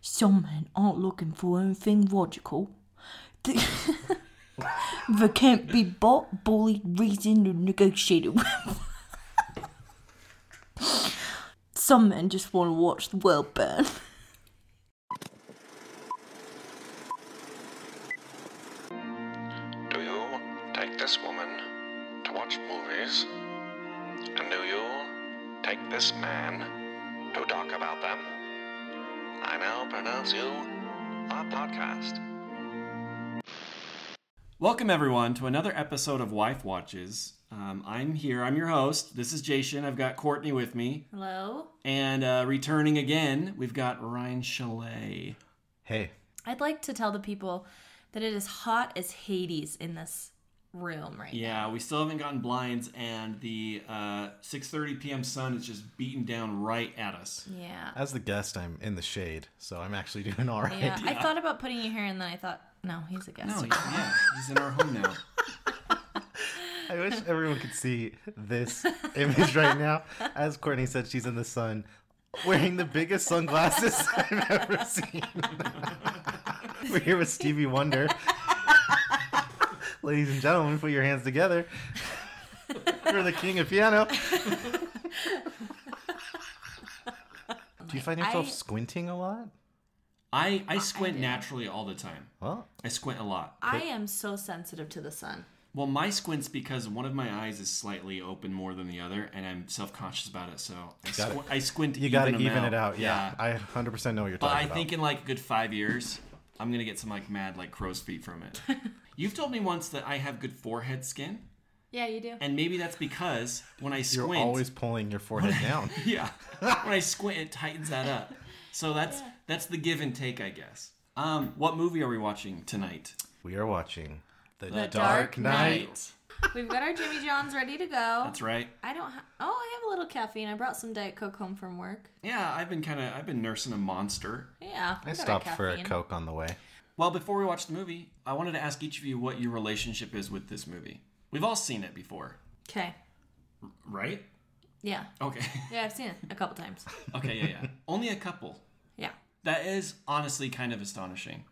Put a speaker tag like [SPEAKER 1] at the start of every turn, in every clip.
[SPEAKER 1] Some men aren't looking for anything logical. They, they can't be bought, bullied, reasoned, or negotiated with. Some men just want to watch the world burn.
[SPEAKER 2] Do you take this woman to watch movies? And do you take this man to talk about them? I now pronounce you a podcast.
[SPEAKER 3] Welcome, everyone, to another episode of Wife Watches. Um, I'm here. I'm your host. This is Jason. I've got Courtney with me.
[SPEAKER 4] Hello.
[SPEAKER 3] And uh, returning again, we've got Ryan Chalet.
[SPEAKER 5] Hey,
[SPEAKER 4] I'd like to tell the people that it is hot as Hades in this room right
[SPEAKER 3] Yeah, we still haven't gotten blinds, and the uh, 6.30 p.m. sun is just beating down right at us.
[SPEAKER 4] now. Yeah.
[SPEAKER 5] as the guest, I'm in the shade, so I'm actually doing all right.
[SPEAKER 4] Yeah. I thought about putting you here and then I thought, no, he's a guest.
[SPEAKER 3] No, yeah, he's in our home now.
[SPEAKER 5] I wish everyone could see this image right now. As Courtney said, she's in the sun, wearing the biggest sunglasses I've ever seen. We're here with Stevie Wonder. Ladies and gentlemen, put your hands together for the king of piano. Do you find yourself
[SPEAKER 4] I-
[SPEAKER 5] squinting a lot?
[SPEAKER 3] I, I squint naturally all the time.
[SPEAKER 5] Well,
[SPEAKER 3] I squint a lot.
[SPEAKER 4] I am so sensitive to the sun.
[SPEAKER 3] Well, my squint's because one of my eyes is slightly open more than the other, and I'm self conscious about it. So I,
[SPEAKER 5] Got it.
[SPEAKER 3] squ- I squint.
[SPEAKER 5] you got to
[SPEAKER 3] them
[SPEAKER 5] even it out. Yeah, I 100% know what you're
[SPEAKER 3] but I
[SPEAKER 5] talking about.
[SPEAKER 3] think in like a good five years, I'm gonna get some like mad like crow's feet from it. You've told me once that I have good forehead skin,
[SPEAKER 4] Yeah, you do.
[SPEAKER 3] and maybe that's because when I
[SPEAKER 5] You're
[SPEAKER 3] squint,
[SPEAKER 5] always pulling your forehead down.
[SPEAKER 3] yeah, when I squint, it tightens that up. So that's that's the give and take, I guess. Um, what movie are we watching tonight?
[SPEAKER 5] We are watching The,
[SPEAKER 4] The Dark Knight. We've got our Jimmy Johns ready to go.
[SPEAKER 3] That's right.
[SPEAKER 4] I don't ha- Oh, I have a little caffeine. I brought some Diet Coke home from work.
[SPEAKER 3] Yeah, I've been kind of I've been nursing a monster.
[SPEAKER 4] Yeah.
[SPEAKER 5] I
[SPEAKER 4] got our
[SPEAKER 5] stopped for a
[SPEAKER 4] caffeine.
[SPEAKER 5] Coke on the way.
[SPEAKER 3] Well, before we watch the movie, I wanted to ask each of you what your relationship is with this movie. We've all seen it before,
[SPEAKER 4] Okay.
[SPEAKER 3] right?
[SPEAKER 4] Yeah.
[SPEAKER 3] Okay.
[SPEAKER 4] Yeah, I've seen it a couple times.
[SPEAKER 3] okay, yeah, yeah. Only a couple.
[SPEAKER 4] Yeah.
[SPEAKER 3] That is honestly kind of astonishing.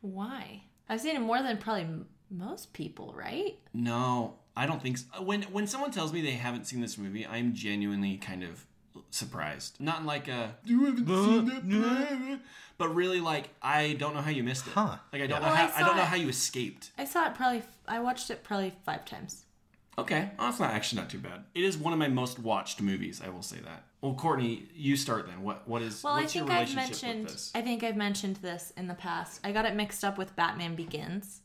[SPEAKER 4] Why? I've seen it more than probably m- most people, right?
[SPEAKER 3] No, I don't think so. when when someone tells me they haven't seen this movie, I'm genuinely kind of surprised. Not in like a you haven't seen that, movie," but really like I don't know how you missed it.
[SPEAKER 5] Huh.
[SPEAKER 3] Like I don't know
[SPEAKER 4] Well, Oh, I
[SPEAKER 3] how I, don't
[SPEAKER 4] saw
[SPEAKER 3] know
[SPEAKER 4] it.
[SPEAKER 3] how you escaped.
[SPEAKER 4] I saw it probably. I watched it probably five times.
[SPEAKER 3] Okay, well, that's not actually not too bad. It is one of my most watched movies. I will say that. Well, Courtney, you start then. What what is
[SPEAKER 4] Well,
[SPEAKER 3] what's
[SPEAKER 4] I think
[SPEAKER 3] your
[SPEAKER 4] I've
[SPEAKER 3] relationship
[SPEAKER 4] mentioned.
[SPEAKER 3] with this?
[SPEAKER 4] I think I've mentioned this in the past. I got it mixed up with Batman Begins.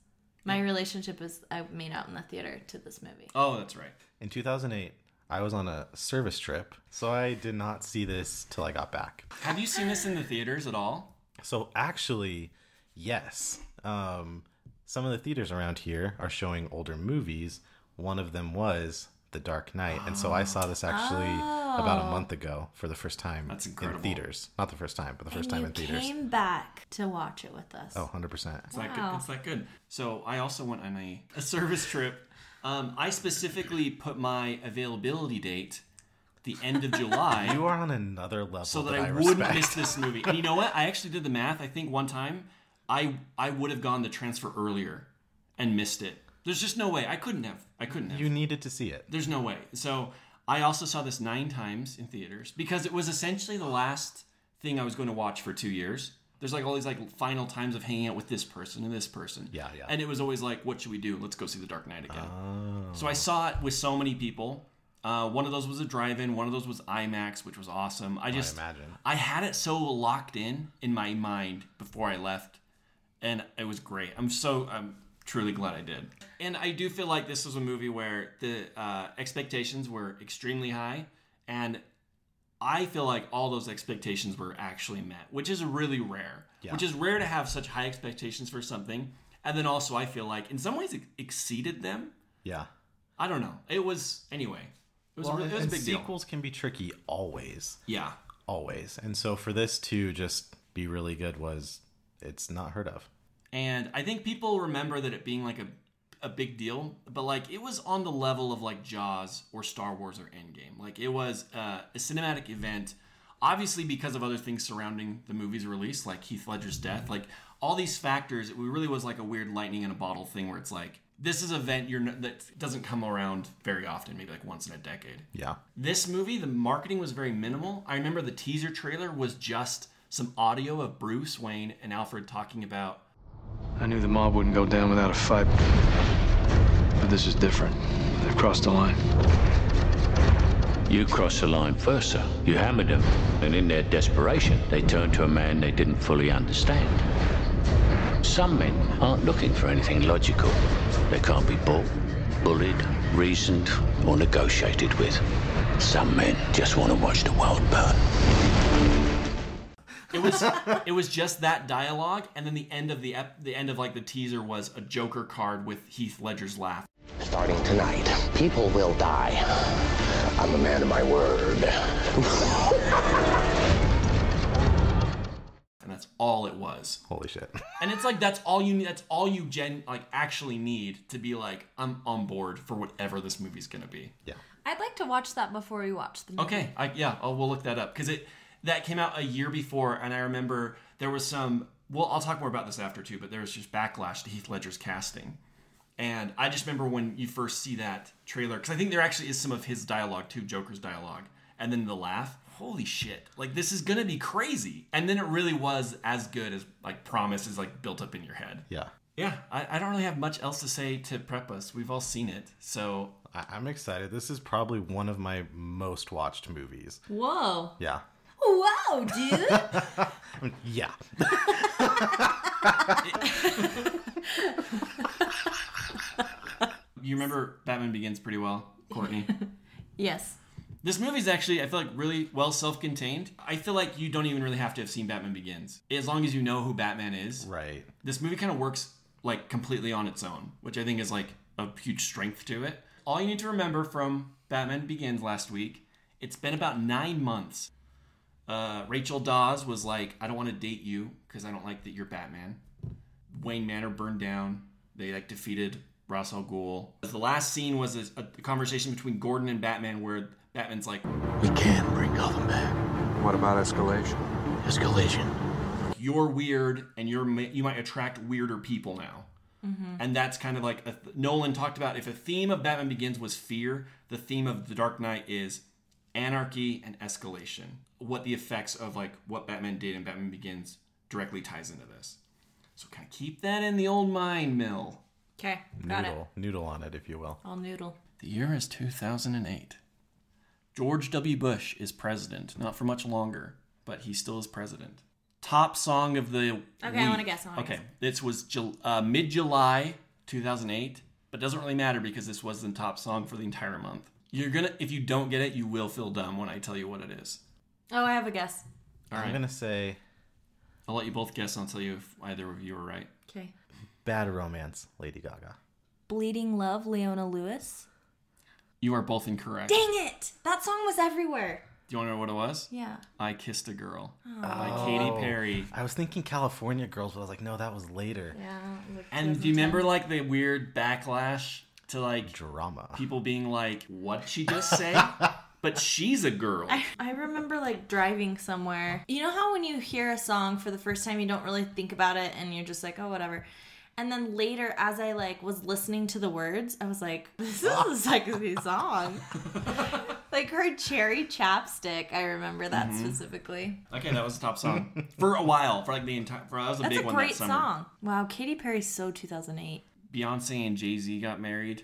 [SPEAKER 4] My relationship is I made out in the theater to this movie.
[SPEAKER 3] oh, that's right.
[SPEAKER 5] In 2008, I was on a service trip, so I did not see this till I got back.
[SPEAKER 3] Have you seen this in the theaters at all?
[SPEAKER 5] So actually, yes. Um, some of the theaters around here are showing older movies. One of them was The Dark Knight, and so I saw this actually
[SPEAKER 4] Oh.
[SPEAKER 5] about a month ago for the first time
[SPEAKER 3] That's
[SPEAKER 5] in
[SPEAKER 3] incredible.
[SPEAKER 5] theaters. Not the first time, but the
[SPEAKER 4] and
[SPEAKER 5] first time
[SPEAKER 4] you
[SPEAKER 5] in theaters.
[SPEAKER 4] came back to watch it with us.
[SPEAKER 5] Oh, 100%.
[SPEAKER 3] It's that good.
[SPEAKER 4] Wow.
[SPEAKER 3] It's that good. So I also went on a, a service trip. Um, I specifically put my availability date the end of July
[SPEAKER 5] You are on another level
[SPEAKER 3] so that,
[SPEAKER 5] that
[SPEAKER 3] I, wouldn't
[SPEAKER 5] respect.
[SPEAKER 3] miss this movie. And you know what? I actually did the math. I think one time I I would have gone the transfer earlier and missed it. There's just no way. I couldn't have. I couldn't have.
[SPEAKER 5] You needed to see it.
[SPEAKER 3] There's no way. So I also saw this nine times in theaters because it was essentially the last thing I was going to watch for two years. There's like all these like final times of hanging out with this person and this person.
[SPEAKER 5] Yeah, yeah.
[SPEAKER 3] And it was always like, what should we do? Let's go see The Dark Knight again.
[SPEAKER 5] Oh.
[SPEAKER 3] So I saw it with so many people. Uh, one of those was a drive-in. One of those was IMAX, which was awesome. I just
[SPEAKER 5] imagine.
[SPEAKER 3] I had it so locked in in my mind before I left and it was great. I'm so I'm truly glad I did. And I do feel like this was a movie where the uh, expectations were extremely high, and I feel like all those expectations were actually met, which is really rare.
[SPEAKER 5] Yeah.
[SPEAKER 3] Which is rare to have such high expectations for something, and then also I feel like in some ways it exceeded them.
[SPEAKER 5] Yeah.
[SPEAKER 3] I don't know. It was anyway. It was, a, re- it was a
[SPEAKER 5] and
[SPEAKER 3] big deal.
[SPEAKER 5] sequels can be tricky always,
[SPEAKER 3] Yeah.
[SPEAKER 5] always. And so for this to just be really good was it's not heard of.
[SPEAKER 3] And I think people remember that it being like a a big deal, but like it was on the level of like Jaws or Star Wars or Endgame. Like it was uh, a cinematic event. obviously because of other things surrounding the movie's release, like Heath Ledger's death, like all these factors, it really was like a weird lightning in a bottle thing where it's like this is an event you're n- that doesn't come around very often, maybe like once in a decade.
[SPEAKER 5] Yeah.
[SPEAKER 3] This movie, the marketing was very minimal. I remember the teaser trailer was just some audio of Bruce Wayne and Alfred talking about
[SPEAKER 6] I knew the mob wouldn't go down without a fight. But this is different. They've crossed the line.
[SPEAKER 7] You crossed the line first, sir. You hammered them, and in their desperation, they turned to a man they didn't fully understand. Some men aren't looking for anything logical. They can't be bought, bullied, reasoned, or negotiated with. Some men just want to watch the world burn.
[SPEAKER 3] it was it was just that dialogue, and then the end of the ep- the end of like the teaser was a Joker card with Heath Ledger's laugh.
[SPEAKER 8] Starting tonight, people will die. I'm a man of my word.
[SPEAKER 3] and that's all it was.
[SPEAKER 5] Holy shit.
[SPEAKER 3] And it's like that's all you need. That's all you gen like actually need to be like I'm on board for whatever this movie's gonna be.
[SPEAKER 4] I'd like to watch that before we watch the movie.
[SPEAKER 3] Okay, I, yeah, I'll, we'll look that up because it that came out a year before, and I remember there was some. Well, I'll talk more about this after too, but there was just backlash to Heath Ledger's casting, and I just remember when you first see that trailer because I think there actually is some of his dialogue too, Joker's dialogue, and then the laugh. Holy shit! Like this is gonna be crazy, and then it really was as good as like promise is like built up in your head.
[SPEAKER 5] Yeah.
[SPEAKER 3] Yeah, I, I don't really have much else to say to prep us. We've all seen it, so
[SPEAKER 5] I- I'm excited. This is probably one of my most watched movies.
[SPEAKER 4] Whoa.
[SPEAKER 5] Yeah.
[SPEAKER 4] Wow, dude.
[SPEAKER 5] Yeah.
[SPEAKER 3] you remember Batman Begins pretty well, Courtney.
[SPEAKER 4] yes.
[SPEAKER 3] This movie's actually, I feel like, really well self-contained. I feel like you don't even really have to have seen Batman Begins, as long as you know who Batman is.
[SPEAKER 5] right.
[SPEAKER 3] This movie kind of works like completely on its own, which I think is like a huge strength to it. All you need to remember from Batman Begins last week, it's been about nine months. Uh, Rachel Dawes was like, "I don't want to date you because I don't like that you're Batman." Wayne Manor burned down. They like defeated Ra's al Ghul. The last scene was a, a conversation between Gordon and Batman, where Batman's like,
[SPEAKER 6] We can bring Gotham back.
[SPEAKER 9] What about escalation?
[SPEAKER 6] Escalation.
[SPEAKER 3] you're weird and you're ma- you might attract weirder people now and that's kind of like a th- nolan talked about if a theme of batman begins was fear the theme of the dark knight is anarchy and escalation what the effects of like what batman did in batman begins directly ties into this so kind of keep that in the old mind mill
[SPEAKER 4] Okay, got it.
[SPEAKER 5] Noodle. Noodle on it, if you will.
[SPEAKER 4] I'll noodle.
[SPEAKER 3] the year is 2008 george w bush is president not for much longer but he still is president top song of the
[SPEAKER 4] Okay, I wanna
[SPEAKER 3] week.
[SPEAKER 4] guess, I wanna
[SPEAKER 3] okay
[SPEAKER 4] guess.
[SPEAKER 3] this was Ju- uh, mid-july 2008 but doesn't really matter because this was the top song for the entire month you're gonna if you don't get it you will feel dumb when i tell you what it is
[SPEAKER 4] Oh, I have a guess.
[SPEAKER 3] all right
[SPEAKER 5] I'm gonna say
[SPEAKER 3] i'll let you both guess and i'll tell you if either of you are right
[SPEAKER 4] Okay.
[SPEAKER 5] Bad Romance, Lady Gaga.
[SPEAKER 4] Bleeding Love, Leona Lewis.
[SPEAKER 3] you are both incorrect
[SPEAKER 4] Dang it! That song was everywhere.
[SPEAKER 3] do you want to know what it was
[SPEAKER 4] Yeah.
[SPEAKER 3] i kissed a girl
[SPEAKER 4] Oh,
[SPEAKER 3] by katy perry
[SPEAKER 5] Oh. I was thinking California Girls, but I was like, no, that was later.
[SPEAKER 4] Yeah.
[SPEAKER 3] And do you remember like the weird backlash to like
[SPEAKER 5] Drama.
[SPEAKER 3] people being like, "What she just say?" but she's a girl.
[SPEAKER 4] I, I remember like driving somewhere. You know how when you hear a song for the first time, you don't really think about it and you're just like, oh, whatever. And then later, as I like was listening to the words, I was like, this is a sexy song. like her cherry chapstick. I remember that
[SPEAKER 3] Mm-hmm.
[SPEAKER 4] specifically.
[SPEAKER 3] Okay, that was a top song for a while. For like the entire, for that was a
[SPEAKER 4] That's
[SPEAKER 3] big
[SPEAKER 4] a
[SPEAKER 3] one
[SPEAKER 4] great
[SPEAKER 3] that summer.
[SPEAKER 4] song. Wow, Katy Perry's so 2008.
[SPEAKER 3] Beyonce and Jay Z got married.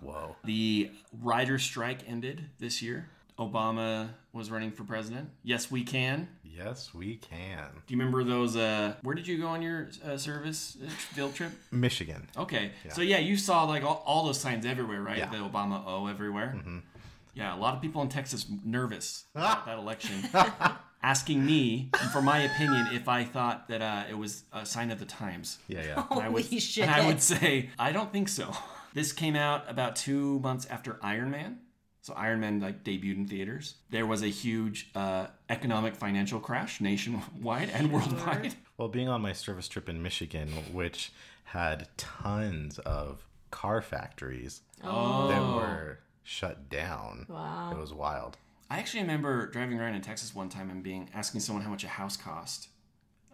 [SPEAKER 5] Whoa.
[SPEAKER 3] The writer strike ended this year. Obama was running for president. Yes, we can.
[SPEAKER 5] Yes, we can.
[SPEAKER 3] Do you remember those? Uh, where did you go on your uh, service uh, field trip?
[SPEAKER 5] Michigan.
[SPEAKER 3] Okay. So yeah, you saw like all, all those signs everywhere, right?
[SPEAKER 5] Yeah.
[SPEAKER 3] The Obama O everywhere. Yeah, a lot of people in Texas nervous about that election, asking me for my opinion if I thought that uh, it was a sign of the times.
[SPEAKER 5] Yeah, yeah.
[SPEAKER 3] And I would,
[SPEAKER 4] Holy shit.
[SPEAKER 3] And I would say I don't think so. This came out about two months after Iron Man. So Iron Man like debuted in theaters. There was a huge uh, economic financial crash nationwide and worldwide.
[SPEAKER 5] Well, being on my service trip in Michigan, which had tons of car factories that were shut down,
[SPEAKER 4] Wow.
[SPEAKER 5] it was wild.
[SPEAKER 3] I actually remember driving around in Texas one time and being asking someone how much a house cost,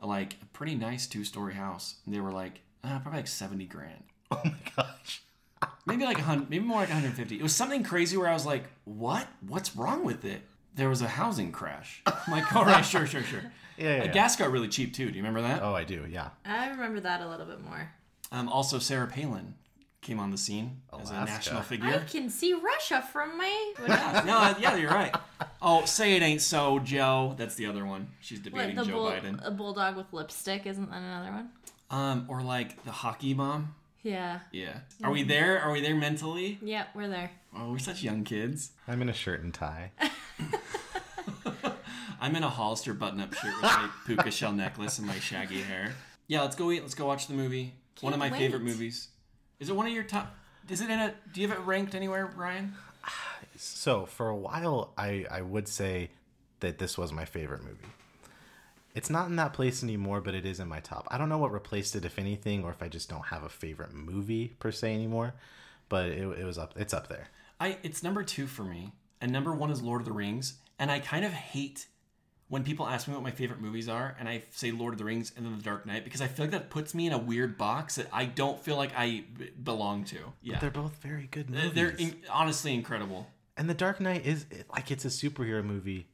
[SPEAKER 3] like a pretty nice two story house, and they were like, ah, probably like seventy grand,
[SPEAKER 5] Oh my gosh.
[SPEAKER 3] maybe like a hundred, maybe more like one hundred fifty. It was something crazy where I was like, what? What's wrong with it? There was a housing crash. I'm like, all right, sure, sure, sure.
[SPEAKER 5] Yeah, yeah,
[SPEAKER 3] Uh,
[SPEAKER 5] yeah.
[SPEAKER 3] Gas got really cheap too. Do you remember that?
[SPEAKER 5] Oh, I do. Yeah.
[SPEAKER 4] I remember that a little bit more.
[SPEAKER 3] Um, also, Sarah Palin came on the scene as a
[SPEAKER 5] Alaska.
[SPEAKER 3] national
[SPEAKER 4] I
[SPEAKER 3] figure.
[SPEAKER 4] can see Russia from my.
[SPEAKER 3] Yeah, no, uh, yeah, you're right. Oh, say it ain't so, Joe. That's the other one. She's
[SPEAKER 4] What,
[SPEAKER 3] debating
[SPEAKER 4] the
[SPEAKER 3] Joe
[SPEAKER 4] bull, uh,
[SPEAKER 3] Biden.
[SPEAKER 4] a bulldog with lipstick isn't that another one?
[SPEAKER 3] Um, or like the hockey mom.
[SPEAKER 4] Yeah.
[SPEAKER 3] Yeah. Are
[SPEAKER 4] Mm.
[SPEAKER 3] we there? Are we there mentally?
[SPEAKER 4] Yeah, we're there.
[SPEAKER 3] Oh, we're such young kids.
[SPEAKER 5] I'm in a shirt and tie.
[SPEAKER 3] I'm in a Hollister button-up shirt with my puka shell necklace and my shaggy hair. Yeah, let's go eat. Let's go watch the movie. one of my
[SPEAKER 4] Can't wait.
[SPEAKER 3] favorite movies. Is it one of your top? Is it in a? Do you have it ranked anywhere, Ryan?
[SPEAKER 5] So for a while, I I would say that this was my favorite movie. It's not in that place anymore, but it is in my top. I don't know what replaced it, if anything, or if I just don't have a favorite movie per se anymore. But it, it was up. It's up there.
[SPEAKER 3] I it's number two for me, and number one is Lord of the Rings. And I kind of hate when people ask me what my favorite movies are, and I say Lord of the Rings and then The Dark Knight because I feel like that puts me in a weird box that I don't feel like I b- belong to. Yeah,
[SPEAKER 5] They're both very good
[SPEAKER 3] they're,
[SPEAKER 5] movies.
[SPEAKER 3] in, honestly incredible.
[SPEAKER 5] and The Dark Knight is it- like it's a superhero movie,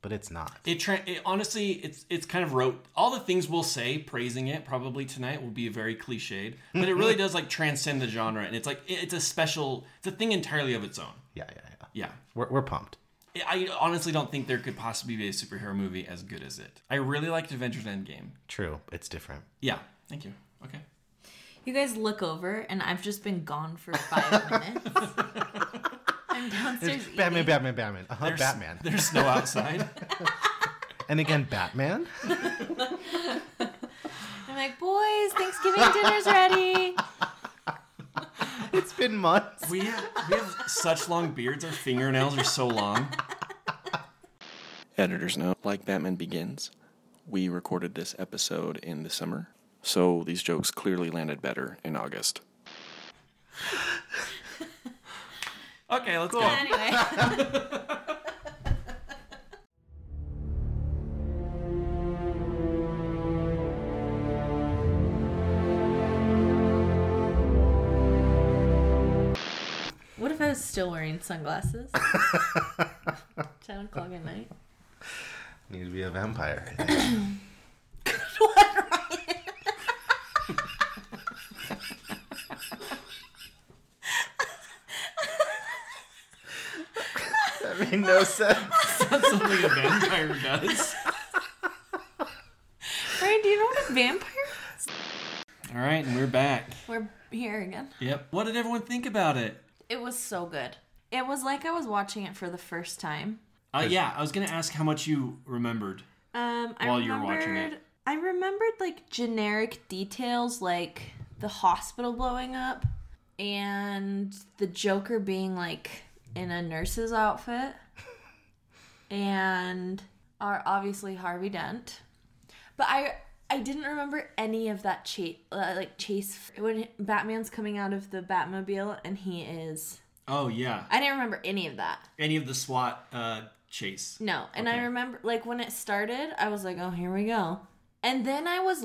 [SPEAKER 5] but it's not.
[SPEAKER 3] It, tra- it honestly, it's it's kind of rote. All the things we'll say praising it probably tonight will be very cliched, but it really does like transcend the genre, and it's like it- it's a special, it's a thing entirely of its own.
[SPEAKER 5] Yeah, yeah, yeah.
[SPEAKER 3] Yeah.
[SPEAKER 5] We're, we're pumped.
[SPEAKER 3] I honestly don't think there could possibly be a superhero movie as good as it. I really liked Avengers Endgame.
[SPEAKER 5] True. It's different.
[SPEAKER 3] Yeah, thank you. Okay.
[SPEAKER 4] You guys look over, and I've just been gone for five minutes. I'm downstairs.
[SPEAKER 5] There's Batman,
[SPEAKER 4] eating.
[SPEAKER 5] Batman, Batman. Uh-huh,
[SPEAKER 3] There's-
[SPEAKER 5] Batman.
[SPEAKER 3] There's snow outside.
[SPEAKER 5] And again, Batman.
[SPEAKER 4] I'm like, boys, Thanksgiving dinner's ready.
[SPEAKER 5] It's been months.
[SPEAKER 3] we, have, we have such long beards, our fingernails are so long.
[SPEAKER 9] Editor's note like Batman Begins, we recorded this episode in the summer, so these jokes clearly landed better in August.
[SPEAKER 3] Okay, let's go.
[SPEAKER 4] Anyway. What if I was still wearing sunglasses? Ten o'clock at night.
[SPEAKER 5] Need to be a vampire. I think. that made no sense.
[SPEAKER 3] That's something a vampire does.
[SPEAKER 4] Ryan, do you know what a vampire?
[SPEAKER 3] All right, and we're back.
[SPEAKER 4] We're here again.
[SPEAKER 3] Yep. What did everyone think about it?
[SPEAKER 4] It was so good. It was like I was watching it for the first time.
[SPEAKER 3] Uh, yeah, I was going to ask how much you remembered.
[SPEAKER 4] Um, I
[SPEAKER 3] While you were
[SPEAKER 4] remembered,
[SPEAKER 3] watching it.
[SPEAKER 4] I remembered like generic details, like the hospital blowing up and the Joker being like in a nurse's outfit, and are obviously Harvey Dent. But I I didn't remember any of that chase uh, like chase when Batman's coming out of the Batmobile and he is.
[SPEAKER 3] Oh, yeah.
[SPEAKER 4] I didn't remember any of that.
[SPEAKER 3] Any of the SWAT uh, chase.
[SPEAKER 4] No, and I
[SPEAKER 3] Okay.
[SPEAKER 4] remember like when it started, I was like, "Oh, here we go." And then I was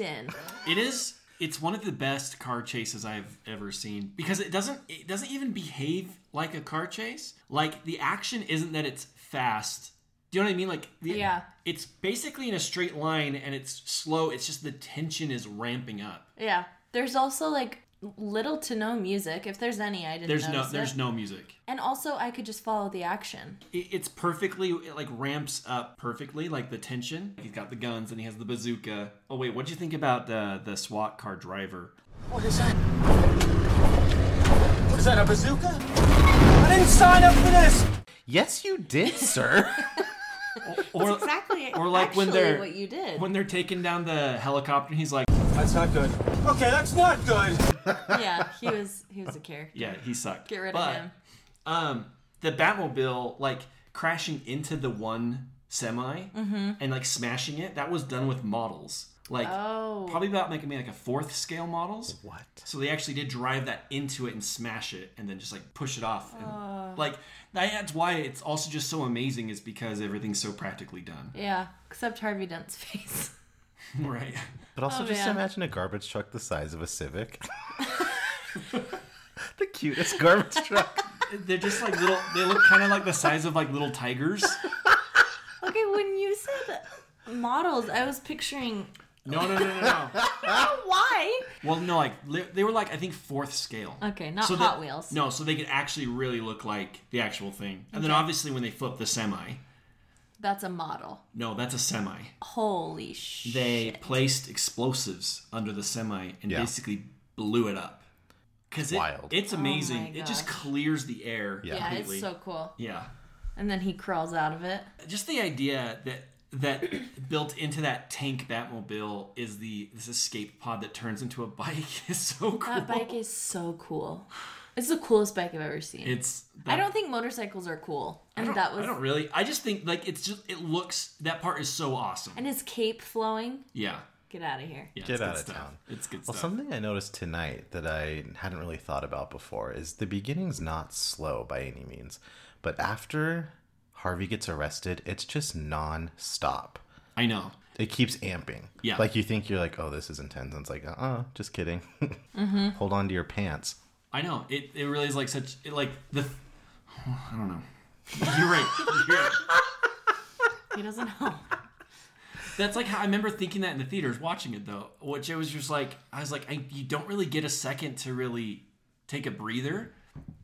[SPEAKER 4] in.
[SPEAKER 3] It is. It's one of the best car chases I've ever seen because it doesn't. It doesn't even behave like a car chase. Like the action isn't that it's fast. Do you know what I mean? Like the,
[SPEAKER 4] Yeah.
[SPEAKER 3] it's basically in a straight line and it's slow. It's just the tension is ramping up.
[SPEAKER 4] yeah. There's also like little to no music, if there's any. I didn't.
[SPEAKER 3] There's no.
[SPEAKER 4] notice
[SPEAKER 3] There's
[SPEAKER 4] it.
[SPEAKER 3] no music.
[SPEAKER 4] And also, I could just follow the action.
[SPEAKER 3] It, it's perfectly. It like ramps up perfectly. Like the tension. He's got the guns and he has the bazooka. Oh wait, what'd you think about uh, the SWAT car driver?
[SPEAKER 10] What is that? What is that, a bazooka? I didn't sign up for this!
[SPEAKER 5] Yes, you did, sir.
[SPEAKER 3] Or
[SPEAKER 4] Exactly.
[SPEAKER 3] or like when they're
[SPEAKER 4] what you did.
[SPEAKER 3] when they're taking down the helicopter. He's like.
[SPEAKER 10] That's not good. Okay, that's not good!
[SPEAKER 4] yeah, he was he was a character.
[SPEAKER 3] Yeah, he sucked.
[SPEAKER 4] Get rid
[SPEAKER 3] But,
[SPEAKER 4] of him.
[SPEAKER 3] Um, the Batmobile like crashing into the one semi
[SPEAKER 4] Mhm.
[SPEAKER 3] and like smashing it. That was done with models. Like
[SPEAKER 4] Oh.
[SPEAKER 3] probably about making me like a fourth scale models.
[SPEAKER 5] What?
[SPEAKER 3] So they actually did drive that into it and smash it and then just like push it off. And,
[SPEAKER 4] Oh.
[SPEAKER 3] Like that- that's why it's also just so amazing is because everything's so practically done.
[SPEAKER 4] Yeah, except Harvey Dent's face.
[SPEAKER 3] right.
[SPEAKER 5] But also,
[SPEAKER 4] Oh,
[SPEAKER 5] just
[SPEAKER 4] man.
[SPEAKER 5] imagine a garbage truck the size of a Civic. the cutest garbage truck.
[SPEAKER 3] They're just like little. They look kind of like the size of like little tigers.
[SPEAKER 4] Okay, when you said models, I was picturing.
[SPEAKER 3] No, no, no, no, no.
[SPEAKER 4] Why?
[SPEAKER 3] Well, no, like li- they were like I think fourth scale.
[SPEAKER 4] Okay, not
[SPEAKER 3] that-
[SPEAKER 4] Hot Wheels.
[SPEAKER 3] No, so they could actually really look like the actual thing. And then obviously when they flip the semi,
[SPEAKER 4] That's a model.
[SPEAKER 3] no, that's a semi.
[SPEAKER 4] Holy sh.
[SPEAKER 3] They placed explosives under the semi and
[SPEAKER 5] Yeah.
[SPEAKER 3] basically blew it up. Because it,
[SPEAKER 5] Wild.
[SPEAKER 3] it's
[SPEAKER 4] Oh
[SPEAKER 3] amazing.
[SPEAKER 4] my
[SPEAKER 3] it just
[SPEAKER 4] gosh.
[SPEAKER 3] clears the air.
[SPEAKER 5] Yeah.
[SPEAKER 4] Yeah,
[SPEAKER 3] completely.
[SPEAKER 4] it's so cool.
[SPEAKER 3] Yeah.
[SPEAKER 4] And then he crawls out of it.
[SPEAKER 3] just the idea that that built into that tank Batmobile is the this escape pod that turns into a bike is so cool.
[SPEAKER 4] That bike is so cool. It's the coolest bike I've ever seen.
[SPEAKER 3] it's
[SPEAKER 4] I don't think motorcycles are cool, and
[SPEAKER 3] don't-
[SPEAKER 4] that was
[SPEAKER 3] I don't really. I just think like it's just it looks that part is so awesome.
[SPEAKER 4] and his cape flowing.
[SPEAKER 3] yeah,
[SPEAKER 4] Get out of here.
[SPEAKER 3] yeah.
[SPEAKER 5] Get
[SPEAKER 3] it's good
[SPEAKER 5] out of
[SPEAKER 3] stuff.
[SPEAKER 5] town.
[SPEAKER 3] It's good
[SPEAKER 5] Well,
[SPEAKER 3] stuff.
[SPEAKER 5] something I noticed tonight that I hadn't really thought about before is the beginning's not slow by any means, but after Harvey gets arrested, it's just non-stop.
[SPEAKER 3] I know.
[SPEAKER 5] It keeps amping.
[SPEAKER 3] Yeah.
[SPEAKER 5] Like you think you're like, oh, this is intense. And it's like, uh, uh just kidding. Hold on to your pants.
[SPEAKER 3] I know. It it really is like such it, like the. I don't know. You're right. You're right.
[SPEAKER 4] He doesn't know.
[SPEAKER 3] That's like how I remember thinking that in the theaters watching it though, which it was just like I was like I, you don't really get a second to really take a breather.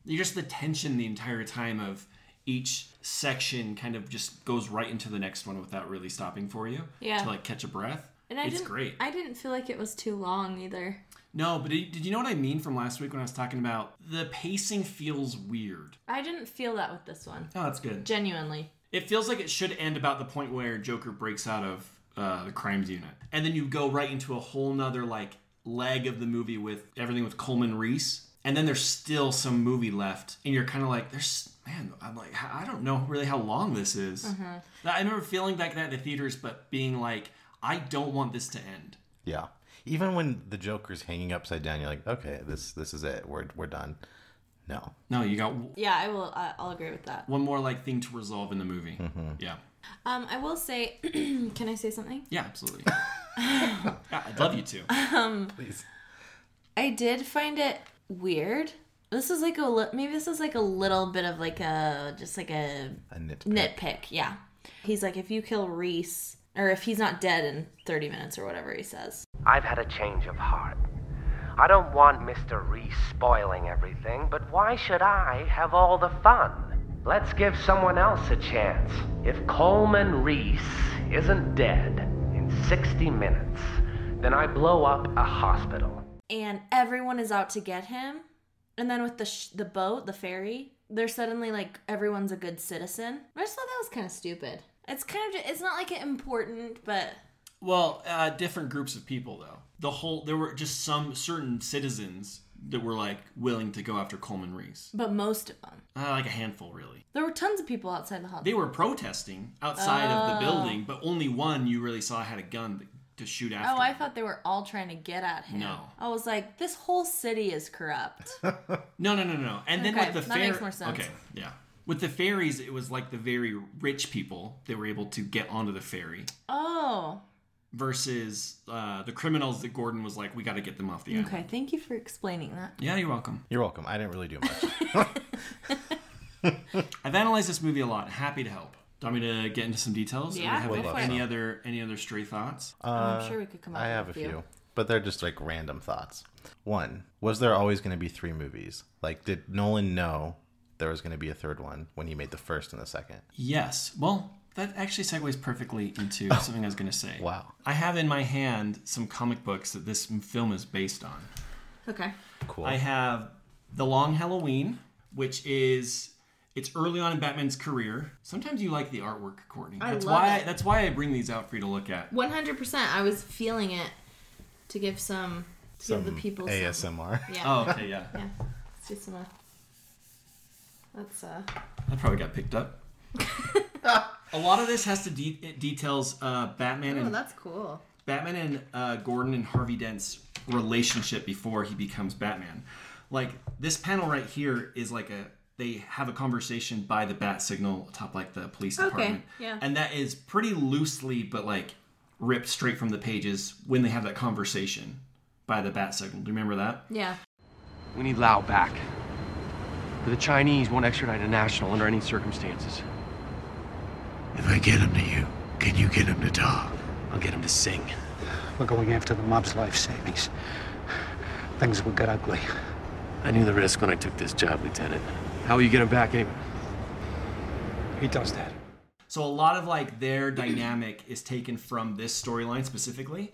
[SPEAKER 3] You're just the tension the entire time of each section kind of just goes right into the next one without really stopping for you
[SPEAKER 4] Yeah.
[SPEAKER 3] to like catch a breath.
[SPEAKER 4] And I
[SPEAKER 3] it's
[SPEAKER 4] didn't,
[SPEAKER 3] great.
[SPEAKER 4] I didn't feel like it was too long either.
[SPEAKER 3] No, but did did you know what I mean from last week when I was talking about the pacing feels weird?
[SPEAKER 4] I didn't feel that with this one.
[SPEAKER 3] Oh, that's good.
[SPEAKER 4] Genuinely.
[SPEAKER 3] It feels like it should end about the point where Joker breaks out of uh, the crimes unit, and then you go right into a whole nother like leg of the movie with everything with Coleman Reese, and then there's still some movie left, and you're kind of like, there's man, I'm like, h- I don't know really how long this is. I remember feeling like that in the theaters, but being like, I don't want this to end.
[SPEAKER 5] Yeah. Even when the Joker's hanging upside down, you're like, okay, this this is it. We're we're done. No.
[SPEAKER 3] No, you got w-
[SPEAKER 4] Yeah, I will. I- I'll agree with that.
[SPEAKER 3] one more like thing to resolve in the movie. Yeah,
[SPEAKER 4] Um, I will say. can I say something?
[SPEAKER 3] yeah, absolutely. yeah, I'd love you to.
[SPEAKER 5] Please.
[SPEAKER 4] I did find it weird. This is like a li- maybe this is like a little bit of like a just like a
[SPEAKER 5] A nitpick.
[SPEAKER 4] nitpick. Yeah, he's like if you kill Reese or if he's not dead in thirty minutes or whatever he says.
[SPEAKER 10] I've had a change of heart. I don't want Mr. Reese spoiling everything, but why should I have all the fun? Let's give someone else a chance. If Coleman Reese isn't dead in 60 minutes, then I blow up a hospital.
[SPEAKER 4] and everyone is out to get him. And then with the sh- the boat, the ferry, they're suddenly like everyone's a good citizen. I just thought that was kind of stupid. It's kind of ju- it's not like it important, but
[SPEAKER 3] Well, uh, different groups of people, though. The whole there were just some certain citizens that were like willing to go after Coleman Reese,
[SPEAKER 4] but most of them.
[SPEAKER 3] uh, like a handful, really.
[SPEAKER 4] There were tons of people outside the hospital.
[SPEAKER 3] They were protesting outside
[SPEAKER 4] Oh.
[SPEAKER 3] of the building, but only one you really saw had a gun to shoot after.
[SPEAKER 4] Oh, I
[SPEAKER 3] him.
[SPEAKER 4] thought they were all trying to get at him.
[SPEAKER 3] No.
[SPEAKER 4] I was like, this whole city is corrupt.
[SPEAKER 3] No, no, no, no. And then
[SPEAKER 4] Okay,
[SPEAKER 3] with the
[SPEAKER 4] that
[SPEAKER 3] fair-
[SPEAKER 4] makes more sense.
[SPEAKER 3] Okay, yeah. With the ferries, it was like the very rich people that were able to get onto the ferry
[SPEAKER 4] oh.
[SPEAKER 3] versus uh, the criminals that Gordon was like, "We got to get them off the island."
[SPEAKER 4] Okay, thank you for explaining that.
[SPEAKER 3] Yeah, you're welcome.
[SPEAKER 5] You're welcome. I didn't really do much.
[SPEAKER 3] I've analyzed this movie a lot. Happy to help. Do you want me to get into some details? Or
[SPEAKER 4] Yeah,
[SPEAKER 3] have
[SPEAKER 4] go
[SPEAKER 3] any-
[SPEAKER 5] for it.
[SPEAKER 3] any other any other stray thoughts?
[SPEAKER 4] I'm sure we could come up
[SPEAKER 5] Uh, I
[SPEAKER 4] with
[SPEAKER 5] have a few, but they're just like random thoughts. One, was there always going to be three movies? Like, did Nolan know there was going to be a third one when he made the first and the second?
[SPEAKER 3] Yes. Well, that actually segues perfectly into something I was going to say.
[SPEAKER 5] Oh. Wow.
[SPEAKER 3] I have in my hand some comic books that this m- film is based on.
[SPEAKER 4] Okay.
[SPEAKER 5] Cool.
[SPEAKER 3] I have The Long Halloween, which is it's early on in Batman's career. Sometimes you like the artwork, Courtney.
[SPEAKER 4] I
[SPEAKER 3] that's
[SPEAKER 4] love
[SPEAKER 3] why
[SPEAKER 4] it.
[SPEAKER 3] that's why I bring these out for you to look at.
[SPEAKER 4] 100%. I was feeling it to give some, to give the people some.
[SPEAKER 5] ASMR.
[SPEAKER 4] Yeah.
[SPEAKER 3] Oh, okay, yeah.
[SPEAKER 4] Yeah. Let's do some. Uh, let's, uh.
[SPEAKER 3] That probably got picked up. A lot of this has to de- it details uh, Batman
[SPEAKER 4] Oh,
[SPEAKER 3] and
[SPEAKER 4] that's cool.
[SPEAKER 3] Batman and uh, Gordon and Harvey Dent's relationship before he becomes Batman. Like this panel right here is like a they have a conversation by the bat signal atop like the police
[SPEAKER 4] Okay,
[SPEAKER 3] department.
[SPEAKER 4] yeah.
[SPEAKER 3] And that is pretty loosely but like ripped straight from the pages when they have that conversation by the bat signal. Do you remember that?
[SPEAKER 4] Yeah.
[SPEAKER 11] We need Lao back. But the Chinese won't extradite a national under any circumstances.
[SPEAKER 12] If I get him to you, can you get him to talk?
[SPEAKER 11] I'll get him to sing.
[SPEAKER 12] We're going after the mob's life savings. Things will get ugly.
[SPEAKER 11] I knew the risk when I took this job, Lieutenant. How will you get him back anyway?
[SPEAKER 12] He does that.
[SPEAKER 3] So a lot of like their dynamic is taken from this storyline specifically.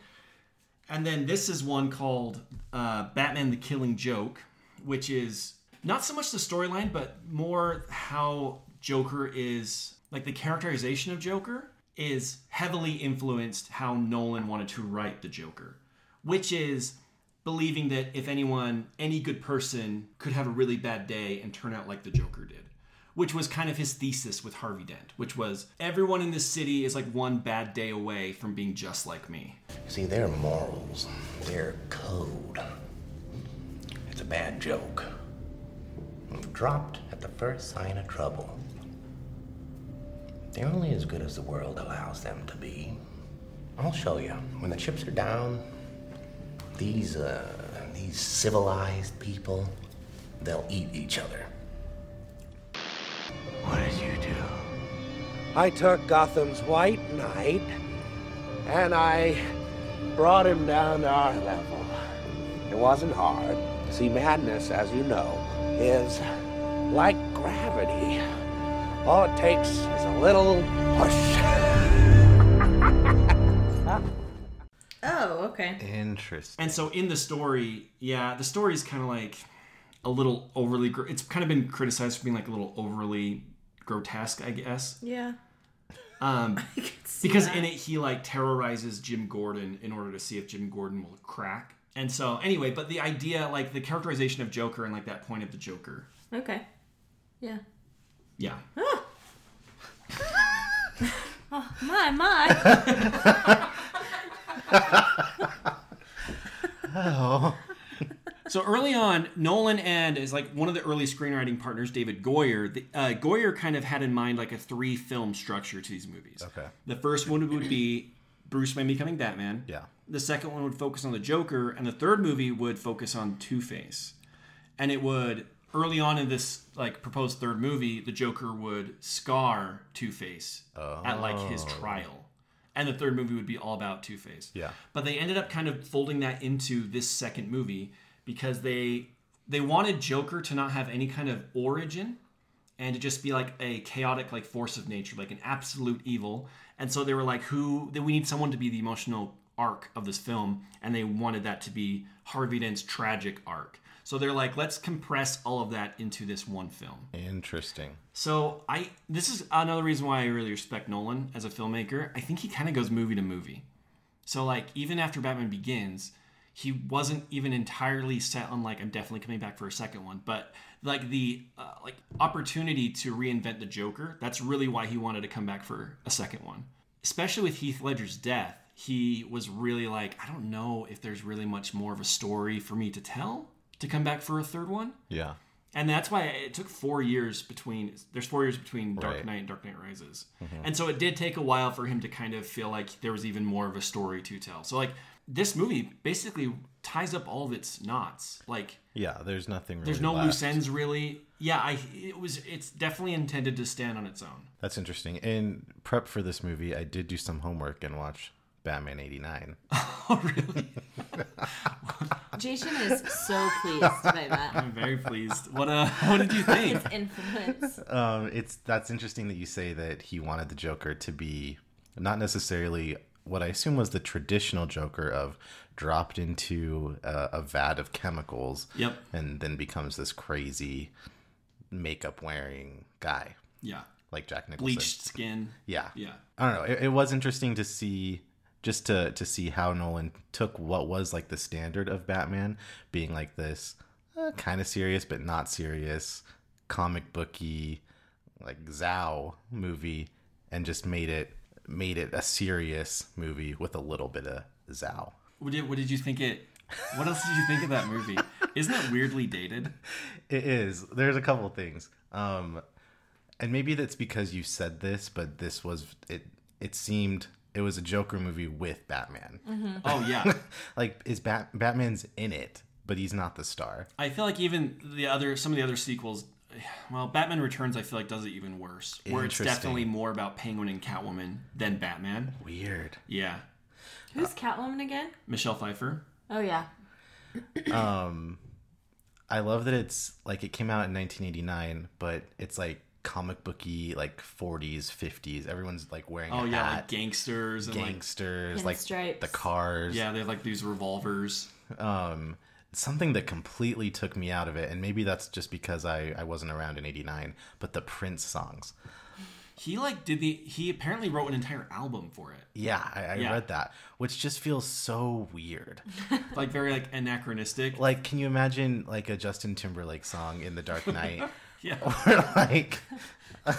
[SPEAKER 3] And then this is one called uh, Batman the Killing Joke, which is not so much the storyline, but more how Joker is like the characterization of Joker is heavily influenced how Nolan wanted to write the Joker, which is believing that if anyone, any good person, could have a really bad day and turn out like the Joker did which was kind of his thesis with Harvey Dent, which was everyone in this city is like one bad day away from being just like me.
[SPEAKER 8] See, their morals, their code. It's a bad joke. Dropped at the first sign of trouble. They're only as good as the world allows them to be. I'll show you. When the chips are down, these uh, these civilized people, they'll eat each other. What did you do?
[SPEAKER 13] I took Gotham's White Knight and I brought him down to our level. It wasn't hard. See, madness, as you know, is like gravity. All it takes is a little push.
[SPEAKER 4] Oh, okay.
[SPEAKER 5] Interesting.
[SPEAKER 3] And so in the story, yeah, the story is kind of like a little overly, gr- it's kind of been criticized for being like a little overly grotesque, I guess.
[SPEAKER 4] Yeah.
[SPEAKER 3] Um,
[SPEAKER 4] see
[SPEAKER 3] because
[SPEAKER 4] that.
[SPEAKER 3] in it, he like terrorizes Jim Gordon in order to see if Jim Gordon will crack. And so, anyway, but the idea, like the characterization of Joker and like that point of the Joker,
[SPEAKER 4] Okay. Yeah.
[SPEAKER 3] yeah.
[SPEAKER 4] Oh, my, my.
[SPEAKER 5] Oh.
[SPEAKER 3] so early on, Nolan and is like one of the early screenwriting partners, David Goyer. The, uh, Goyer kind of had in mind like a three film structure to these movies.
[SPEAKER 5] Okay.
[SPEAKER 3] The first one would be Bruce Wayne becoming Batman.
[SPEAKER 5] Yeah.
[SPEAKER 3] The second one would focus on the Joker, and the third movie would focus on Two Face. And it would early on in this like proposed third movie, the Joker would scar Two Face at like his
[SPEAKER 5] Oh.
[SPEAKER 3] trial, and the third movie would be all about Two Face.
[SPEAKER 5] Yeah.
[SPEAKER 3] But they ended up kind of folding that into this second movie because they they wanted Joker to not have any kind of origin and to just be like a chaotic like force of nature, like an absolute evil. And so they were like, who that we need someone to be the emotional arc of this film, and they wanted that to be Harvey Dent's tragic arc. So they're like, let's compress all of that into this one film.
[SPEAKER 5] Interesting.
[SPEAKER 3] So I this is another reason why I really respect Nolan as a filmmaker. I think he kind of goes movie to movie. So like even after Batman Begins, he wasn't even entirely set on like I'm definitely coming back for a second one, but like the uh, like opportunity to reinvent the Joker, that's really why he wanted to come back for a second one. Especially with Heath Ledger's death, he was really like I don't know if there's really much more of a story for me to tell to come back for a third one.
[SPEAKER 5] Yeah.
[SPEAKER 3] And that's why it took four years between. There's four years between Dark
[SPEAKER 5] Right.
[SPEAKER 3] Knight and Dark Knight Rises,
[SPEAKER 5] Mhm.
[SPEAKER 3] and so it did take a while for him to kind of feel like there was even more of a story to tell. So like this movie basically ties up all of its knots. Like
[SPEAKER 5] Yeah, there's nothing really
[SPEAKER 3] there's no
[SPEAKER 5] left.
[SPEAKER 3] loose ends really. Yeah, I it was. It's definitely intended to stand on its own.
[SPEAKER 5] That's interesting. In prep for this movie, I did do some homework and watch Batman 89.
[SPEAKER 4] Jason is so pleased by that.
[SPEAKER 3] I'm very pleased. What uh, what did you think?
[SPEAKER 4] His influence.
[SPEAKER 5] um, it's that's interesting that you say that he wanted the Joker to be not necessarily what I assume was the traditional Joker of dropped into a, a vat of chemicals.
[SPEAKER 3] Yep.
[SPEAKER 5] And then becomes this crazy makeup wearing guy.
[SPEAKER 3] Yeah.
[SPEAKER 5] Like Jack Nicholson.
[SPEAKER 3] Bleached skin.
[SPEAKER 5] Yeah.
[SPEAKER 3] Yeah.
[SPEAKER 5] I don't know. It, it was interesting to see just to to see how Nolan took what was like the standard of Batman being like this uh, kind of serious but not serious comic booky like Zao movie and just made it made it a serious movie with a little bit of zow.
[SPEAKER 3] What did, what did you think it? What else did you think of that movie? Isn't it weirdly dated?
[SPEAKER 5] It is. There's a couple things. Um and maybe that's because you said this, but this was it it seemed it was a Joker movie with Batman.
[SPEAKER 3] Mhm. Oh, yeah.
[SPEAKER 5] like is Bat- Batman's in it, but he's not the star.
[SPEAKER 3] I feel like even the other some of the other sequels, well, Batman Returns I feel like does it even worse, where it's
[SPEAKER 5] Interesting.
[SPEAKER 3] definitely more about Penguin and Catwoman than Batman.
[SPEAKER 5] Weird.
[SPEAKER 3] Yeah,
[SPEAKER 4] Who's Catwoman again?
[SPEAKER 3] Michelle Pfeiffer.
[SPEAKER 4] Oh yeah.
[SPEAKER 5] um i love that it's like it came out in 1989 but it's like comic booky like 40s 50s everyone's like wearing
[SPEAKER 3] Oh
[SPEAKER 5] a
[SPEAKER 3] yeah, like
[SPEAKER 5] hat.
[SPEAKER 3] gangsters and like
[SPEAKER 5] gangsters like
[SPEAKER 4] Pinstripes.
[SPEAKER 5] the cars
[SPEAKER 3] yeah, they have like these revolvers
[SPEAKER 5] um something that completely took me out of it and maybe that's just because i i wasn't around in 89 but the prince songs
[SPEAKER 3] He like did the he apparently wrote an entire album for it.
[SPEAKER 5] yeah i, I
[SPEAKER 3] Yeah.
[SPEAKER 5] read that which just feels so weird
[SPEAKER 3] like very like anachronistic
[SPEAKER 5] like can you imagine like a justin timberlake song in the dark knight
[SPEAKER 3] Yeah.
[SPEAKER 5] or like i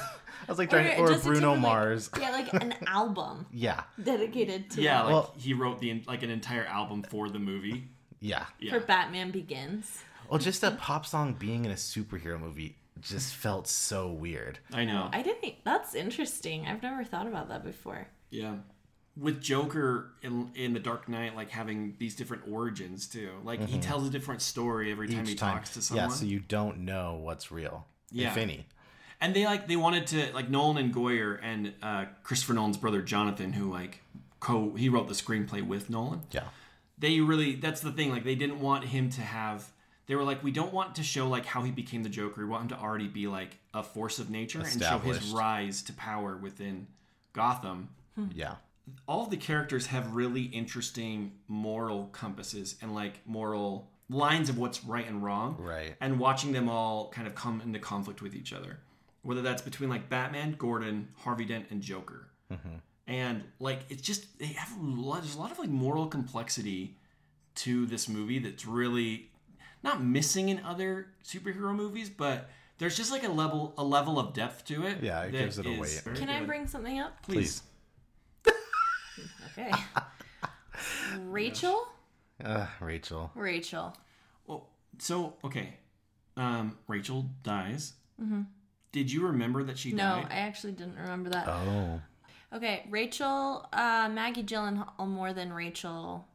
[SPEAKER 5] was like trying or,
[SPEAKER 4] Justin
[SPEAKER 5] bruno
[SPEAKER 4] Timberlake-
[SPEAKER 5] mars
[SPEAKER 4] Yeah, like an album
[SPEAKER 5] yeah
[SPEAKER 4] dedicated to
[SPEAKER 3] Yeah, like
[SPEAKER 5] Well-
[SPEAKER 3] he wrote the like an entire album for the movie.
[SPEAKER 5] yeah
[SPEAKER 3] Yeah.
[SPEAKER 4] for Batman Begins.
[SPEAKER 5] well just a pop song being in a superhero movie just felt so weird
[SPEAKER 3] I know.
[SPEAKER 4] I didn't. That's interesting. I've never thought about that before.
[SPEAKER 3] Yeah. With Joker in, in The Dark Knight, like having these different origins too. Like he
[SPEAKER 5] Mhm.
[SPEAKER 3] tells a different story every time he talks to someone.
[SPEAKER 5] yeah so you don't know what's real
[SPEAKER 3] Yeah.
[SPEAKER 5] if any
[SPEAKER 3] And they like they wanted to like Nolan and Goyer and uh, Christopher Nolan's brother Jonathan, who like co he wrote the screenplay with Nolan.
[SPEAKER 5] Yeah.
[SPEAKER 3] They really that's the thing like they didn't want him to have. They were like, we don't want to show like how he became the Joker. We want him to already be like a force of nature and show his
[SPEAKER 5] Established.
[SPEAKER 3] rise to power within Gotham.
[SPEAKER 5] Hmm. yeah
[SPEAKER 3] all of the characters have really interesting moral compasses and like moral lines of what's right and wrong.
[SPEAKER 5] Right.
[SPEAKER 3] And watching them all kind of come into conflict with each other. Whether that's between like Batman, Gordon, Harvey Dent, and Joker.
[SPEAKER 5] Mhm.
[SPEAKER 3] And like it's just they have a lot, there's a lot of like moral complexity to this movie that's really not missing in other superhero movies, but there's just like a level a level of depth to it.
[SPEAKER 5] Yeah, it
[SPEAKER 3] that
[SPEAKER 5] gives it a
[SPEAKER 3] is
[SPEAKER 5] weight.
[SPEAKER 3] very
[SPEAKER 4] Can I
[SPEAKER 3] good.
[SPEAKER 4] bring something up?
[SPEAKER 3] Please.
[SPEAKER 4] Okay. Rachel.
[SPEAKER 5] uh rachel
[SPEAKER 4] Rachel.
[SPEAKER 3] So okay, um, Rachel dies.
[SPEAKER 4] hmm
[SPEAKER 3] Did you remember that she
[SPEAKER 4] No, I
[SPEAKER 3] died?
[SPEAKER 4] actually didn't remember that.
[SPEAKER 5] oh
[SPEAKER 4] Okay, Rachel, uh, Maggie Gyllenhaal more than Rachel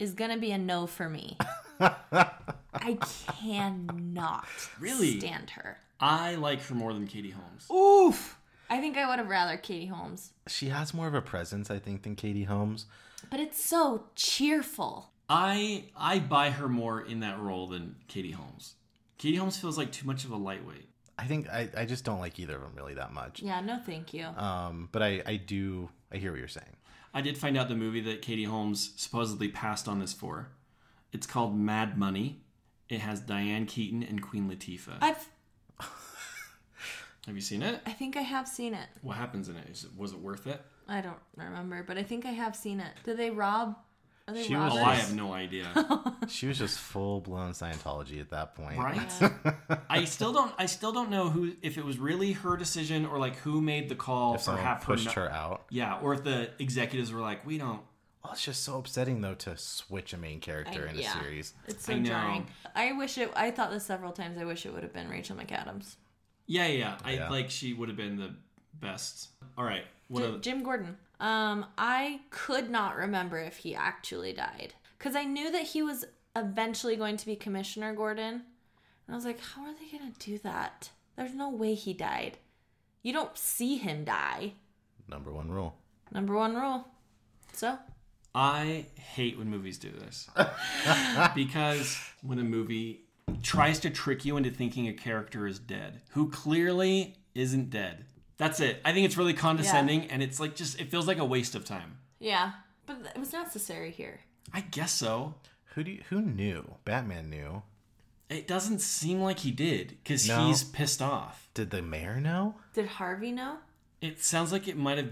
[SPEAKER 4] is gonna be a no for me. I cannot
[SPEAKER 3] Really?
[SPEAKER 4] stand her.
[SPEAKER 3] I like her more than Katie Holmes.
[SPEAKER 4] Oof. I think I would have rather Katie Holmes,
[SPEAKER 5] she has more of a presence i think than katie holmes
[SPEAKER 4] but it's so cheerful.
[SPEAKER 3] I I buy her more in that role than Katie Holmes. Katie Holmes feels like too much of a lightweight.
[SPEAKER 5] i think i, I just don't like either of them really that much
[SPEAKER 4] Yeah, no, thank you.
[SPEAKER 5] um but i i do i hear what you're saying
[SPEAKER 3] I did find out the movie that Katie Holmes supposedly passed on this for. It's called Mad Money. It has Diane Keaton and Queen Latifah.
[SPEAKER 4] I've,
[SPEAKER 3] Have you seen it?
[SPEAKER 4] I think I have seen it.
[SPEAKER 3] What happens in it? Is it was it worth it?
[SPEAKER 4] I don't remember, but I think I have seen it. Did they rob? Are they
[SPEAKER 5] She was
[SPEAKER 4] robbers?
[SPEAKER 3] Oh, I have no idea.
[SPEAKER 5] she was just full-blown scientology at that point
[SPEAKER 3] Right? I still don't. I still don't know who if it was really her decision or like who made the call
[SPEAKER 5] if
[SPEAKER 3] for
[SPEAKER 5] someone
[SPEAKER 3] half
[SPEAKER 5] pushed
[SPEAKER 3] not-
[SPEAKER 5] her out
[SPEAKER 3] Yeah, or if the executives were like, "We don't."
[SPEAKER 5] Well, it's just so upsetting though to switch a main character
[SPEAKER 4] I-
[SPEAKER 5] in a
[SPEAKER 4] Uh, yeah.
[SPEAKER 5] series.
[SPEAKER 4] It's so jarring. I wish it. I thought this several times. I wish it would have been Rachel McAdams.
[SPEAKER 3] Yeah, yeah. I
[SPEAKER 5] Yeah.
[SPEAKER 3] like she would have been the best. All right. What
[SPEAKER 4] Jim,
[SPEAKER 3] other-
[SPEAKER 4] Jim Gordon. Um, I could not remember if he actually died because I knew that he was eventually going to be Commissioner Gordon, and I was like, how are they gonna do that? There's no way he died. You don't see him die.
[SPEAKER 5] Number one rule.
[SPEAKER 4] Number one rule. So
[SPEAKER 3] I hate when movies do this because when a movie tries to trick you into thinking a character is dead who clearly isn't dead. That's it. I think it's really condescending and it's like just it feels like a waste of time.
[SPEAKER 4] yeah, but it was necessary here.
[SPEAKER 3] I guess so.
[SPEAKER 5] Who do you, who knew? Batman knew.
[SPEAKER 3] It doesn't seem like he did because he's pissed off.
[SPEAKER 5] Did the mayor know?
[SPEAKER 4] Did Harvey know?
[SPEAKER 3] It sounds like it might have.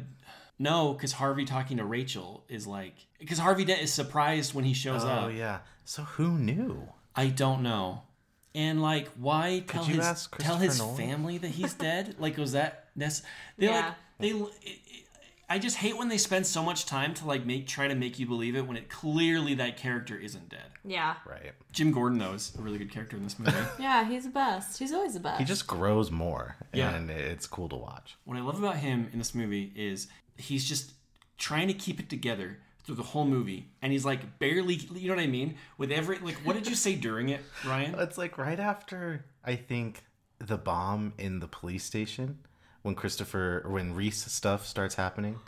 [SPEAKER 3] No, because Harvey talking to Rachel is like because Harvey Dent is surprised when he shows
[SPEAKER 5] oh
[SPEAKER 3] up.
[SPEAKER 5] yeah. So who knew?
[SPEAKER 3] I don't know. And like, why
[SPEAKER 5] Could
[SPEAKER 3] tell
[SPEAKER 5] you
[SPEAKER 3] his
[SPEAKER 5] ask
[SPEAKER 3] tell his
[SPEAKER 5] Christopher Nolan?
[SPEAKER 3] family that he's dead? like, was that ness. They
[SPEAKER 4] Yeah.
[SPEAKER 3] like they. I just hate when they spend so much time to like make try to make you believe it when it clearly that character isn't dead.
[SPEAKER 4] Yeah.
[SPEAKER 5] Right.
[SPEAKER 3] Jim Gordon though is a really good character in this movie.
[SPEAKER 4] Yeah, he's the best. He's always the best.
[SPEAKER 5] He just grows more,
[SPEAKER 3] Yeah.
[SPEAKER 5] and it's cool to watch.
[SPEAKER 3] What I love about him in this movie is he's just trying to keep it together through the whole movie, and he's like barely, you know what I mean? With every like, what did you say during it, Ryan?
[SPEAKER 5] It's like right after I think the bomb in the police station when Christopher or when Reese stuff starts happening. And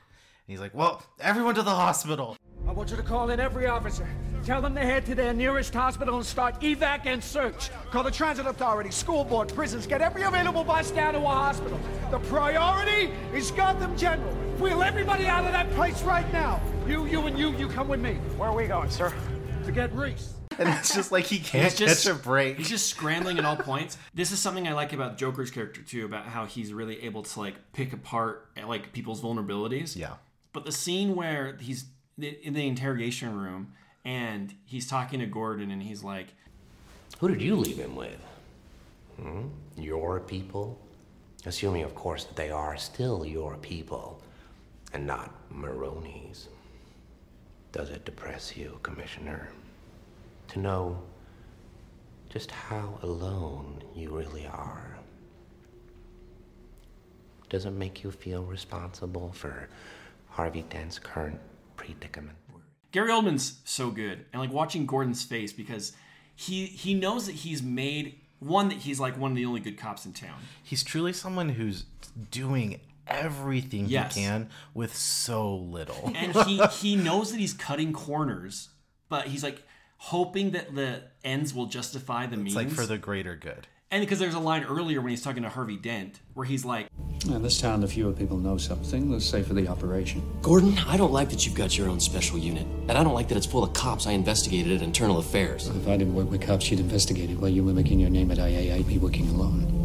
[SPEAKER 5] he's like, "Well, everyone to the hospital."
[SPEAKER 14] I want you to call in every officer. Tell them to head to their nearest hospital and start evac and search. Call the transit authority, school board, prisons. Get every available bus down to a hospital. The priority is Gotham General. Wheel everybody out of that place right now. You, you, and you, you come with me. Where are we going, sir? To get Reese.
[SPEAKER 5] And it's just like he can't
[SPEAKER 3] He's just-
[SPEAKER 5] catch a break.
[SPEAKER 3] He's just scrambling at all points. This is something I like about Joker's character too, about how he's really able to like pick apart like people's vulnerabilities.
[SPEAKER 5] Yeah.
[SPEAKER 3] But the scene where he's in the interrogation room and he's talking to Gordon and he's like,
[SPEAKER 8] Who did you leave him with? Hmm? Your people? Assuming, of course, that they are still your people and not Maroney's. Does it depress you, Commissioner, to know just how alone you really are? Does it make you feel responsible for Harvey Dent's current predicament?
[SPEAKER 3] Gary Oldman's so good, and like watching Gordon's face because he he knows that he's made one that he's like one of the only good cops in town.
[SPEAKER 5] He's truly someone who's doing everything
[SPEAKER 3] Yes.
[SPEAKER 5] he can with so little.
[SPEAKER 3] and he he knows that he's cutting corners, but he's like hoping that the ends will justify the means.
[SPEAKER 5] it's like for the greater good.
[SPEAKER 3] and because there's a line earlier when he's talking to Harvey Dent where he's like,
[SPEAKER 15] In this town, the fewer people know something, the safer the operation.
[SPEAKER 16] Gordon, I don't like that you've got your own special unit, and I don't like that it's full of cops I investigated at Internal Affairs.
[SPEAKER 15] If I didn't work with cops, you'd investigate it. While you were making your name at IAA, I'd be working alone.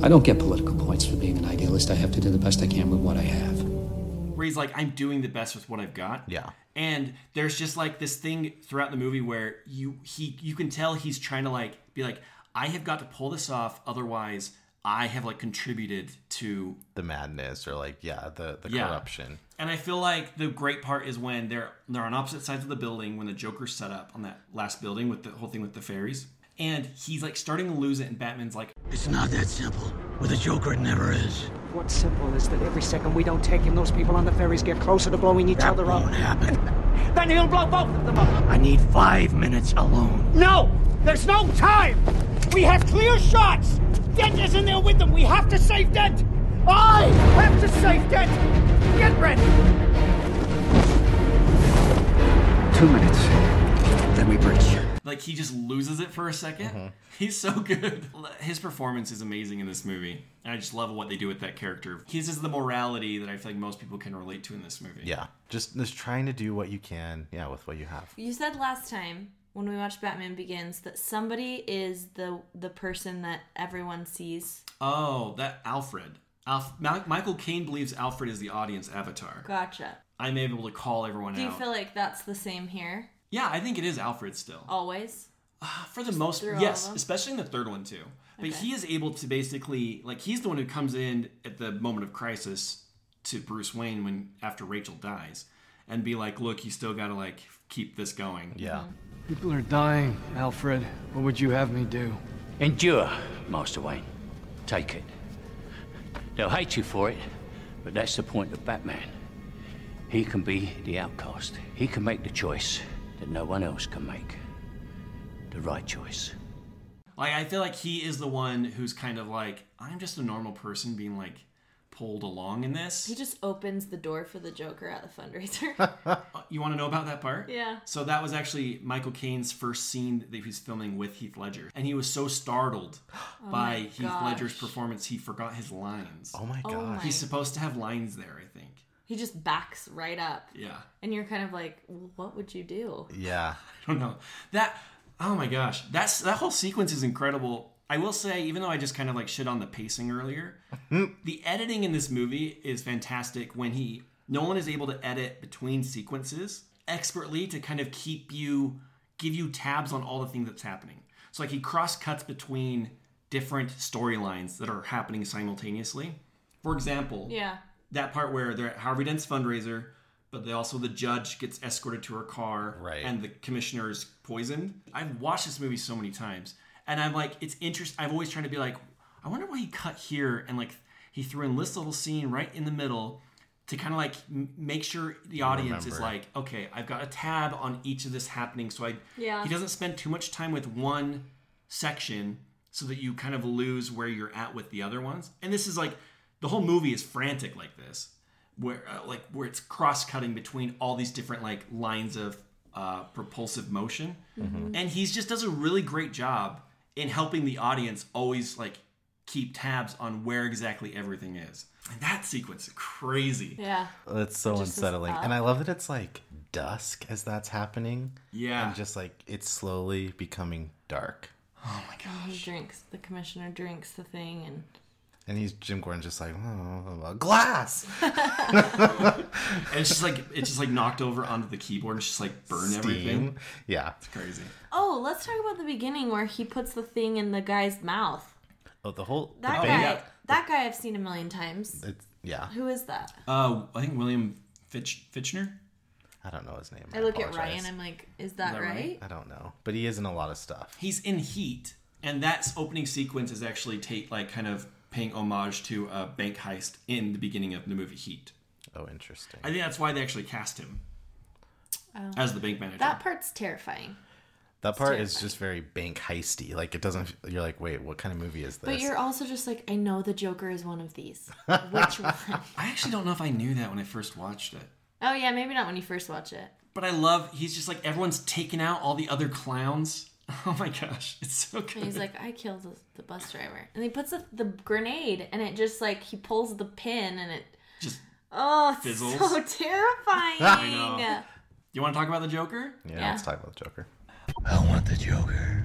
[SPEAKER 15] I don't get political points for being an idealist. I have to do the best I can with what I have.
[SPEAKER 3] where he's like, I'm doing the best with what I've got.
[SPEAKER 5] Yeah.
[SPEAKER 3] And there's just like this thing throughout the movie where you he you can tell he's trying to like be like, I have got to pull this off, otherwise I have like contributed to
[SPEAKER 5] The madness or like yeah, the the
[SPEAKER 3] Yeah.
[SPEAKER 5] corruption.
[SPEAKER 3] And I feel like the great part is when they're they're on opposite sides of the building when the Joker's set up on that last building with the whole thing with the fairies. And he's like starting to lose it, and Batman's like,
[SPEAKER 17] It's not that simple. With a Joker, it never is.
[SPEAKER 14] What's simple is that every second we don't take him, those people on the ferries get closer to blowing each other up. happen. then he'll blow both of them up.
[SPEAKER 17] I need five minutes alone.
[SPEAKER 14] No! There's no time! We have clear shots! Dent is in there with them! We have to save Dent! I have to save Dent! Get ready!
[SPEAKER 12] Two minutes. Then we breach.
[SPEAKER 3] like he just loses it for a 2nd He's so good. His performance is amazing in this movie, and I just love what they do with that character. His is the morality that I feel like most people can relate to in this movie.
[SPEAKER 5] Yeah. Just just trying to do what you can, yeah, with what you have.
[SPEAKER 4] You said last time when we watched Batman Begins that somebody is the the person that everyone sees.
[SPEAKER 3] Oh, that Alfred. Alf- Ma- Michael Caine believes Alfred is the audience avatar.
[SPEAKER 4] Gotcha.
[SPEAKER 3] I'm able to call everyone
[SPEAKER 4] Do you
[SPEAKER 3] out.
[SPEAKER 4] feel like that's the same here?
[SPEAKER 3] yeah, I think it is Alfred still.
[SPEAKER 4] Always?
[SPEAKER 3] for the most
[SPEAKER 4] through all
[SPEAKER 3] yes
[SPEAKER 4] of them?
[SPEAKER 3] especially in the third one too but
[SPEAKER 4] Okay.
[SPEAKER 3] he is able to basically like he's the one who comes in at the moment of crisis to bruce wayne when after rachel dies and be like look you still gotta like keep this going
[SPEAKER 5] yeah
[SPEAKER 12] People are dying, Alfred. What would you have me do?
[SPEAKER 7] Endure, Master Wayne. Take it. They'll hate you for it, but that's the point of Batman. He can be the outcast. He can make the choice that no one else can make. The right choice.
[SPEAKER 3] like i feel like he is the one who's kind of like i'm just a normal person being like pulled along in this
[SPEAKER 4] He just opens the door for the Joker at the fundraiser.
[SPEAKER 3] you want to know about that part
[SPEAKER 4] Yeah.
[SPEAKER 3] so that was actually michael caine's first scene that he was filming with heath ledger and he was so startled by
[SPEAKER 4] Oh my
[SPEAKER 3] heath
[SPEAKER 4] gosh.
[SPEAKER 3] ledger's performance he forgot his lines
[SPEAKER 5] oh my
[SPEAKER 4] Oh gosh. my-
[SPEAKER 3] he's supposed to have lines there i think
[SPEAKER 4] he just backs right up.
[SPEAKER 3] Yeah.
[SPEAKER 4] And you're kind of like, what would you do?
[SPEAKER 5] Yeah.
[SPEAKER 3] I don't know. That oh my gosh. That's that whole sequence is incredible. I will say, even though I just kind of like shit on the pacing earlier, the editing in this movie is fantastic when he no one is able to edit between sequences expertly to kind of keep you give you tabs on all the things that's happening. So like he cross cuts between different storylines that are happening simultaneously. For example,
[SPEAKER 4] Yeah.
[SPEAKER 3] that part where they're at Harvey Dent's fundraiser, but they also the judge gets escorted to her car, right. and the commissioner is poisoned. I've watched this movie so many times, and I'm like, it's interesting. I've always tried to be like, I wonder why he cut here, and like he threw in this little scene right in the middle to kind of like m- make sure the audience is
[SPEAKER 5] Remember.
[SPEAKER 3] like, okay, I've got a tab on each of this happening, so I
[SPEAKER 5] Yeah.
[SPEAKER 3] he doesn't spend too much time with one section so that you kind of lose where you're at with the other ones. And this is like the whole movie is frantic like this, where uh, like where it's cross cutting between all these different like lines of uh, propulsive motion,
[SPEAKER 5] Mhm.
[SPEAKER 3] and he just does a really great job in helping the audience always like keep tabs on where exactly everything is. And that sequence is crazy.
[SPEAKER 4] Yeah.
[SPEAKER 5] That's so
[SPEAKER 4] Just this
[SPEAKER 5] unsettling.
[SPEAKER 4] up.
[SPEAKER 5] And I love that it's like dusk as that's happening.
[SPEAKER 3] Yeah.
[SPEAKER 5] And just like it's slowly becoming dark.
[SPEAKER 4] Oh, he drinks. The commissioner drinks the thing, and
[SPEAKER 5] And he's Jim Gordon just like, oh, glass.
[SPEAKER 3] and it's just like it's just like knocked over onto the keyboard and it's just like burn
[SPEAKER 5] Steam.
[SPEAKER 3] everything.
[SPEAKER 5] Yeah.
[SPEAKER 3] It's crazy.
[SPEAKER 4] oh, let's talk about the beginning where he puts the thing in the guy's mouth.
[SPEAKER 5] Oh, the whole the
[SPEAKER 4] That
[SPEAKER 5] bait-
[SPEAKER 4] guy. That guy I've seen a million times.
[SPEAKER 5] It's, yeah.
[SPEAKER 4] Who is that?
[SPEAKER 3] Uh, I think William Fitch Fitchner.
[SPEAKER 5] I don't know his name.
[SPEAKER 4] I look at
[SPEAKER 5] apologize.
[SPEAKER 4] Ryan. I'm like, is that,
[SPEAKER 3] that
[SPEAKER 4] right?
[SPEAKER 3] right?
[SPEAKER 5] I don't know, but he is in a lot of stuff.
[SPEAKER 3] He's in Heat, and that opening sequence is actually Tate like kind of paying homage to a bank heist in the beginning of the movie Heat.
[SPEAKER 5] Oh, interesting.
[SPEAKER 3] I think that's why they actually cast him
[SPEAKER 4] Oh.
[SPEAKER 3] as the bank manager.
[SPEAKER 4] That part's terrifying.
[SPEAKER 5] That part is just very bank heisty. Like it doesn't. You're like, wait, what kind of movie is this?
[SPEAKER 4] But you're also just like, I know the Joker is one of these. Which one?
[SPEAKER 3] I actually don't know if I knew that when I first watched it.
[SPEAKER 4] Oh yeah, maybe not when you first watch it.
[SPEAKER 3] But I love he's just like everyone's taking out all the other clowns. Oh my gosh, it's so good.
[SPEAKER 4] And he's like, I killed the, the bus driver, and he puts the, the grenade, and it just like he pulls the pin, and it
[SPEAKER 3] Just
[SPEAKER 4] oh, it's
[SPEAKER 3] fizzles.
[SPEAKER 4] so terrifying.
[SPEAKER 3] I know. You want to talk about the Joker?
[SPEAKER 5] yeah,
[SPEAKER 4] Yeah.
[SPEAKER 5] Let's talk about the Joker.
[SPEAKER 17] I want the Joker.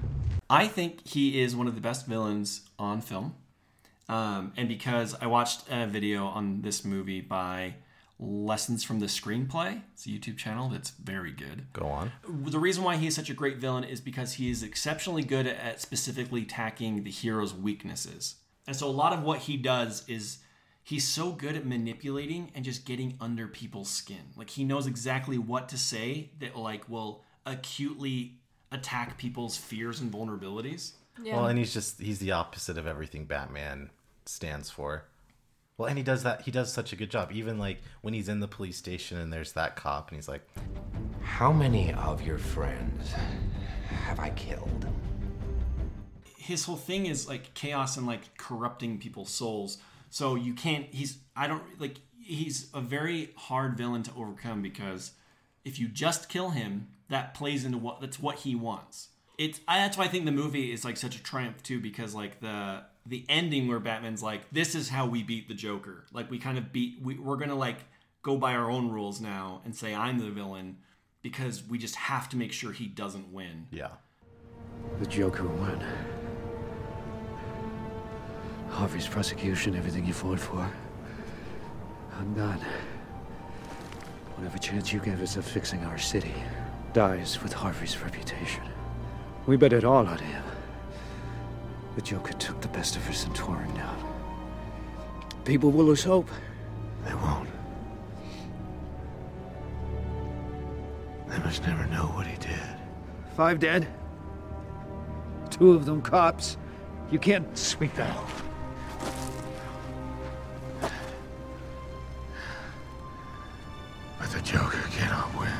[SPEAKER 3] I think he is one of the best villains on film. Um, and because I watched a video on this movie by Lessons from the Screenplay, it's a YouTube channel that's very good.
[SPEAKER 5] Go on.
[SPEAKER 3] The reason why he is such a great villain is because he is exceptionally good at specifically tackling the hero's weaknesses. And so a lot of what he does is he's so good at manipulating and just getting under people's skin. Like he knows exactly what to say that like will acutely attack people's fears and vulnerabilities.
[SPEAKER 5] Well, and he's just he's the opposite of everything Batman stands for. Well, and he does that. He does such a good job. Even like when he's in the police station and there's that cop, and he's like,
[SPEAKER 8] "How many of your friends have I killed?"
[SPEAKER 3] his whole thing is like chaos and like corrupting people's souls. So you can't. He's I don't like. He's a very hard villain to overcome because if you just kill him, that plays into what that's what he wants. It's I, that's why I think the movie is like such a triumph too because like the the ending where Batman's like this is how we beat the Joker. Like we kind of beat we, we're gonna like go by our own rules now and say I'm the villain because we just have to make sure he doesn't win.
[SPEAKER 5] Yeah.
[SPEAKER 12] The Joker won. Harvey's prosecution, everything you fought for. Undone. Whatever chance you gave us of fixing our city dies with Harvey's reputation. We bet it all on him. The Joker took the best of her Centauran down. People will lose hope. They won't. They must never know what he did. Five dead. Two of them cops. You can't sweep that off.
[SPEAKER 17] But the Joker cannot win.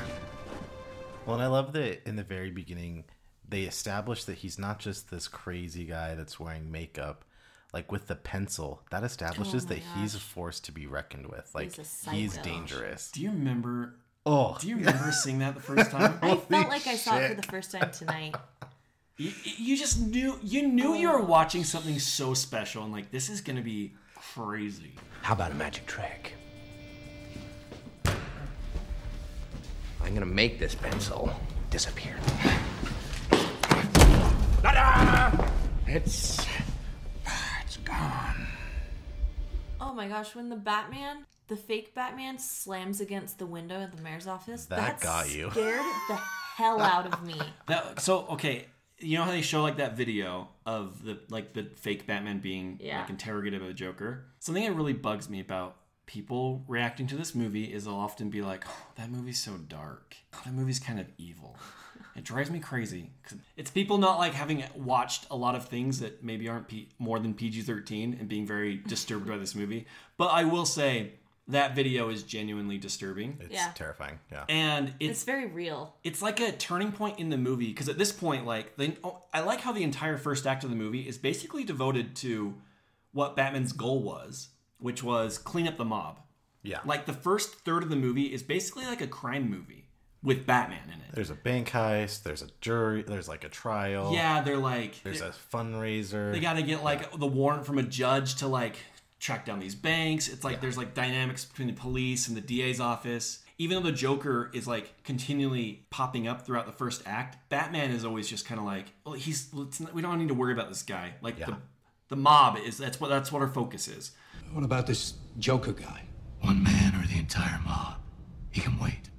[SPEAKER 5] Well, and I love that in the very beginning, they establish that he's not just this crazy guy that's wearing makeup. Like with the pencil, that establishes
[SPEAKER 4] Oh
[SPEAKER 3] my
[SPEAKER 5] that he's a force to be reckoned with. Like
[SPEAKER 4] a
[SPEAKER 5] he's
[SPEAKER 4] psycho.
[SPEAKER 5] dangerous.
[SPEAKER 3] Do you remember?
[SPEAKER 5] Oh,
[SPEAKER 3] Do you remember seeing that the first time?
[SPEAKER 4] I felt like I saw it for the first time tonight.
[SPEAKER 3] You, you just knew you knew you were watching something so special, and like this is gonna be crazy.
[SPEAKER 8] How about a magic trick? I'm gonna make this pencil disappear. Ta-da! It's it's gone.
[SPEAKER 4] Oh my gosh, when the Batman, the fake Batman, slams against the window at the mayor's office,
[SPEAKER 3] That got you.
[SPEAKER 4] Scared the hell out of me.
[SPEAKER 3] That, so okay, you know how they show like that video of the like the fake Batman being
[SPEAKER 4] Yeah.
[SPEAKER 3] like interrogated by the Joker. Something that really bugs me about people reacting to this movie is they'll often be like, "Oh, that movie's so dark. Oh, that movie's kind of evil." It drives me crazy. 'Cause It's people not like having watched a lot of things that maybe aren't P- more than PG thirteen and being very disturbed by this movie. But I will say that video is genuinely disturbing.
[SPEAKER 4] It's Yeah.
[SPEAKER 5] terrifying. Yeah,
[SPEAKER 3] and
[SPEAKER 4] It's,
[SPEAKER 3] it's
[SPEAKER 4] very real.
[SPEAKER 3] it's like a turning point in the movie because at this point, like, they, oh, I like how the entire first act of the movie is basically devoted to what Batman's goal was, which was clean up the mob.
[SPEAKER 5] Yeah.
[SPEAKER 3] Like the first third of the movie is basically like a crime movie with Batman in it.
[SPEAKER 5] There's a bank heist. There's a jury. There's like a trial.
[SPEAKER 3] Yeah, they're like
[SPEAKER 5] There's a fundraiser.
[SPEAKER 3] they got to get like the warrant from a judge to like track down these banks. It's like there's like dynamics between the police and the DA's office. Even though the Joker is like continually popping up throughout the first act, Batman is always just kind of like, well, he's let's not, we don't need to worry about this guy. Like the the mob is that's what that's what our focus is.
[SPEAKER 16] What about this Joker guy?
[SPEAKER 17] One man or the entire mob. He can wait.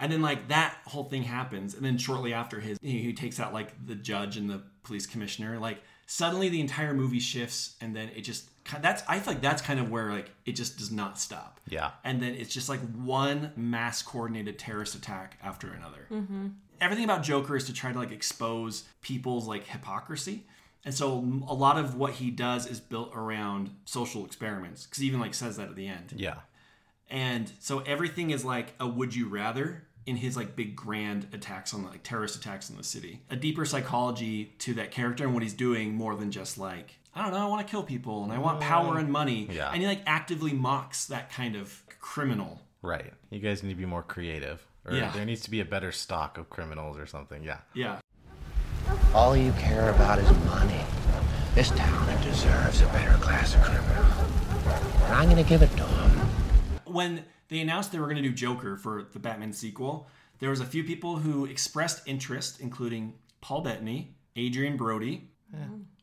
[SPEAKER 3] And then like that whole thing happens, and then shortly after his he, he takes out like the judge and the police commissioner. Like suddenly the entire movie shifts, and then it just ki- that's I feel like that's kind of where like it just does not stop.
[SPEAKER 5] Yeah.
[SPEAKER 3] And then it's just like one mass coordinated terrorist attack after another.
[SPEAKER 4] Mm-hmm.
[SPEAKER 3] Everything about Joker is to try to like expose people's like hypocrisy. And so a lot of what he does is built around social experiments cuz he even like says that at the end.
[SPEAKER 5] Yeah.
[SPEAKER 3] And so everything is like a would you rather in his like big grand attacks on like terrorist attacks on the city. A deeper psychology to that character and what he's doing more than just like I don't know, I want to kill people and I want power and money.
[SPEAKER 5] Yeah.
[SPEAKER 3] And he like actively mocks that kind of criminal.
[SPEAKER 5] Right. You guys need to be more creative. Or
[SPEAKER 3] Yeah.
[SPEAKER 5] there needs to be a better stock of criminals or something. Yeah.
[SPEAKER 3] Yeah.
[SPEAKER 17] All you care about is money. This town deserves a better class of criminal. And I'm gonna give it to him.
[SPEAKER 3] When they announced they were going to do Joker for the Batman sequel, there was a few people who expressed interest including Paul Bettany, Adrian Brody,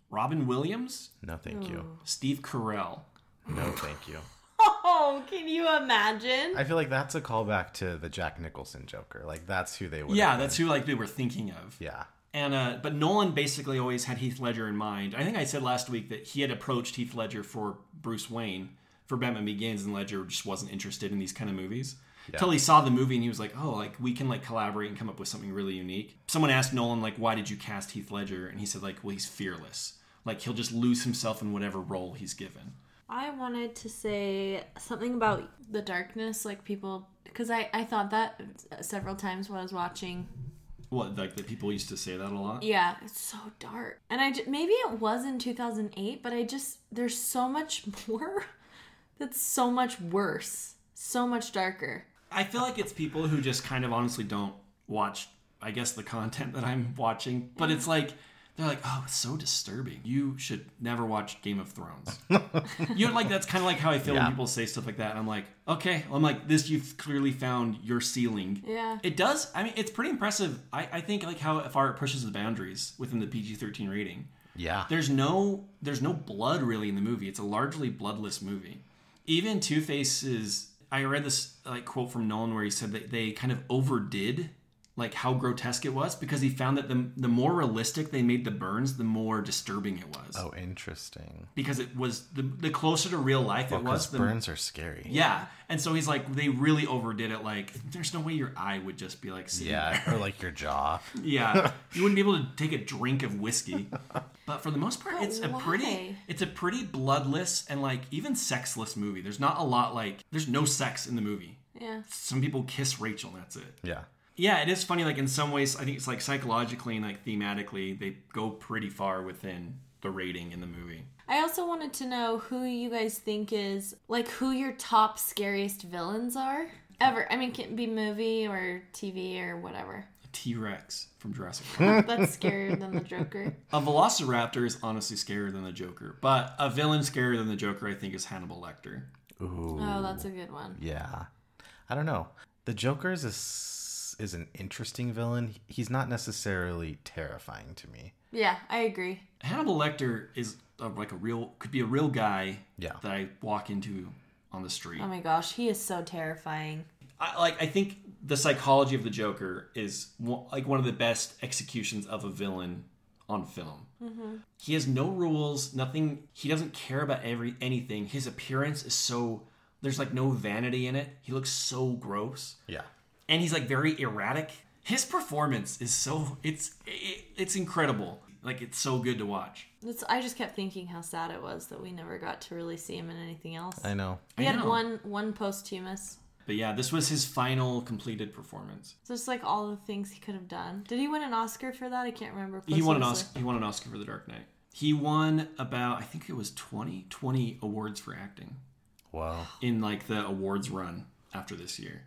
[SPEAKER 3] Robin Williams,
[SPEAKER 5] No, thank you.
[SPEAKER 3] Steve Carell.
[SPEAKER 5] No, thank you.
[SPEAKER 4] Oh, can you imagine?
[SPEAKER 5] I feel like that's a callback to the Jack Nicholson Joker. Like that's who they would.
[SPEAKER 3] Yeah, that's who like they were thinking of.
[SPEAKER 5] Yeah.
[SPEAKER 3] And uh, but Nolan basically always had Heath Ledger in mind. I think I said last week that he had approached Heath Ledger for Bruce Wayne for Batman Begins, and Ledger just wasn't interested in these kind of movies.
[SPEAKER 5] Yeah.
[SPEAKER 3] Until he saw the movie and he was like, "Oh, like we can like collaborate and come up with something really unique." Someone asked Nolan like, "Why did you cast Heath Ledger?" And he said like, "Well, he's fearless. Like he'll just lose himself in whatever role he's given."
[SPEAKER 4] I wanted to say something about the darkness, like people, because I, I thought that several times when I was watching.
[SPEAKER 3] What like that people used to say that a lot.
[SPEAKER 4] Yeah, it's so dark. And I ju- maybe it was in 2008, but I just, there's so much more that's so much worse, so much darker.
[SPEAKER 3] I feel like it's people who just kind of honestly don't watch, I guess, the content that I'm watching. But it's like they're like, oh, it's so disturbing. You should never watch Game of Thrones. you know, like that's kind of like how I feel
[SPEAKER 5] Yeah.
[SPEAKER 3] when people say stuff like that. And I'm like, okay, I'm like this. You've clearly found your ceiling.
[SPEAKER 4] Yeah.
[SPEAKER 3] It does. I mean, it's pretty impressive. I, I think like how far it pushes the boundaries within the PG-13 rating.
[SPEAKER 5] Yeah.
[SPEAKER 3] There's no there's no blood really in the movie. It's a largely bloodless movie. Even Two Face's I read this like quote from Nolan where he said that they kind of overdid like how grotesque it was because he found that the the more realistic they made the burns, the more disturbing it was.
[SPEAKER 5] Oh, interesting.
[SPEAKER 3] Because it was the the closer to real life
[SPEAKER 5] Well,
[SPEAKER 3] it was,
[SPEAKER 5] 'cause
[SPEAKER 3] the
[SPEAKER 5] burns are scary.
[SPEAKER 3] Yeah, and so he's like, they really overdid it. Like, there's no way your eye would just be like, sitting
[SPEAKER 5] Yeah,
[SPEAKER 3] there.
[SPEAKER 5] or like your jaw.
[SPEAKER 3] yeah, you wouldn't be able to take a drink of whiskey. But for the most part,
[SPEAKER 4] But
[SPEAKER 3] it's a
[SPEAKER 4] why?
[SPEAKER 3] pretty, it's a pretty bloodless and like even sexless movie. There's not a lot like, there's no sex in the movie.
[SPEAKER 4] Yeah.
[SPEAKER 3] Some people kiss Rachel. and That's it.
[SPEAKER 5] Yeah.
[SPEAKER 3] Yeah, it is funny. Like in some ways, I think it's like psychologically and like thematically, they go pretty far within the rating in the movie.
[SPEAKER 4] I also wanted to know who you guys think is like who your top scariest villains are ever. I mean, it can be movie or TV or whatever.
[SPEAKER 3] T Rex from Jurassic Park.
[SPEAKER 4] That's scarier than the Joker.
[SPEAKER 3] A Velociraptor is honestly scarier than the Joker, but a villain scarier than the Joker, I think, is Hannibal Lecter.
[SPEAKER 5] Ooh.
[SPEAKER 4] Oh, that's a good one.
[SPEAKER 5] Yeah. I don't know. The Joker is a s is an interesting villain. He's not necessarily terrifying to me.
[SPEAKER 4] Yeah, I agree.
[SPEAKER 3] Hannibal Lecter is a, like a real, could be a real guy
[SPEAKER 5] Yeah.
[SPEAKER 3] that I walk into on the street.
[SPEAKER 4] Oh my gosh, he is so terrifying.
[SPEAKER 3] I, like, I think the psychology of the Joker is one, like one of the best executions of a villain on film.
[SPEAKER 4] Mhm.
[SPEAKER 3] He has no rules, nothing. He doesn't care about every anything. His appearance is so there's like no vanity in it. He looks so gross.
[SPEAKER 5] Yeah.
[SPEAKER 3] And he's like very erratic. His performance is so it's it, it's incredible. Like it's so good to watch.
[SPEAKER 4] It's, I just kept thinking how sad it was that we never got to really see him in anything else.
[SPEAKER 3] I know.
[SPEAKER 4] He
[SPEAKER 3] I
[SPEAKER 4] had
[SPEAKER 3] know.
[SPEAKER 4] one one posthumous.
[SPEAKER 3] But yeah, this was his final completed performance.
[SPEAKER 4] So it's like all the things he could have done. Did he win an Oscar for that? I can't remember.
[SPEAKER 3] He won an
[SPEAKER 4] posthumously.
[SPEAKER 3] Oscar. He won an Oscar for The Dark Knight. He won about I think it was 20, 20 awards for acting.
[SPEAKER 5] Wow.
[SPEAKER 3] In like the awards run after this year.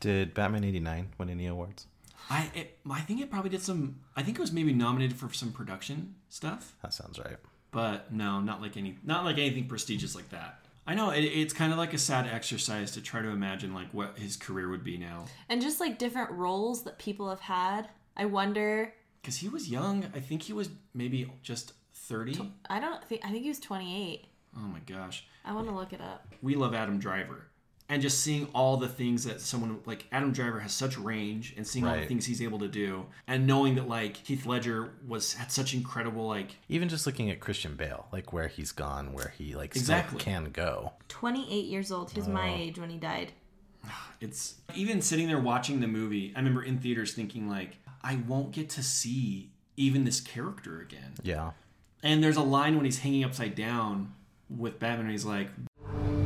[SPEAKER 5] Did Batman 89 win any awards?
[SPEAKER 3] I it, I think it probably did some. I think it was maybe nominated for some production stuff.
[SPEAKER 5] That sounds right.
[SPEAKER 3] But no, not like any, not like anything prestigious like that. I know it, it's kind of like a sad exercise to try to imagine like what his career would be now.
[SPEAKER 4] And just like different roles that people have had. I wonder.
[SPEAKER 3] Because he was young. I think he was maybe just thirty.
[SPEAKER 4] I don't think. I think he was 28.
[SPEAKER 3] Oh my gosh.
[SPEAKER 4] I want to look it up.
[SPEAKER 3] we love Adam Driver. And just seeing all the things that someone like Adam Driver has such range and seeing all the
[SPEAKER 5] Right.
[SPEAKER 3] things he's able to do and knowing that like Heath Ledger was had such incredible like
[SPEAKER 5] Even just looking at Christian Bale, like where he's gone, where he like
[SPEAKER 3] Exactly.
[SPEAKER 5] still can go.
[SPEAKER 4] 28 years old. He was my
[SPEAKER 3] Oh.
[SPEAKER 4] age when he died.
[SPEAKER 3] it's even sitting there watching the movie, I remember in theaters thinking like I won't get to see even this character again.
[SPEAKER 5] Yeah.
[SPEAKER 3] And there's a line when he's hanging upside down with Batman and he's like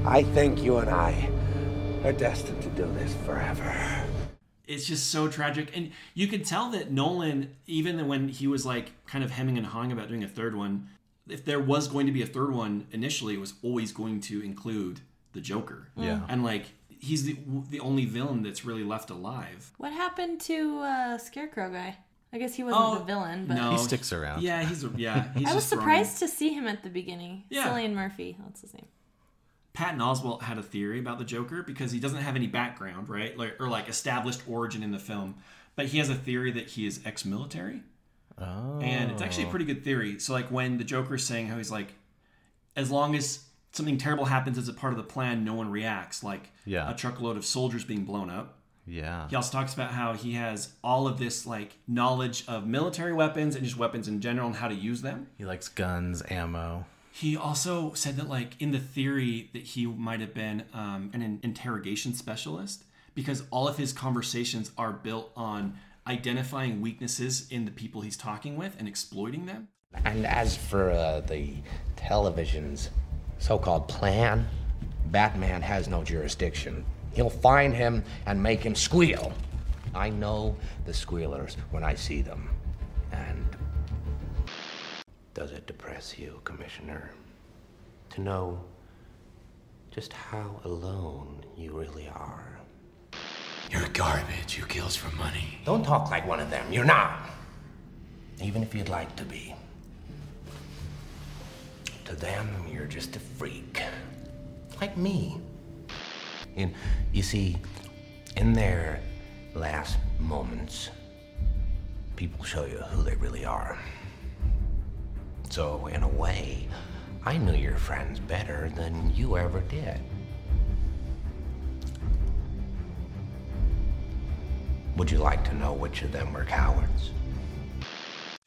[SPEAKER 13] I think you and I are destined to do this forever.
[SPEAKER 3] it's just so tragic and you could tell that nolan even when he was like kind of hemming and hawing about doing a third one if there was going to be a third one initially it was always going to include the joker
[SPEAKER 5] Yeah.
[SPEAKER 3] and like he's the, the only villain that's really left alive
[SPEAKER 4] What happened to uh, Scarecrow guy? I guess he wasn't
[SPEAKER 3] Oh,
[SPEAKER 4] the villain, but
[SPEAKER 3] no
[SPEAKER 5] He sticks around.
[SPEAKER 3] yeah he's a, yeah he's
[SPEAKER 4] I was
[SPEAKER 3] just thrown in.
[SPEAKER 4] surprised to see him at the beginning.
[SPEAKER 3] Yeah.
[SPEAKER 4] Cillian Murphy. That's his name.
[SPEAKER 3] Patton Oswalt had a theory about the Joker because he doesn't have any background, right? Like, or like established origin in the film. But he has a theory that he is ex military.
[SPEAKER 5] Oh.
[SPEAKER 3] And it's actually a pretty good theory. So, like, when the Joker's saying how he's like, as long as something terrible happens as a part of the plan, no one reacts, like
[SPEAKER 5] Yeah.
[SPEAKER 3] a truckload of soldiers being blown up.
[SPEAKER 5] Yeah.
[SPEAKER 3] He also talks about how he has all of this, like, knowledge of military weapons and just weapons in general and how to use them.
[SPEAKER 5] He likes guns, ammo.
[SPEAKER 3] He also said that, like, in the theory, that he might have been um, an interrogation specialist because all of his conversations are built on identifying weaknesses in the people he's talking with and exploiting them.
[SPEAKER 8] And as for uh, the television's so called plan, Batman has no jurisdiction. He'll find him and make him squeal. I know the squealers when I see them. And does it depress you, Commissioner, to know just how alone you really are? You're garbage who kills for money. Don't talk like one of them. You're not. Even if you'd like to be. To them, you're just a freak. Like me. And you see, in their last moments, people show you who they really are. So, in a way, I knew your friends better than you ever did. Would you like to know which of them were cowards?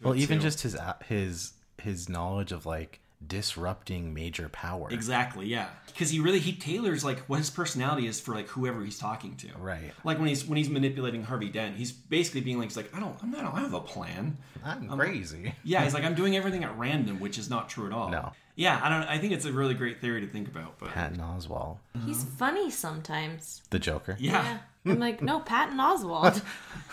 [SPEAKER 5] Well,
[SPEAKER 8] That's
[SPEAKER 5] even
[SPEAKER 8] who-
[SPEAKER 5] just his uh, his his knowledge of like disrupting major power.
[SPEAKER 3] Exactly, yeah. Because he really he tailors like what his personality is for like whoever he's talking to.
[SPEAKER 5] Right.
[SPEAKER 3] Like when he's when he's manipulating Harvey Dent, he's basically being like, he's like, I don't, I'm not, I don't have a plan.
[SPEAKER 5] I'm crazy.
[SPEAKER 3] Yeah, he's like, I'm doing everything at random, which is not true at all. No. Yeah, I don't. I think it's a really great theory to think about. But
[SPEAKER 5] Patton Oswald,
[SPEAKER 3] Uh-huh.
[SPEAKER 4] He's funny sometimes.
[SPEAKER 5] the Joker.
[SPEAKER 4] Yeah. I'm like, no, Patton Oswald.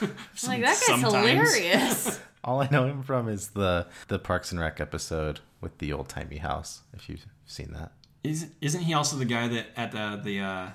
[SPEAKER 4] I'm like, that guy's
[SPEAKER 5] Sometimes.
[SPEAKER 4] hilarious.
[SPEAKER 5] All I know him from is the the Parks and Rec episode with the old timey house. If you've seen that,
[SPEAKER 3] Is, isn't he also the guy that at the the uh,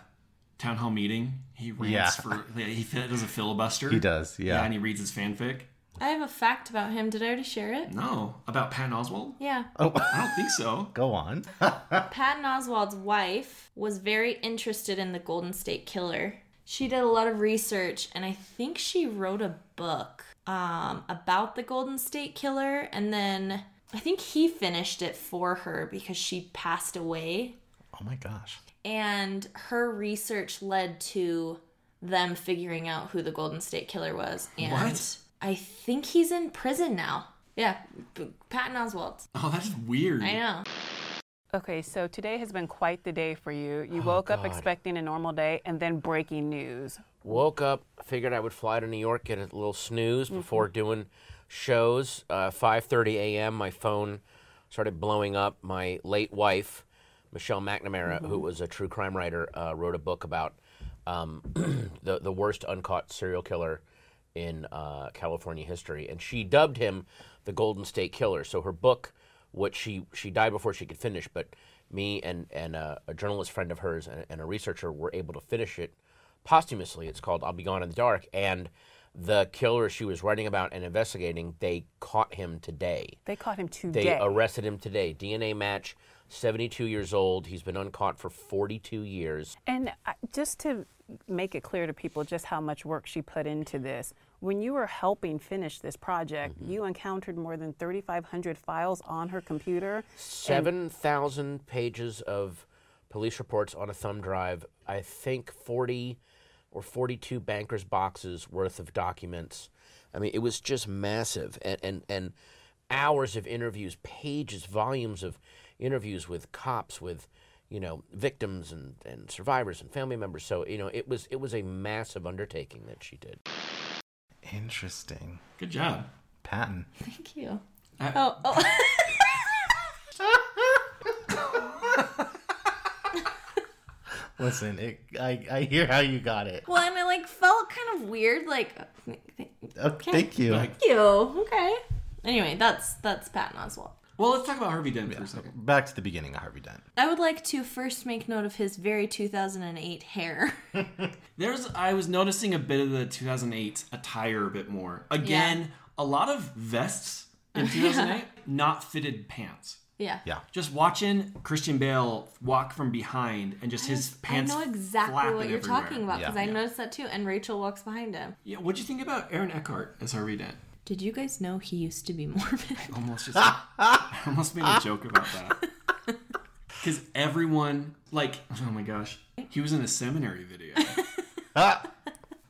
[SPEAKER 3] town hall meeting he reads
[SPEAKER 5] Yeah.
[SPEAKER 3] for? Yeah, he fi- does a filibuster.
[SPEAKER 5] He does, yeah.
[SPEAKER 3] and he reads his fanfic.
[SPEAKER 4] I have a fact about him. Did I already share it?
[SPEAKER 3] No, about Patton Oswald.
[SPEAKER 4] Yeah.
[SPEAKER 5] Oh,
[SPEAKER 3] I don't think so.
[SPEAKER 5] Go on. Oh
[SPEAKER 4] Patton Oswald's wife was very interested in the Golden State Killer. She did a lot of research, and I think she wrote a book um, about the Golden State Killer. And then I think he finished it for her because she passed away.
[SPEAKER 5] Oh my gosh.
[SPEAKER 4] And her research led to them figuring out who the Golden State Killer was. And
[SPEAKER 3] What?
[SPEAKER 4] I think he's in prison now. Yeah, B- Patton Oswalt.
[SPEAKER 3] Oh, that's weird.
[SPEAKER 4] I know.
[SPEAKER 18] Okay, so today has been quite the day for you. You
[SPEAKER 8] Oh,
[SPEAKER 18] woke up
[SPEAKER 8] God.
[SPEAKER 18] expecting a normal day and then breaking news.
[SPEAKER 8] Woke up, figured I would fly to New York, get a little snooze before doing shows. Uh, 5:30 a.m. My phone started blowing up. My late wife, Michelle McNamara, who
[SPEAKER 19] Mhm.
[SPEAKER 8] was a true crime writer, uh, wrote a book about um, the the worst uncaught serial killer in uh, California history, and she dubbed him the Golden State Killer. So her book, what she she died before she could finish, but me and and uh, a journalist friend of hers and, and a researcher were able to finish it posthumously. It's called "I'll Be Gone in the Dark," and the killer she was writing about and investigating, they caught him today.
[SPEAKER 18] They caught him today.
[SPEAKER 8] They arrested him today. DNA match, 72 years old. He's been uncaught for 42 years.
[SPEAKER 18] And I- just to make it clear to people just how much work she put into this, when you were helping finish this project,
[SPEAKER 8] Mm-hmm.
[SPEAKER 18] you encountered more than 3,500 files on her computer. and-
[SPEAKER 8] 7,000 pages of police reports on a thumb drive. I think 40 or 42 bankers' boxes worth of documents. I mean, it was just massive. And, and, and hours of interviews, pages, volumes of interviews with cops, with you know victims and, and survivors and family members so you know it was it was a massive undertaking that she did
[SPEAKER 5] Interesting.
[SPEAKER 3] Good job. Uh,
[SPEAKER 5] Patton.
[SPEAKER 4] Thank you.
[SPEAKER 3] I-
[SPEAKER 4] oh, oh.
[SPEAKER 5] Listen, it, I, I hear how you got it.
[SPEAKER 4] well, and I like felt kind of weird, like. uh,
[SPEAKER 5] Oh, thank you.
[SPEAKER 4] Thank you. Okay. Anyway, that's that's Patton Oswalt.
[SPEAKER 3] Well, let's talk about Harvey Dent for a second.
[SPEAKER 5] Back to the beginning of Harvey Dent.
[SPEAKER 4] I would like to first make note of his very 2008 hair.
[SPEAKER 3] There's I was noticing a bit of the 2008 attire a bit more. Again, a lot of vests in 2008, not fitted pants.
[SPEAKER 4] Yeah.
[SPEAKER 5] Yeah.
[SPEAKER 3] Just watching Christian Bale walk from behind and just his pants.
[SPEAKER 4] I know exactly
[SPEAKER 3] flapping
[SPEAKER 4] what you're
[SPEAKER 3] everywhere.
[SPEAKER 4] talking about because I
[SPEAKER 3] Yeah.
[SPEAKER 4] noticed that too. And Rachel walks behind him.
[SPEAKER 3] Yeah, what'd you think about Aaron Eckhart as Harvey Dent?
[SPEAKER 4] Did you guys know he used to be Mormon?
[SPEAKER 3] I almost just I almost made a joke about that. Because everyone, like, oh my gosh, he was in a seminary video.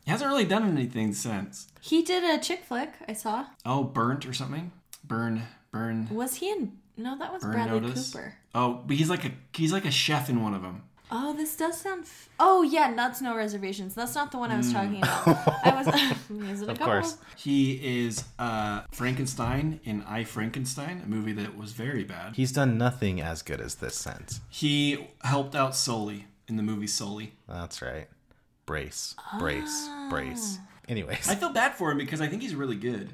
[SPEAKER 3] he hasn't really done anything since.
[SPEAKER 4] He did a chick flick. I saw.
[SPEAKER 3] Oh, burnt or something? Burn, burn.
[SPEAKER 4] Was he in? No, that was
[SPEAKER 3] Burn
[SPEAKER 4] Bradley
[SPEAKER 3] Notice?
[SPEAKER 4] Cooper.
[SPEAKER 3] Oh, but he's like a he's like a chef in one of them.
[SPEAKER 4] Oh, this does sound. F- oh yeah, nuts no reservations. That's not the one I was
[SPEAKER 3] Mm.
[SPEAKER 4] talking about. I was. uh, is it a couple?
[SPEAKER 3] He is uh, Frankenstein in I Frankenstein, a movie that was very bad.
[SPEAKER 5] He's done nothing as good as this since.
[SPEAKER 3] He helped out Sully in the movie Sully.
[SPEAKER 5] That's right. Brace, brace,
[SPEAKER 4] Ah.
[SPEAKER 5] brace. Anyways,
[SPEAKER 3] I feel bad for him because I think he's really good.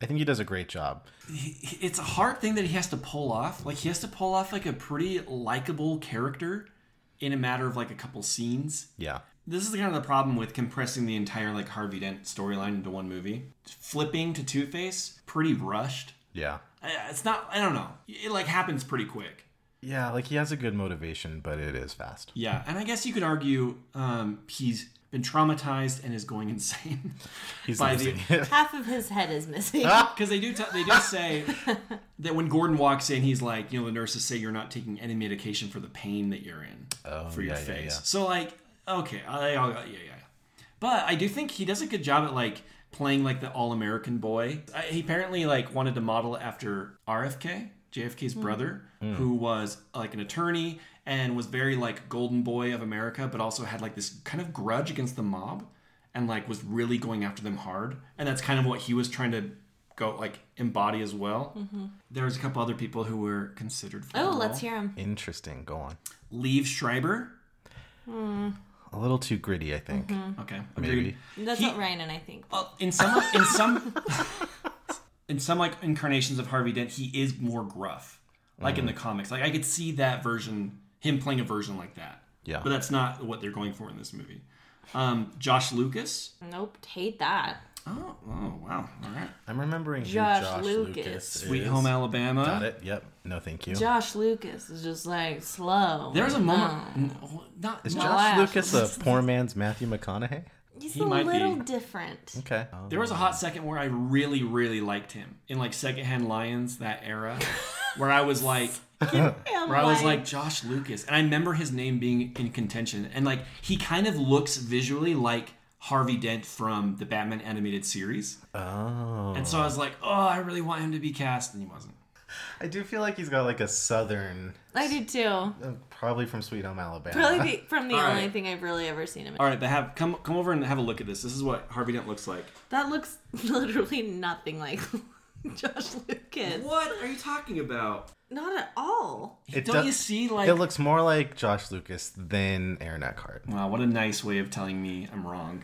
[SPEAKER 5] I think he does a great job.
[SPEAKER 3] He- It's a hard thing that he has to pull off. Like he has to pull off like a pretty likable character in a matter of like a couple scenes.
[SPEAKER 5] Yeah.
[SPEAKER 3] This is kind of the problem with compressing the entire like Harvey Dent storyline into one movie. Flipping to Two Face, pretty rushed.
[SPEAKER 5] Yeah.
[SPEAKER 3] I- It's not. I don't know. It like happens pretty quick.
[SPEAKER 5] Yeah, like he has a good motivation, but it is fast.
[SPEAKER 3] Yeah, and I guess you could argue um, he's been traumatized and is going insane.
[SPEAKER 5] He's losing
[SPEAKER 4] Half of his head is missing.
[SPEAKER 3] because they do t- they do say that when Gordon walks in, he's like, you know, the nurses say you're not taking any medication for the pain that you're in
[SPEAKER 5] Oh,
[SPEAKER 3] for your
[SPEAKER 5] yeah, yeah,
[SPEAKER 3] face.
[SPEAKER 5] yeah.
[SPEAKER 3] So like, okay, I, I, yeah, yeah. But I do think he does a good job at like playing like the all American boy. I, he apparently like wanted to model after RFK, JFK's
[SPEAKER 9] Hmm.
[SPEAKER 3] brother,
[SPEAKER 9] Hmm.
[SPEAKER 3] who was like an attorney and was very like golden boy of America, but also had like this kind of grudge against the mob and like was really going after them hard. And that's kind of what he was trying to go like embody as well.
[SPEAKER 4] Mhm.
[SPEAKER 3] There was a couple other people who were considered for
[SPEAKER 4] Oh,
[SPEAKER 3] the
[SPEAKER 4] let's
[SPEAKER 3] role.
[SPEAKER 4] hear him.
[SPEAKER 5] Interesting. Go on.
[SPEAKER 3] Leave Schreiber.
[SPEAKER 4] Hmm.
[SPEAKER 5] A little too gritty, I think.
[SPEAKER 4] Mhm.
[SPEAKER 3] Okay.
[SPEAKER 5] Maybe.
[SPEAKER 4] That's what Ryan and I think.
[SPEAKER 3] in some in some in some like incarnations of Harvey Dent, he is more gruff, like in
[SPEAKER 5] Mhm.
[SPEAKER 3] the comics. Like I could see that version, him playing a version like that.
[SPEAKER 5] Yeah.
[SPEAKER 3] but that's not what they're going for in this movie. Um, Josh Lucas.
[SPEAKER 4] Nope, hate that.
[SPEAKER 3] Oh, oh wow! All right.
[SPEAKER 5] I'm remembering who
[SPEAKER 4] Josh
[SPEAKER 5] Josh, Lucas.
[SPEAKER 4] Lucas.
[SPEAKER 3] Sweet
[SPEAKER 5] is.
[SPEAKER 3] Home Alabama.
[SPEAKER 5] Got it. Yep. No, thank you.
[SPEAKER 4] Josh Lucas is just like slow.
[SPEAKER 3] There's a moment.
[SPEAKER 4] No.
[SPEAKER 3] n- oh, Not
[SPEAKER 5] is
[SPEAKER 4] No.
[SPEAKER 5] Josh Lucas a poor man's Matthew McConaughey?
[SPEAKER 4] He's
[SPEAKER 3] He
[SPEAKER 4] a
[SPEAKER 3] might be.
[SPEAKER 4] little different.
[SPEAKER 5] Okay. Oh.
[SPEAKER 3] There was a hot second where I really, really liked him in like Secondhand Lions that era, where I was like, where I was like Josh Lucas, and I remember his name being in contention, and like he kind of looks visually like Harvey Dent from the Batman animated series.
[SPEAKER 5] Oh.
[SPEAKER 3] And so I was like, oh, I really want him to be cast, and he wasn't.
[SPEAKER 5] I do feel like he's got like a southern,
[SPEAKER 4] I do too.
[SPEAKER 5] uh, probably from Sweet Home Alabama.
[SPEAKER 4] Probably the, from the
[SPEAKER 3] All
[SPEAKER 4] only
[SPEAKER 3] right.
[SPEAKER 4] thing I've really ever seen him in.
[SPEAKER 3] All right, but have come come over and have a look at this. This is what Harvey Dent looks like.
[SPEAKER 4] That looks literally nothing like Josh Lucas.
[SPEAKER 3] What are you talking about?
[SPEAKER 4] Not at all.
[SPEAKER 3] Don't you see, like-
[SPEAKER 5] it looks more like Josh Lucas than Aaron Eckhart.
[SPEAKER 3] Wow, what a nice way of telling me I'm wrong.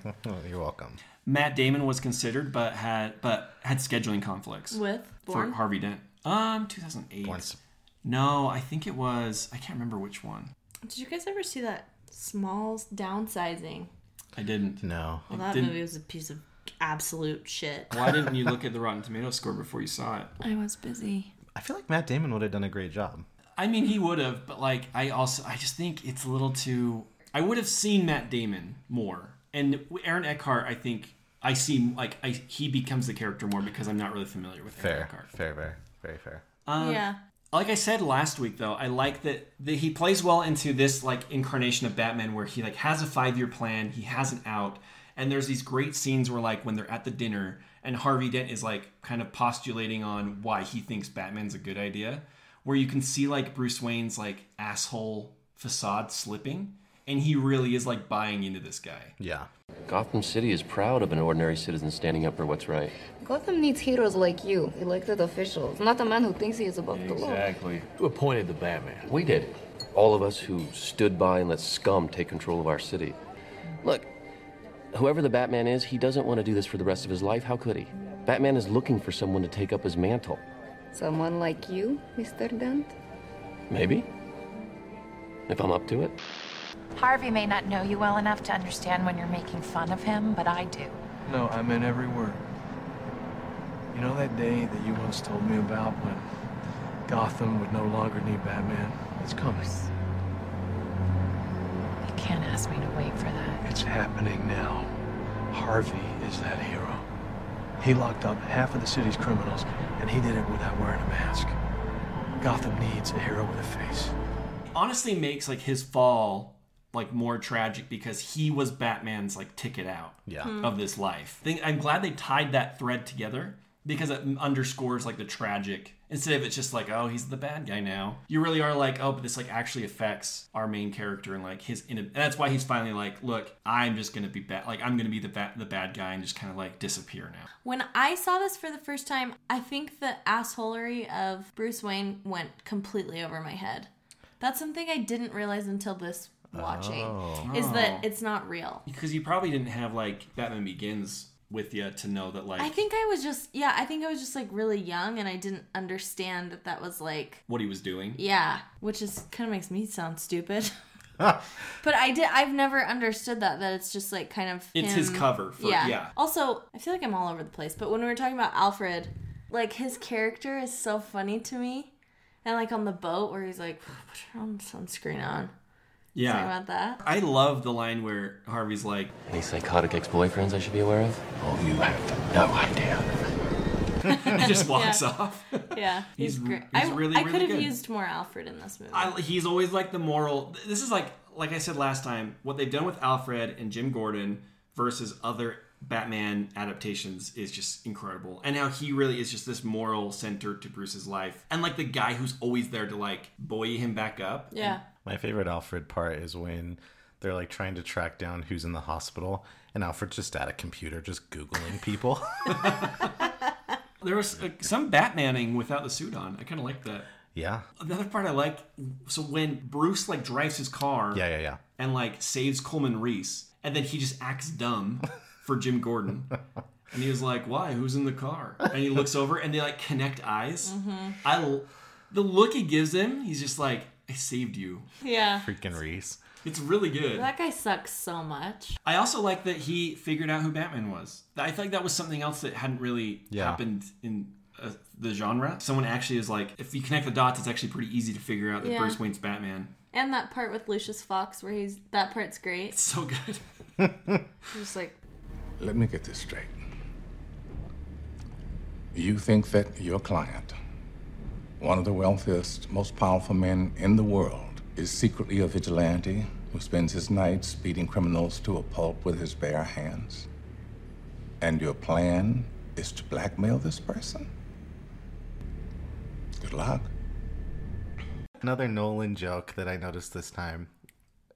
[SPEAKER 5] You're welcome.
[SPEAKER 3] Matt Damon was considered, but had but had scheduling conflicts
[SPEAKER 4] With
[SPEAKER 3] for
[SPEAKER 4] Bourne?
[SPEAKER 3] Harvey Dent. Um, 2008. No, I think it was. I can't remember which one.
[SPEAKER 4] Did you guys ever see that Smalls downsizing?
[SPEAKER 3] I didn't.
[SPEAKER 5] No.
[SPEAKER 4] Well, that movie was a piece of absolute shit.
[SPEAKER 3] Why didn't you look at the Rotten Tomato score before you saw it?
[SPEAKER 4] I was busy.
[SPEAKER 5] I feel like Matt Damon would have done a great job.
[SPEAKER 3] I mean, he would have, but like, I also, I just think it's a little too. I would have seen Matt Damon more, and Aaron Eckhart. I think I see like I he becomes the character more because I'm not really familiar with Aaron
[SPEAKER 5] Fair,
[SPEAKER 3] Eckhart.
[SPEAKER 5] fair, fair, very fair.
[SPEAKER 3] Um,
[SPEAKER 4] Yeah.
[SPEAKER 3] Like I said last week, though, I like that, that he plays well into this like incarnation of Batman, where he like has a five year plan, he has an out, and there's these great scenes where like when they're at the dinner and Harvey Dent is like kind of postulating on why he thinks Batman's a good idea, where you can see like Bruce Wayne's like asshole facade slipping, and he really is like buying into this guy.
[SPEAKER 5] Yeah.
[SPEAKER 16] Gotham City is proud of an ordinary citizen standing up for what's right.
[SPEAKER 19] Gotham needs heroes like you, elected officials, not a man who thinks he is above the law.
[SPEAKER 16] Who appointed the Batman? We did. All of us who stood by and let scum take control of our city. Look, whoever the Batman is, he doesn't want to do this for the rest of his life. How could he? Batman is looking for someone to take up his mantle.
[SPEAKER 19] Someone like you, Mr. Dent?
[SPEAKER 16] Maybe? If I'm up to it.
[SPEAKER 20] Harvey may not know you well enough to understand when you're making fun of him, but I do.
[SPEAKER 21] No, I meant every word. You know that day that you once told me about when Gotham would no longer need Batman? It's coming.
[SPEAKER 20] You can't ask me to wait for that.
[SPEAKER 21] It's happening now. Harvey is that hero. He locked up half of the city's criminals, and he did it without wearing a mask. Gotham needs a hero with a face.
[SPEAKER 3] honestly makes like his fall like more tragic because he was Batman's like ticket out
[SPEAKER 5] Yeah. Hmm.
[SPEAKER 3] of this life. Think I'm glad they tied that thread together because it underscores like the tragic instead of it's just like oh he's the bad guy now. You really are like oh but this like actually affects our main character and like his in- and that's why he's finally like look I'm just going to be bad like I'm going to be the ba- the bad guy and just kind of like disappear now.
[SPEAKER 4] When I saw this for the first time, I think the assholery of Bruce Wayne went completely over my head. That's something I didn't realize until this watching.
[SPEAKER 3] Oh.
[SPEAKER 4] Is
[SPEAKER 3] Oh.
[SPEAKER 4] that it's not real.
[SPEAKER 3] Because you probably didn't have like Batman Begins with you to know that like
[SPEAKER 4] I think I was just yeah, I think I was just like really young and I didn't understand that that was like
[SPEAKER 3] what he was doing.
[SPEAKER 4] yeah, which is kind of makes me sound stupid. but I did I've never understood that that it's just like kind of
[SPEAKER 3] It's
[SPEAKER 4] him-
[SPEAKER 3] his cover for- yeah.
[SPEAKER 4] Also, I feel like I'm all over the place, but when we were talking about Alfred, like his character is so funny to me. And like on the boat where he's like put your own sunscreen on.
[SPEAKER 3] Yeah.
[SPEAKER 4] Something about that.
[SPEAKER 3] I love the line where Harvey's like,
[SPEAKER 16] Any psychotic ex boyfriends I should be aware of? Oh, you have no idea.
[SPEAKER 3] He just walks off.
[SPEAKER 4] Yeah.
[SPEAKER 3] He's
[SPEAKER 4] He's, great.
[SPEAKER 3] r- he's
[SPEAKER 4] I,
[SPEAKER 3] really,
[SPEAKER 4] I
[SPEAKER 3] really
[SPEAKER 4] could have
[SPEAKER 3] good.
[SPEAKER 4] used more Alfred in this movie.
[SPEAKER 3] I, he's always like the moral. This is like, like I said last time, what they've done with Alfred and Jim Gordon versus other Batman adaptations is just incredible. And how he really is just this moral center to Bruce's life. And like the guy who's always there to like buoy him back up.
[SPEAKER 4] Yeah.
[SPEAKER 5] My favorite Alfred part is when they're like trying to track down who's in the hospital, and Alfred's just at a computer just googling people.
[SPEAKER 3] There was like, some Batmaning without the suit on. I kind of like that.
[SPEAKER 5] yeah.
[SPEAKER 3] Another part I like, so when Bruce like drives his car,
[SPEAKER 5] Yeah, yeah, yeah.
[SPEAKER 3] and like saves Coleman Reese, and then he just acts dumb for Jim Gordon, and he was like, "Why? Who's in the car?" And he looks over, and they like connect eyes.
[SPEAKER 4] Mhm.
[SPEAKER 3] I l- the look he gives him, he's just like, "I saved you."
[SPEAKER 4] Yeah.
[SPEAKER 5] Freaking Reese.
[SPEAKER 3] It's really good.
[SPEAKER 4] That guy sucks so much.
[SPEAKER 3] I also like that he figured out who Batman was. I think that was something else that hadn't really
[SPEAKER 5] Yeah.
[SPEAKER 3] happened in uh, the genre. Someone actually is like, if you connect the dots, it's actually pretty easy to figure out that
[SPEAKER 4] Yeah.
[SPEAKER 3] Bruce Wayne's Batman.
[SPEAKER 4] And that part with Lucius Fox where he's that part's great. It's
[SPEAKER 3] so good.
[SPEAKER 4] Just like
[SPEAKER 22] Let me get this straight. You think that your client, one of the wealthiest, most powerful men in the world, is secretly a vigilante who spends his nights beating criminals to a pulp with his bare hands. And your plan is to blackmail this person? Good luck.
[SPEAKER 5] Another Nolan joke that I noticed this time.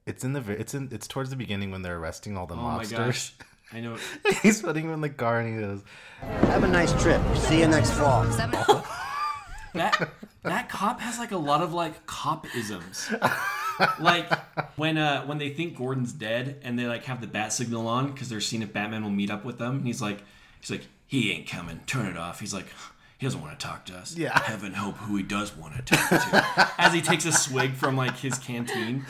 [SPEAKER 5] It's in the ver- it's in it's towards the beginning when they're arresting all the
[SPEAKER 3] Oh my
[SPEAKER 5] mobsters.
[SPEAKER 3] gosh. I know.
[SPEAKER 5] He's putting him in the car and he goes,
[SPEAKER 1] Have a nice trip. See you next fall.
[SPEAKER 3] that that cop has like a lot of like cop isms. like when uh when they think Gordon's dead and they like have the bat signal on because they're seeing if Batman will meet up with them and he's like he's like he ain't coming turn it off he's like he doesn't want to talk to us
[SPEAKER 5] Yeah.
[SPEAKER 3] heaven help who he does want to talk to as he takes a swig from like his canteen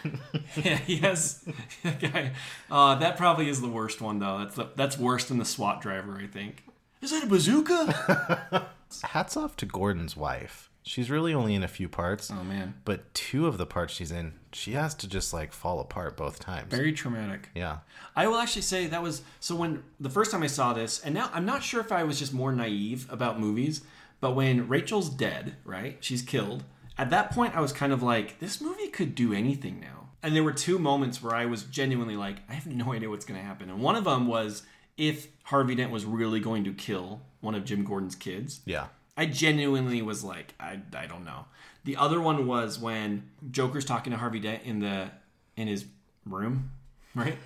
[SPEAKER 3] yeah he has that guy uh, that probably is the worst one though that's the, that's worse than the SWAT driver I think Is that a bazooka?
[SPEAKER 5] Hats off to Gordon's wife. She's really only in a few parts. Oh
[SPEAKER 3] man.
[SPEAKER 5] But two of the parts she's in, she has to just like fall apart both times.
[SPEAKER 3] Very traumatic.
[SPEAKER 5] Yeah.
[SPEAKER 3] I will actually say that was so when the first time I saw this, and now I'm not sure if I was just more naive about movies, but when Rachel's dead, right? She's killed. At that point, I was kind of like, this movie could do anything now. And there were two moments where I was genuinely like, I have no idea what's going to happen. And one of them was if Harvey Dent was really going to kill one of Jim Gordon's kids.
[SPEAKER 5] Yeah.
[SPEAKER 3] I genuinely was like, I, I don't know. The other one was when Joker's talking to Harvey Dent in the in his room, right?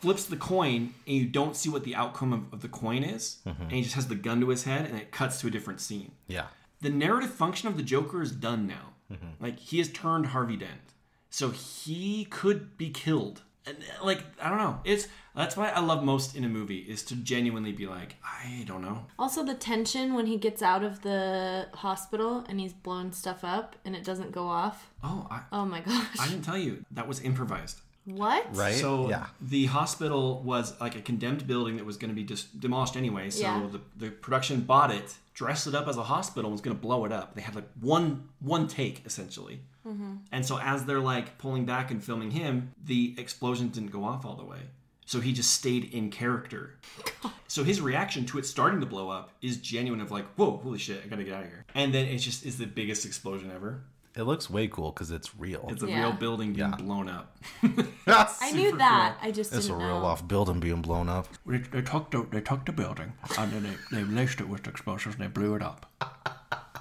[SPEAKER 3] Flips the coin and you don't see what the outcome of, of the coin is,
[SPEAKER 5] Mhm.
[SPEAKER 3] and he just has the gun to his head and it cuts to a different scene.
[SPEAKER 5] Yeah.
[SPEAKER 3] The narrative function of the Joker is done now.
[SPEAKER 5] Mhm.
[SPEAKER 3] Like he has turned Harvey Dent, so he could be killed. And like I don't know. It's that's why I love most in a movie is to genuinely be like I don't know.
[SPEAKER 4] Also, the tension when he gets out of the hospital and he's blowing stuff up and it doesn't go off.
[SPEAKER 3] Oh, I,
[SPEAKER 4] Oh my gosh.
[SPEAKER 3] I didn't tell you that was improvised.
[SPEAKER 4] What?
[SPEAKER 3] So the hospital was like a condemned building that was going to be just demolished anyway. So
[SPEAKER 4] Yeah.
[SPEAKER 3] the, the production bought it, dressed it up as a hospital, and was going to blow it up. They had like one one take essentially.
[SPEAKER 2] Mhm.
[SPEAKER 3] And so as they're like pulling back and filming him, the explosion didn't go off all the way. So he just stayed in character. So his reaction to it starting to blow up is genuine of like, whoa, holy shit, I gotta get out of here. And then it just is the biggest explosion ever.
[SPEAKER 5] It looks way cool because it's real.
[SPEAKER 3] It's a
[SPEAKER 4] Yeah.
[SPEAKER 3] real building being blown up.
[SPEAKER 4] I knew that. I just
[SPEAKER 5] it's a
[SPEAKER 4] didn't know.
[SPEAKER 5] real off building being blown up.
[SPEAKER 2] They, they took the they took the building and then they, they laced it with explosives and they blew it up.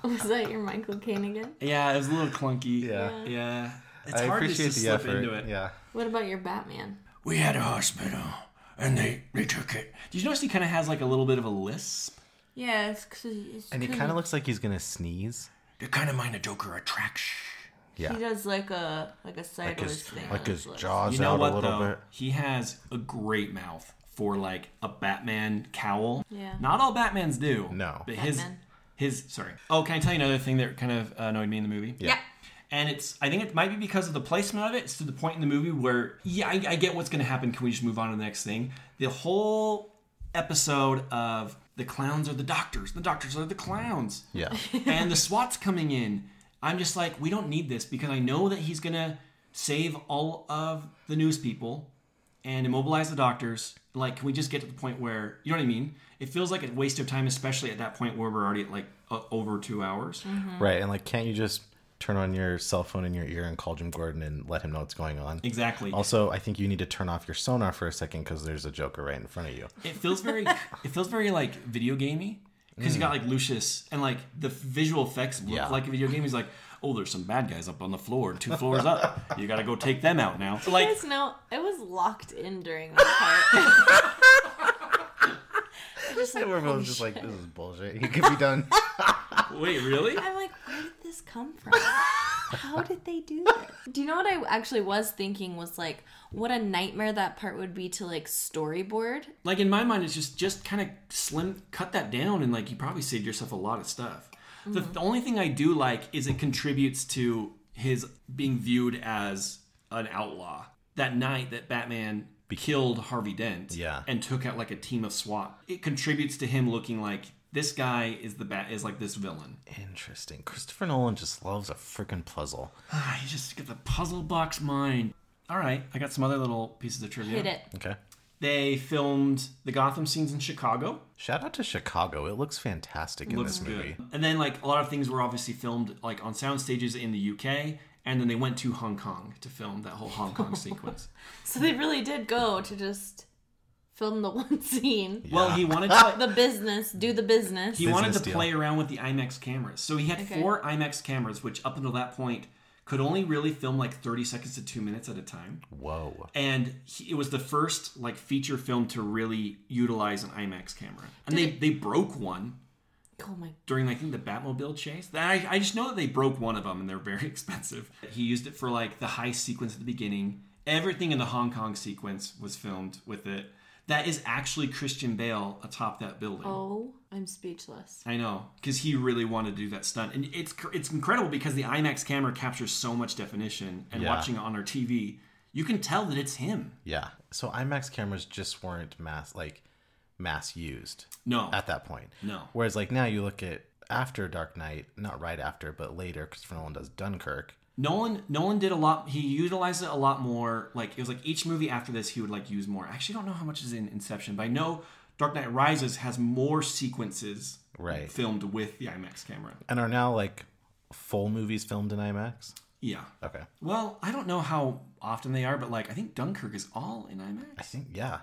[SPEAKER 4] Was that your Michael Caine again?
[SPEAKER 3] Yeah, it was a little clunky.
[SPEAKER 5] Yeah.
[SPEAKER 3] Yeah. It's
[SPEAKER 5] I
[SPEAKER 3] hard
[SPEAKER 5] appreciate
[SPEAKER 3] to just
[SPEAKER 5] the
[SPEAKER 3] slip
[SPEAKER 5] effort,
[SPEAKER 3] into it.
[SPEAKER 5] Yeah.
[SPEAKER 4] What about your Batman?
[SPEAKER 2] We had a hospital and they, they took it.
[SPEAKER 3] Did you notice he kind of has like a little bit of a lisp?
[SPEAKER 4] Yeah, it's because it's
[SPEAKER 5] And he kind of looks like he's gonna sneeze.
[SPEAKER 2] They kind of mind a Joker attraction.
[SPEAKER 5] Yeah.
[SPEAKER 4] He does like a like a
[SPEAKER 5] Like
[SPEAKER 4] sideways
[SPEAKER 5] his,
[SPEAKER 4] thing.
[SPEAKER 5] like his jaws
[SPEAKER 3] you know
[SPEAKER 5] out
[SPEAKER 3] what
[SPEAKER 5] a little
[SPEAKER 3] though?
[SPEAKER 5] bit.
[SPEAKER 3] He has a great mouth for like a Batman cowl.
[SPEAKER 4] Yeah.
[SPEAKER 3] Not all Batmans do.
[SPEAKER 5] No.
[SPEAKER 3] But his
[SPEAKER 4] Batman.
[SPEAKER 3] his sorry. Oh, can I tell you another thing that kind of annoyed me in the movie?
[SPEAKER 4] Yeah. Yeah.
[SPEAKER 3] And it's I think it might be because of the placement of it. It's to the point in the movie where yeah, I, I get what's going to happen. Can we just move on to the next thing? The whole episode of the clowns are the doctors, the doctors are the clowns.
[SPEAKER 5] Yeah.
[SPEAKER 3] and the SWAT's coming in. I'm just like, we don't need this because I know that he's gonna save all of the news people and immobilize the doctors. Like, can we just get to the point where you know what I mean? It feels like a waste of time, especially at that point where we're already at like uh, over two hours.
[SPEAKER 5] Right, and like, can't you just turn on your cell phone in your ear and call Jim Gordon and let him know what's going on?
[SPEAKER 3] Exactly.
[SPEAKER 5] Also, I think you need to turn off your sonar for a second because there's a Joker right in front of you.
[SPEAKER 3] It feels very, it feels very like video gamey because you got like Lucius and like the visual effects look like a video game. He's like, oh, there's some bad guys up on the floor, two floors up. You gotta go take them out now.
[SPEAKER 4] Do you
[SPEAKER 3] Like,
[SPEAKER 4] guys know I was locked in during that part. I'm just like,
[SPEAKER 5] We're
[SPEAKER 4] "Holy
[SPEAKER 5] both just like,
[SPEAKER 4] shit."
[SPEAKER 5] this is bullshit. He could be done.
[SPEAKER 3] Wait, really?
[SPEAKER 4] I'm like, where did this come from? How did they do this? Do you know what I actually was thinking was like, what a nightmare that part would be to like storyboard.
[SPEAKER 3] like in my mind it's just just kind of slim cut that down and like you probably saved yourself a lot of stuff the,
[SPEAKER 4] Mhm.
[SPEAKER 3] the only thing i do like is it contributes to his being viewed as an outlaw that night that batman killed harvey dent
[SPEAKER 5] Yeah.
[SPEAKER 3] and took out like a team of swat it contributes to him looking like this guy is the bat is like this villain
[SPEAKER 5] Interesting. Christopher Nolan just loves a freaking puzzle.
[SPEAKER 3] ah, you just get the puzzle box mind all right i got some other little pieces of trivia
[SPEAKER 4] Hit it.
[SPEAKER 5] Okay.
[SPEAKER 3] They filmed the Gotham scenes in Chicago.
[SPEAKER 5] Shout out to Chicago. It looks fantastic in
[SPEAKER 3] Looks
[SPEAKER 5] this movie.
[SPEAKER 3] good. And then like a lot of things were obviously filmed like on sound stages in the UK, and then they went to Hong Kong to film that whole Hong Kong sequence.
[SPEAKER 4] So they really did go to just film the one scene.
[SPEAKER 3] Well, he wanted to-
[SPEAKER 4] the business, do the business.
[SPEAKER 3] He wanted to play around with the IMAX cameras. So he had
[SPEAKER 4] Okay.
[SPEAKER 3] four IMAX cameras, which up until that point could only really film like 30 seconds to two minutes at a time.
[SPEAKER 5] Whoa.
[SPEAKER 3] And he, it was the first like feature film to really utilize an IMAX camera. And they, they broke one
[SPEAKER 4] Oh my
[SPEAKER 3] during I think the Batmobile chase. That- I, I just know that they broke one of them and they're very expensive. He used it for like the high sequence at the beginning. Everything in the Hong Kong sequence was filmed with it. That is actually Christian Bale atop that building.
[SPEAKER 4] Oh, I'm speechless.
[SPEAKER 3] I know, because he really wanted to do that stunt, and it's cr- it's incredible because the IMAX camera captures so much definition, and
[SPEAKER 5] Yeah.
[SPEAKER 3] watching it on our TV, you can tell that it's him.
[SPEAKER 5] Yeah. So IMAX cameras just weren't mass like mass used.
[SPEAKER 3] No.
[SPEAKER 5] At that point.
[SPEAKER 3] Oh. No.
[SPEAKER 5] Whereas like now you look at after Dark Knight, not right after, but later, Christopher Nolan does Dunkirk.
[SPEAKER 3] Nolan Nolan did a lot. He utilized it a lot more. Like it was like each movie after this, he would like use more. I actually don't know how much is in Inception, but I know Dark Knight Rises has more sequences
[SPEAKER 5] Right.
[SPEAKER 3] filmed with the IMAX camera.
[SPEAKER 5] And are now like full movies filmed in IMAX.
[SPEAKER 3] Yeah.
[SPEAKER 5] Okay.
[SPEAKER 3] Well, I don't know how often they are, but like I think Dunkirk is all in IMAX.
[SPEAKER 5] I think yeah.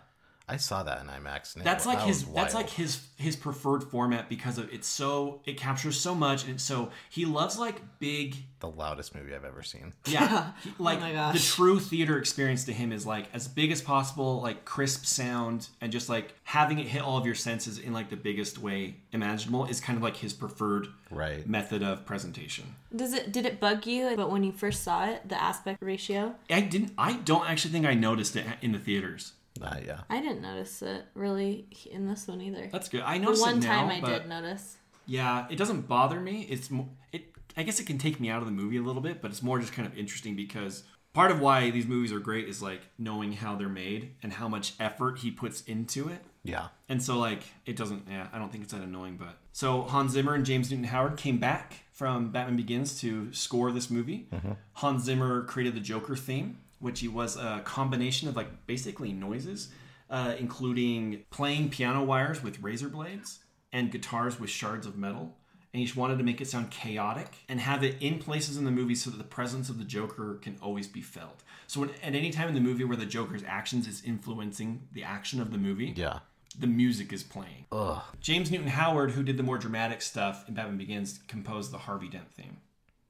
[SPEAKER 5] I saw that in IMAX. and it-
[SPEAKER 3] that's like
[SPEAKER 5] that
[SPEAKER 3] his
[SPEAKER 5] was
[SPEAKER 3] that's
[SPEAKER 5] wild.
[SPEAKER 3] like his his preferred format because of it's so it captures so much and it's so he loves like big
[SPEAKER 5] the loudest movie I've ever seen.
[SPEAKER 3] yeah he-
[SPEAKER 4] Oh
[SPEAKER 3] like
[SPEAKER 4] my gosh.
[SPEAKER 3] the true theater experience to him is like as big as possible like crisp sound and just like having it hit all of your senses in like the biggest way imaginable is kind of like his preferred
[SPEAKER 5] right
[SPEAKER 3] method of presentation
[SPEAKER 4] Does it did it bug you? But when you first saw it, the aspect ratio,
[SPEAKER 3] I didn't I don't actually think I noticed it in the theaters
[SPEAKER 5] uh, yeah
[SPEAKER 4] I didn't notice it really in this one either.
[SPEAKER 3] That's good. I noticed
[SPEAKER 4] the one
[SPEAKER 3] it now,
[SPEAKER 4] time I
[SPEAKER 3] but-
[SPEAKER 4] did notice.
[SPEAKER 3] Yeah, it doesn't bother me. It's mo- it. I guess it can take me out of the movie a little bit, but it's more just kind of interesting because part of why these movies are great is like knowing how they're made and how much effort he puts into it.
[SPEAKER 5] Yeah.
[SPEAKER 3] And so like it doesn't. Yeah, I don't think it's that annoying. But so Hans Zimmer and James Newton Howard came back from Batman Begins to score this movie.
[SPEAKER 5] Mhm.
[SPEAKER 3] Hans Zimmer created the Joker theme, which he was a combination of like basically noises, uh, including playing piano wires with razor blades and guitars with shards of metal. And he just wanted to make it sound chaotic and have it in places in the movie so that the presence of the Joker can always be felt. So when, at any time in the movie where the Joker's actions is influencing the action of the movie,
[SPEAKER 5] yeah,
[SPEAKER 3] the music is playing.
[SPEAKER 5] Ugh.
[SPEAKER 3] James Newton Howard, who did the more dramatic stuff in Batman Begins, composed the Harvey Dent theme,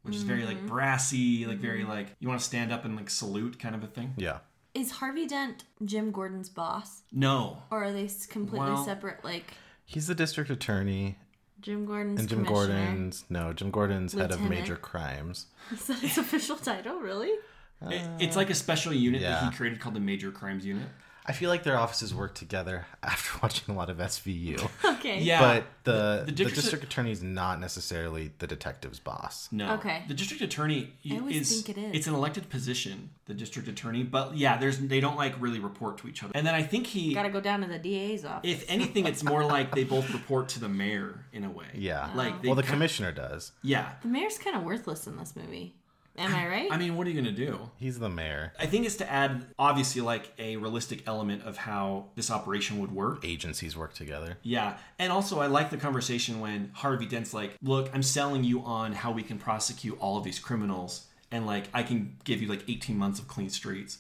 [SPEAKER 3] which is very like
[SPEAKER 4] Mhm.
[SPEAKER 3] brassy, like very
[SPEAKER 4] Mhm.
[SPEAKER 3] like you want to stand up and like salute kind of a thing.
[SPEAKER 5] Yeah.
[SPEAKER 4] Is Harvey Dent Jim Gordon's boss,
[SPEAKER 3] No.
[SPEAKER 4] or are they s- completely
[SPEAKER 5] Well-
[SPEAKER 4] separate? Like
[SPEAKER 5] He's the district attorney
[SPEAKER 4] Jim Gordon's
[SPEAKER 5] and Jim
[SPEAKER 4] commissioner.
[SPEAKER 5] Gordon's no, Jim Gordon's head of
[SPEAKER 4] Lieutenant.
[SPEAKER 5] major crimes.
[SPEAKER 4] Is that his official title? Really?
[SPEAKER 3] It- it's
[SPEAKER 4] Uh,
[SPEAKER 3] like a special unit
[SPEAKER 5] yeah.
[SPEAKER 3] that he created called the Major Crimes Unit.
[SPEAKER 5] I feel like their offices work together after watching a lot of SVU.
[SPEAKER 4] Okay.
[SPEAKER 3] Yeah.
[SPEAKER 5] But the,
[SPEAKER 3] The- the
[SPEAKER 5] the,
[SPEAKER 3] district-
[SPEAKER 5] district, attorney's not necessarily the detective's boss.
[SPEAKER 3] No.
[SPEAKER 4] Okay.
[SPEAKER 3] The district attorney
[SPEAKER 4] I always
[SPEAKER 3] is,
[SPEAKER 4] think it is.
[SPEAKER 3] It's an elected position, the district attorney. But yeah, there's they don't like really report to each other. And then I think he,
[SPEAKER 4] Got to go down to the DA's office.
[SPEAKER 3] if anything, it's more like they both report to the mayor in a way.
[SPEAKER 5] Yeah.
[SPEAKER 4] Oh.
[SPEAKER 3] Like they
[SPEAKER 5] well, the
[SPEAKER 3] ki-
[SPEAKER 5] commissioner does.
[SPEAKER 3] Yeah.
[SPEAKER 4] the mayor's kind of worthless in this movie. Am I right?
[SPEAKER 3] I mean, what are you gonna do?
[SPEAKER 5] He's the mayor.
[SPEAKER 3] I think it's to add, obviously, like a realistic element of how this operation would work.
[SPEAKER 5] Agencies work together.
[SPEAKER 3] Yeah. And also, I like the conversation when Harvey Dent's like, look, I'm selling you on how we can prosecute all of these criminals. And like, I can give you like 18 months of clean streets.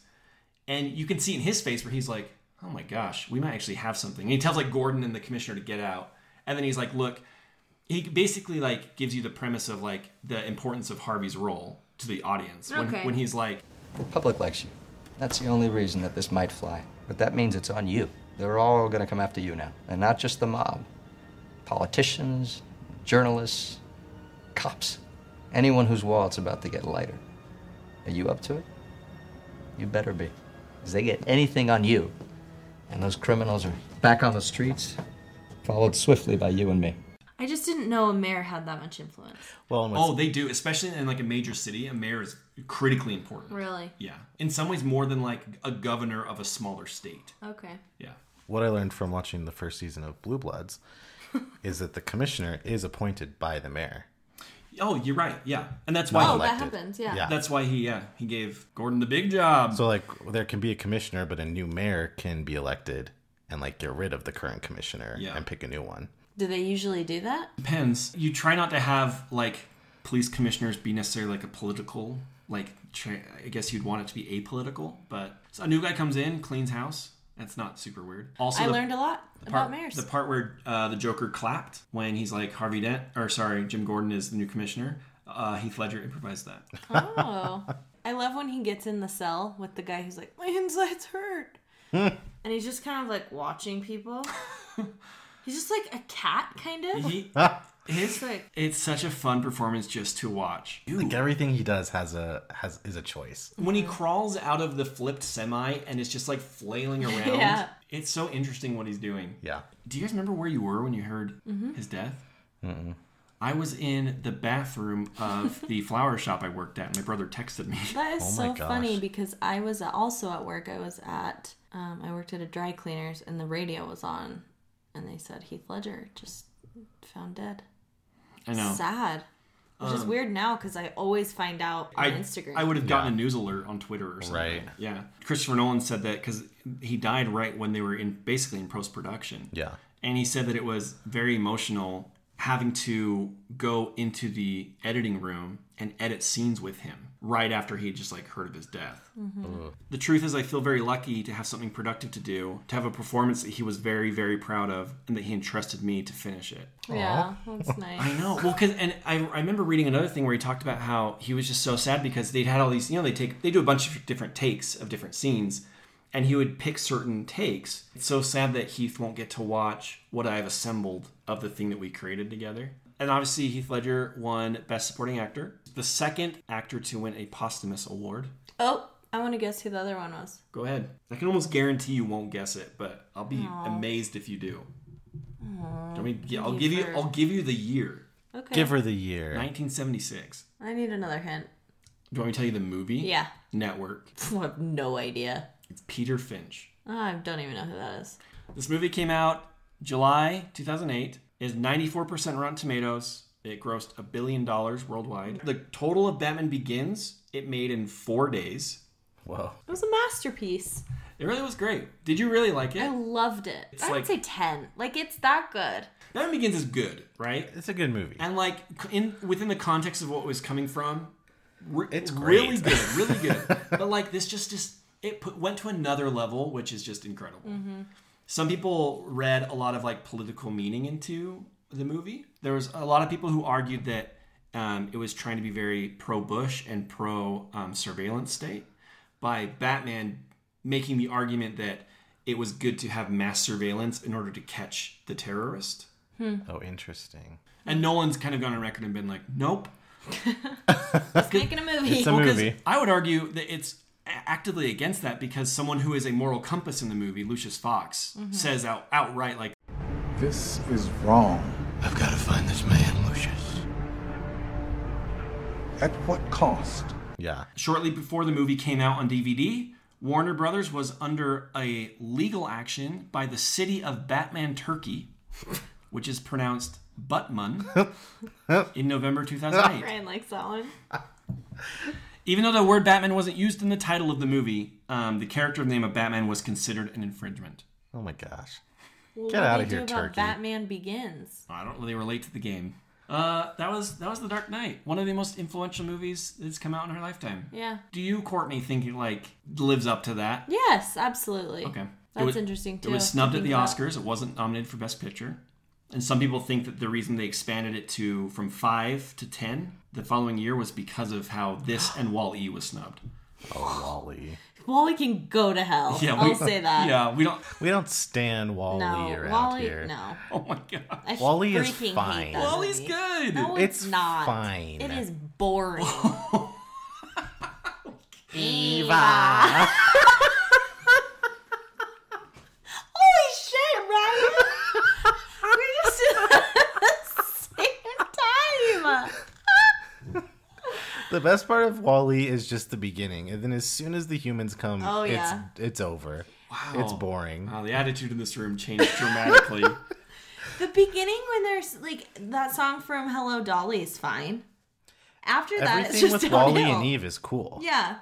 [SPEAKER 3] And you can see in his face where he's like, oh my gosh, we might actually have something. And he tells like Gordon and the commissioner to get out. And then he's like, look, he basically like gives you the premise of like the importance of Harvey's role to the audience
[SPEAKER 6] Okay.
[SPEAKER 3] when, when he's like,
[SPEAKER 6] The public likes you. That's the only reason that this might fly. But that means it's on you. They're all going to come after you now, and not just the mob. Politicians, journalists, cops, anyone whose wallet's about to get lighter. Are you up to it? You better be. Because they get anything on you, and those criminals are back on the streets, followed swiftly by you and me.
[SPEAKER 4] I just didn't know a mayor had that much influence.
[SPEAKER 5] Well,
[SPEAKER 3] oh, they do, especially in like a major city. A mayor is critically important.
[SPEAKER 4] Really?
[SPEAKER 3] Yeah, in some ways more than like a governor of a smaller state.
[SPEAKER 4] Okay.
[SPEAKER 3] Yeah.
[SPEAKER 5] What I learned from watching the first season of Blue Bloods is that the commissioner is appointed by the mayor.
[SPEAKER 3] Oh, you're right. Yeah, and that's why.
[SPEAKER 4] Oh, that happens, yeah. Yeah.
[SPEAKER 3] that's um, why he yeah he gave Gordon the big job.
[SPEAKER 5] So like there can be a commissioner, but a new mayor can be elected and like get rid of the current commissioner
[SPEAKER 3] Yeah.
[SPEAKER 5] and pick a new one.
[SPEAKER 4] Do they usually do that?
[SPEAKER 3] Depends. You try not to have like police commissioners be necessarily like a political like. Tra- I guess you'd want it to be apolitical, but so a new guy comes in, cleans house. That's not super weird. Also,
[SPEAKER 4] I
[SPEAKER 3] the-
[SPEAKER 4] learned a lot
[SPEAKER 3] the
[SPEAKER 4] about
[SPEAKER 3] part,
[SPEAKER 4] mayors.
[SPEAKER 3] The part where uh, the Joker clapped when he's like Harvey Dent, or sorry, Jim Gordon is the new commissioner. Uh, Heath Ledger improvised that.
[SPEAKER 4] oh, I love when he gets in the cell with the guy who's like, my insides hurt,
[SPEAKER 3] Hmm.
[SPEAKER 4] and he's just kind of like watching people. he's just like a cat, kind of.
[SPEAKER 3] He-
[SPEAKER 4] It's
[SPEAKER 3] his,
[SPEAKER 4] like-
[SPEAKER 3] it's such a fun performance just to watch.
[SPEAKER 5] Like everything he does has a has is a choice.
[SPEAKER 3] When he crawls out of the flipped semi and it's just like flailing around,
[SPEAKER 4] Yeah.
[SPEAKER 3] it's so interesting what he's doing.
[SPEAKER 5] Yeah.
[SPEAKER 3] Do you guys remember where you were when you heard
[SPEAKER 4] Mhm.
[SPEAKER 3] his death? I was in the bathroom of the flower shop I worked at. My brother texted me.
[SPEAKER 4] That is so funny because I was also at work. I was at, um, I worked at a dry cleaners and the radio was on, and they said Heath Ledger just found dead.
[SPEAKER 3] I know.
[SPEAKER 4] Sad. Which is
[SPEAKER 3] Um,
[SPEAKER 4] weird now because I always find out on
[SPEAKER 3] I,
[SPEAKER 4] Instagram.
[SPEAKER 3] I would have gotten a news alert on Twitter or something.
[SPEAKER 5] Right.
[SPEAKER 3] Yeah. Christopher Nolan said that because he died right when they were in basically in post production.
[SPEAKER 5] Yeah.
[SPEAKER 3] And he said that it was very emotional having to go into the editing room and edit scenes with him right after he had just like heard of his death.
[SPEAKER 10] Mhm. Ugh.
[SPEAKER 3] The truth is, I feel very lucky to have something productive to do, to have a performance that he was very, very proud of, and that he entrusted me to finish it.
[SPEAKER 4] Yeah, that's nice.
[SPEAKER 3] I know. Well, cause and I, I remember reading another thing where he talked about how he was just so sad because they'd had all these, you know, they take they do a bunch of different takes of different scenes, and he would pick certain takes. It's so sad that Heath won't get to watch what I've assembled of the thing that we created together. And obviously, Heath Ledger won Best Supporting Actor, the second actor to win a posthumous award.
[SPEAKER 4] Oh, I want to guess who the other one was.
[SPEAKER 3] Go ahead. I can almost guarantee you won't guess it, but I'll be
[SPEAKER 4] Aw.
[SPEAKER 3] amazed if you do.
[SPEAKER 4] Aw,
[SPEAKER 3] I mean, yeah, I'll
[SPEAKER 4] thank
[SPEAKER 3] give you.
[SPEAKER 4] for-
[SPEAKER 3] I'll give you the year.
[SPEAKER 4] Okay. Give her
[SPEAKER 5] the year.
[SPEAKER 3] 1976.
[SPEAKER 4] I need another hint.
[SPEAKER 3] Do you want me to tell you the movie?
[SPEAKER 4] Yeah.
[SPEAKER 3] Network.
[SPEAKER 4] I have no idea.
[SPEAKER 3] It's Peter Finch.
[SPEAKER 4] Oh, I don't even know who that is.
[SPEAKER 3] This movie came out July 2008. Is 94% Rotten Tomatoes. It grossed a billion dollars worldwide. The total of Batman Begins it made in four days.
[SPEAKER 5] Whoa.
[SPEAKER 4] It was a masterpiece.
[SPEAKER 3] It really was great. Did you really like
[SPEAKER 4] I
[SPEAKER 3] it?
[SPEAKER 4] loved it.
[SPEAKER 3] It's
[SPEAKER 4] I would
[SPEAKER 3] like-
[SPEAKER 4] say 10. Like, it's that good.
[SPEAKER 3] Batman Begins is good, right?
[SPEAKER 5] It's a good movie.
[SPEAKER 3] And like in within the context of what it was coming from, re- it's
[SPEAKER 5] great.
[SPEAKER 3] really good, really good. but like this just just it put, went to another level, which is just incredible.
[SPEAKER 10] Mm-hmm.
[SPEAKER 3] some people read a lot of like political meaning into the movie. There was a lot of people who argued that um, it was trying to be very pro Bush and pro um, surveillance state by Batman making the argument that it was good to have mass surveillance in order to catch the terrorist.
[SPEAKER 4] Hmm.
[SPEAKER 5] Oh, interesting.
[SPEAKER 3] And Nolan's kind of gone on record and been like, nope. Let's
[SPEAKER 4] making a movie. It's a movie.
[SPEAKER 3] I would argue that it's a- actively against that because someone who is a moral compass in the movie, Lucius Fox,
[SPEAKER 10] Mhm.
[SPEAKER 3] says out, outright, like,
[SPEAKER 22] This is wrong.
[SPEAKER 17] I've got to find this man, Lucius.
[SPEAKER 22] At what cost?
[SPEAKER 5] Yeah.
[SPEAKER 3] Shortly before the movie came out on DVD, Warner Brothers was under a legal action by the city of Batman, Turkey, which is pronounced Butman, in November 2008.
[SPEAKER 4] Ryan likes that one.
[SPEAKER 3] Even though the word Batman wasn't used in the title of the movie, um, the character name of Batman was considered an infringement.
[SPEAKER 5] Oh my gosh.
[SPEAKER 4] Well,
[SPEAKER 3] Get
[SPEAKER 4] what
[SPEAKER 3] outta
[SPEAKER 4] do they do
[SPEAKER 3] here,
[SPEAKER 4] about
[SPEAKER 3] turkey.
[SPEAKER 4] Batman Begins.
[SPEAKER 3] Oh, I don't really relate to the game. Uh, that was that was The Dark Knight, one of the most influential movies that's come out in her lifetime.
[SPEAKER 4] Yeah.
[SPEAKER 3] Do you, Courtney, think it like lives up to that?
[SPEAKER 4] Yes, absolutely.
[SPEAKER 3] Okay. It
[SPEAKER 4] That's
[SPEAKER 3] was-
[SPEAKER 4] interesting too.
[SPEAKER 3] It was snubbed
[SPEAKER 4] to
[SPEAKER 3] at the
[SPEAKER 4] think about.
[SPEAKER 3] Oscars. It wasn't nominated for Best Picture. And some people think that the reason they expanded it to from five to ten the following year was because of how this and Wall E was snubbed.
[SPEAKER 5] Oh, Wally.
[SPEAKER 4] Wally can go to hell.
[SPEAKER 3] Yeah,
[SPEAKER 4] I'll
[SPEAKER 3] we-
[SPEAKER 4] say that.
[SPEAKER 3] yeah, we don't
[SPEAKER 5] we don't stand Wally
[SPEAKER 4] No,
[SPEAKER 5] around
[SPEAKER 4] Wally-
[SPEAKER 5] here.
[SPEAKER 4] no.
[SPEAKER 3] Oh my god.
[SPEAKER 4] I
[SPEAKER 5] Wally is
[SPEAKER 4] freaking hate
[SPEAKER 5] fine.
[SPEAKER 4] that
[SPEAKER 3] Wally's
[SPEAKER 4] movie.
[SPEAKER 3] good.
[SPEAKER 4] No, it's,
[SPEAKER 5] It's
[SPEAKER 4] not.
[SPEAKER 5] fine.
[SPEAKER 4] It is boring.
[SPEAKER 5] Eva.
[SPEAKER 4] Holy shit, Ryan! We're just at the same time.
[SPEAKER 5] The best part of Wally is just the beginning, and then as soon as the humans come,
[SPEAKER 4] Oh,
[SPEAKER 5] it's
[SPEAKER 4] yeah.
[SPEAKER 5] it's over. It's
[SPEAKER 3] Wow.
[SPEAKER 5] boring.
[SPEAKER 3] Oh. Wow, the attitude in this room changed dramatically.
[SPEAKER 4] The beginning when there's like that song from Hello Dolly is fine. After that, it's
[SPEAKER 5] Everything
[SPEAKER 4] just
[SPEAKER 5] with
[SPEAKER 4] downhill.
[SPEAKER 5] Wally and Eve is cool.
[SPEAKER 4] Yeah.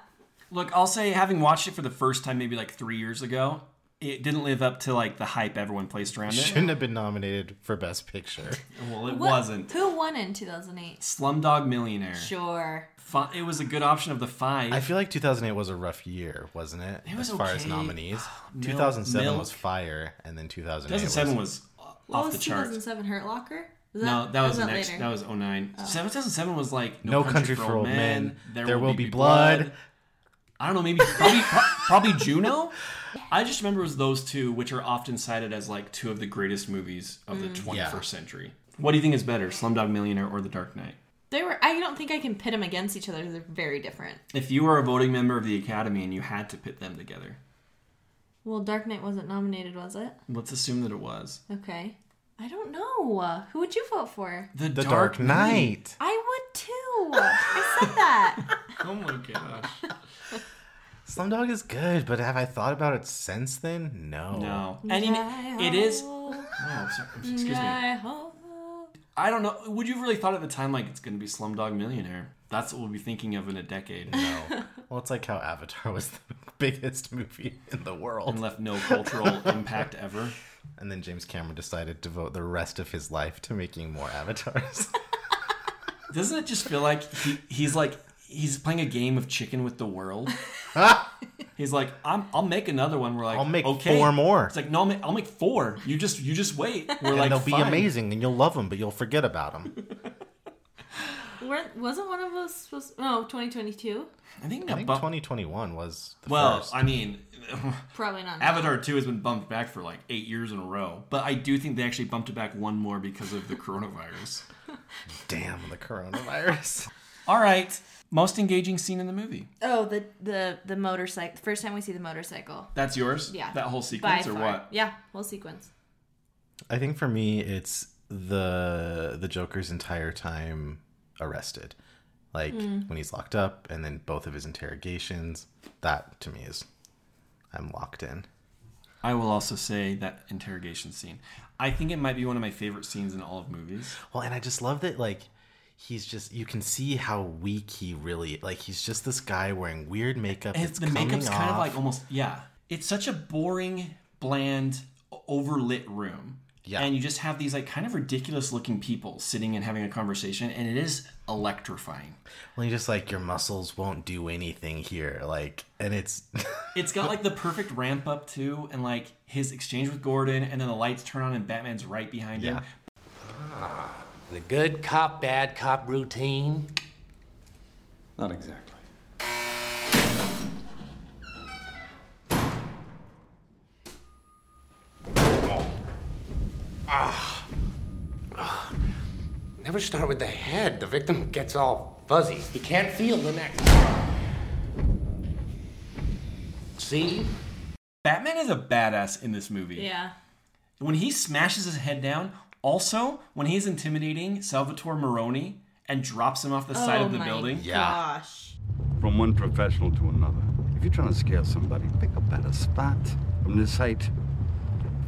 [SPEAKER 3] Look, I'll say, having watched it for the first time maybe like three years ago, it didn't live up to like the hype everyone placed around it.
[SPEAKER 5] Shouldn't have been nominated for Best Picture.
[SPEAKER 3] Well, it
[SPEAKER 4] What-
[SPEAKER 3] wasn't.
[SPEAKER 4] Who won in 2008?
[SPEAKER 3] Slumdog Millionaire.
[SPEAKER 4] Sure.
[SPEAKER 3] Fi- It was a good option of the five.
[SPEAKER 5] I feel like 2008 was a rough year, wasn't it?
[SPEAKER 3] It was
[SPEAKER 5] as far as
[SPEAKER 3] okay. Ah,
[SPEAKER 5] nominees,
[SPEAKER 3] Milk-
[SPEAKER 5] 2007
[SPEAKER 3] Milk.
[SPEAKER 5] was fire, and then 2008.
[SPEAKER 3] 2007 was
[SPEAKER 4] What
[SPEAKER 3] off
[SPEAKER 4] was
[SPEAKER 3] the charts.
[SPEAKER 4] 2007 Hurt Locker? Was
[SPEAKER 3] no, that was,
[SPEAKER 4] that
[SPEAKER 3] next.
[SPEAKER 4] later? Oh.
[SPEAKER 3] That was 09. 2007 was like
[SPEAKER 5] No Country for Old Men, There Will Be Blood.
[SPEAKER 3] I don't know, maybe probably, pro- probably Juno. I just remember it was those two, which are often cited as like two of the greatest movies of the
[SPEAKER 4] Mm.
[SPEAKER 3] 21st
[SPEAKER 4] Yeah.
[SPEAKER 3] century. What do you think is better, Slumdog Millionaire or The Dark Knight?
[SPEAKER 4] They were. I don't think I can pit them against each other. They're very different.
[SPEAKER 3] If you were a voting member of the Academy and you had to pit them together,
[SPEAKER 4] Well, Dark Knight wasn't nominated, was it?
[SPEAKER 3] let's assume that it was
[SPEAKER 4] Okay. I don't know. Who would you vote for?
[SPEAKER 3] The,
[SPEAKER 5] The Dark Knight.
[SPEAKER 4] I would too. I said that.
[SPEAKER 3] oh my gosh.
[SPEAKER 5] Slumdog is good, but have I thought about it since then? No.
[SPEAKER 3] No. And even, it is. Oh, sorry. Excuse me. I don't know. Would you have really thought at the time like it's going to be Slumdog Millionaire? That's what we'll be thinking of in a decade. No.
[SPEAKER 5] Well, it's like how Avatar was the biggest movie in the world
[SPEAKER 3] And left no cultural impact ever.
[SPEAKER 5] And then James Cameron decided to devote the rest of his life to making more avatars.
[SPEAKER 3] Doesn't it just feel like he, he's like he's playing a game of chicken with the world? he's like, I'm, I'll make another one. We're like, I'll make okay.
[SPEAKER 5] four more.
[SPEAKER 3] It's like, no, I'll make, I'll make four. You just you just wait. We're
[SPEAKER 5] and
[SPEAKER 3] like,
[SPEAKER 5] they'll be
[SPEAKER 3] "Fine."
[SPEAKER 5] amazing, and you'll love them, but you'll forget about them.
[SPEAKER 4] Weren't, wasn't one of us supposed? No, 2022.
[SPEAKER 3] I think,
[SPEAKER 5] I think 2021 was the
[SPEAKER 3] Well,
[SPEAKER 5] first.
[SPEAKER 3] I mean,
[SPEAKER 4] Probably not.
[SPEAKER 3] Avatar 2 has been bumped back for like eight years in a row, but I do think they actually bumped it back one more because of the coronavirus.
[SPEAKER 5] Damn, the coronavirus.
[SPEAKER 3] All right. Most engaging scene in the movie.
[SPEAKER 4] Oh, the the the motorcycle. First time we see the motorcycle.
[SPEAKER 3] That's yours?
[SPEAKER 4] Yeah.
[SPEAKER 3] That whole sequence or what?
[SPEAKER 4] Yeah, whole sequence.
[SPEAKER 5] I think for me, it's the the Joker's entire time arrested, like
[SPEAKER 3] Hmm.
[SPEAKER 4] Mm.
[SPEAKER 5] when he's locked up, and then both of his interrogations. That to me is, I'm locked in.
[SPEAKER 3] I will also say that interrogation scene. I think it might be one of my favorite scenes in all of movies.
[SPEAKER 5] Well, and I just love that like he's just you can see how weak he really like he's just this guy wearing weird makeup.
[SPEAKER 3] And
[SPEAKER 5] that's
[SPEAKER 3] the makeup's
[SPEAKER 5] coming
[SPEAKER 3] kind of
[SPEAKER 5] off.
[SPEAKER 3] like almost, yeah. It's such a boring, bland, overlit room. Yeah. And you just have these like kind of ridiculous looking people sitting and having a conversation, and it is electrifying.
[SPEAKER 5] Well, you just like your muscles won't do anything here, like, and it's
[SPEAKER 3] It's got like the perfect ramp up too, and like his exchange with Gordon, and then the lights turn on, and Batman's right behind him.
[SPEAKER 8] Ah, the good cop, bad cop routine.
[SPEAKER 12] Not exactly.
[SPEAKER 8] Oh. Ah. Ah. Never start with the head. The victim gets all fuzzy. He can't feel the neck. See?
[SPEAKER 3] Batman is a badass in this movie.
[SPEAKER 4] Yeah.
[SPEAKER 3] When he smashes his head down, also when he's intimidating Salvatore Maroni and drops him off the side
[SPEAKER 4] Oh
[SPEAKER 3] of the
[SPEAKER 4] my
[SPEAKER 3] building.
[SPEAKER 4] Gosh.
[SPEAKER 10] From one professional to another. If you're trying to scare somebody, pick a better spot. From this height,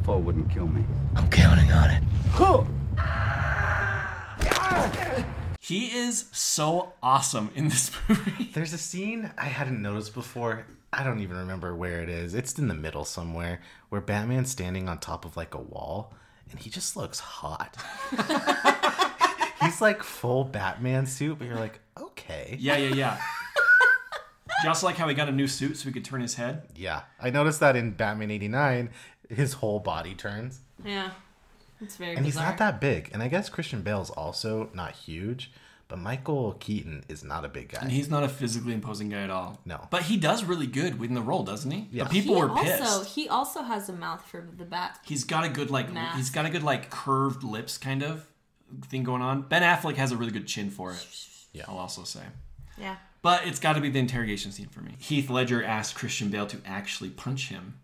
[SPEAKER 10] four wouldn't kill me. I'm counting on it.
[SPEAKER 3] He is so awesome in this movie.
[SPEAKER 5] There's a scene I hadn't noticed before. I don't even remember where it is. It's in the middle somewhere where Batman's standing on top of like a wall and he just looks hot. He's like full Batman suit, but you're like, okay.
[SPEAKER 3] Yeah, yeah, yeah. Do you also like how he got a new suit so he could turn his head?
[SPEAKER 5] Yeah. I noticed that in Batman 89, his whole body turns.
[SPEAKER 4] Yeah. It's very
[SPEAKER 5] and he's
[SPEAKER 4] bizarre.
[SPEAKER 5] not that big. And I guess Christian Bale's also not huge, but Michael Keaton is not a big guy.
[SPEAKER 3] And he's not a physically imposing guy at all.
[SPEAKER 5] No.
[SPEAKER 3] But he does really good within the role, doesn't he?
[SPEAKER 5] Yeah.
[SPEAKER 3] But people
[SPEAKER 4] he
[SPEAKER 3] were pissed.
[SPEAKER 4] also he also has a mouth for the bat.
[SPEAKER 3] He's got a good like
[SPEAKER 4] Mask.
[SPEAKER 3] he's got a good like curved lips kind of thing going on. Ben Affleck has a really good chin for it. Yeah, I'll also say.
[SPEAKER 4] Yeah.
[SPEAKER 3] But it's got to be the interrogation scene for me. Heath Ledger asked Christian Bale to actually punch him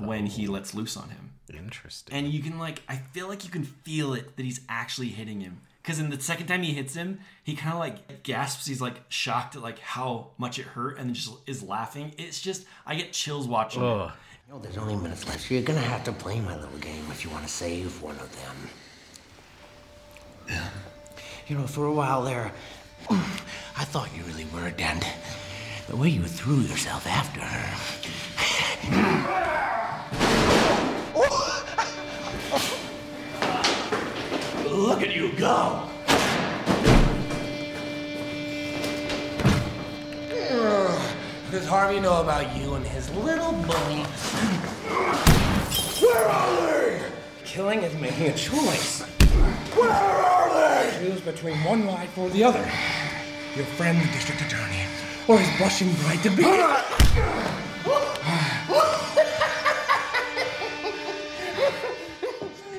[SPEAKER 3] when he lets loose on him.
[SPEAKER 5] Interesting.
[SPEAKER 3] And you can like I feel like you can feel it that he's actually hitting him cuz in the second time he hits him, he kind of like gasps, he's like shocked at like how much it hurt and just is laughing. It's just I get chills watching it.
[SPEAKER 8] You know, there's only minutes left. You're gonna have to play my little game if you want to save one of them. You know, for a while there,
[SPEAKER 17] I thought you really were dead. The way you threw yourself after her. Look at you go!
[SPEAKER 13] Does Harvey know about you and his little bunny? Where are they? Killing is making a choice. Where are they? Choose between one life or the other. Your friend, the district attorney, or his blushing bride to be.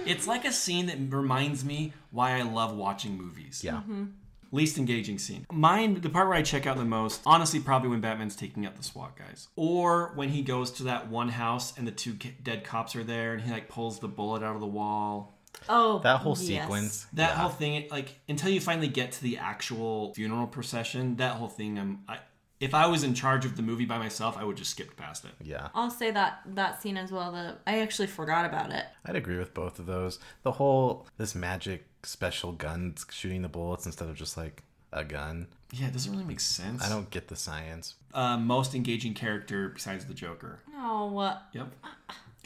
[SPEAKER 3] It's like a scene that reminds me why I love watching movies. Yeah.
[SPEAKER 4] Mhm.
[SPEAKER 3] Least engaging scene. Mine, the part where I check out the most, honestly, probably when Batman's taking out the SWAT guys, or when he goes to that one house and the two ki- dead cops are there, and he like pulls the bullet out of the wall.
[SPEAKER 4] Oh, That whole yes. sequence.
[SPEAKER 3] That whole thing, it- like until you finally get to the actual funeral procession, that whole thing. I'm, I, if I was in charge of the movie by myself, I would just skip past it.
[SPEAKER 5] Yeah.
[SPEAKER 4] I'll say that that scene as well. The I actually forgot about it.
[SPEAKER 5] I'd agree with both of those. The whole this magic special guns shooting the bullets instead of just like a gun.
[SPEAKER 3] Yeah, it doesn't really make sense.
[SPEAKER 5] I don't get the science.
[SPEAKER 3] Uh, most engaging character besides the Joker.
[SPEAKER 4] No, uh,
[SPEAKER 3] Yep.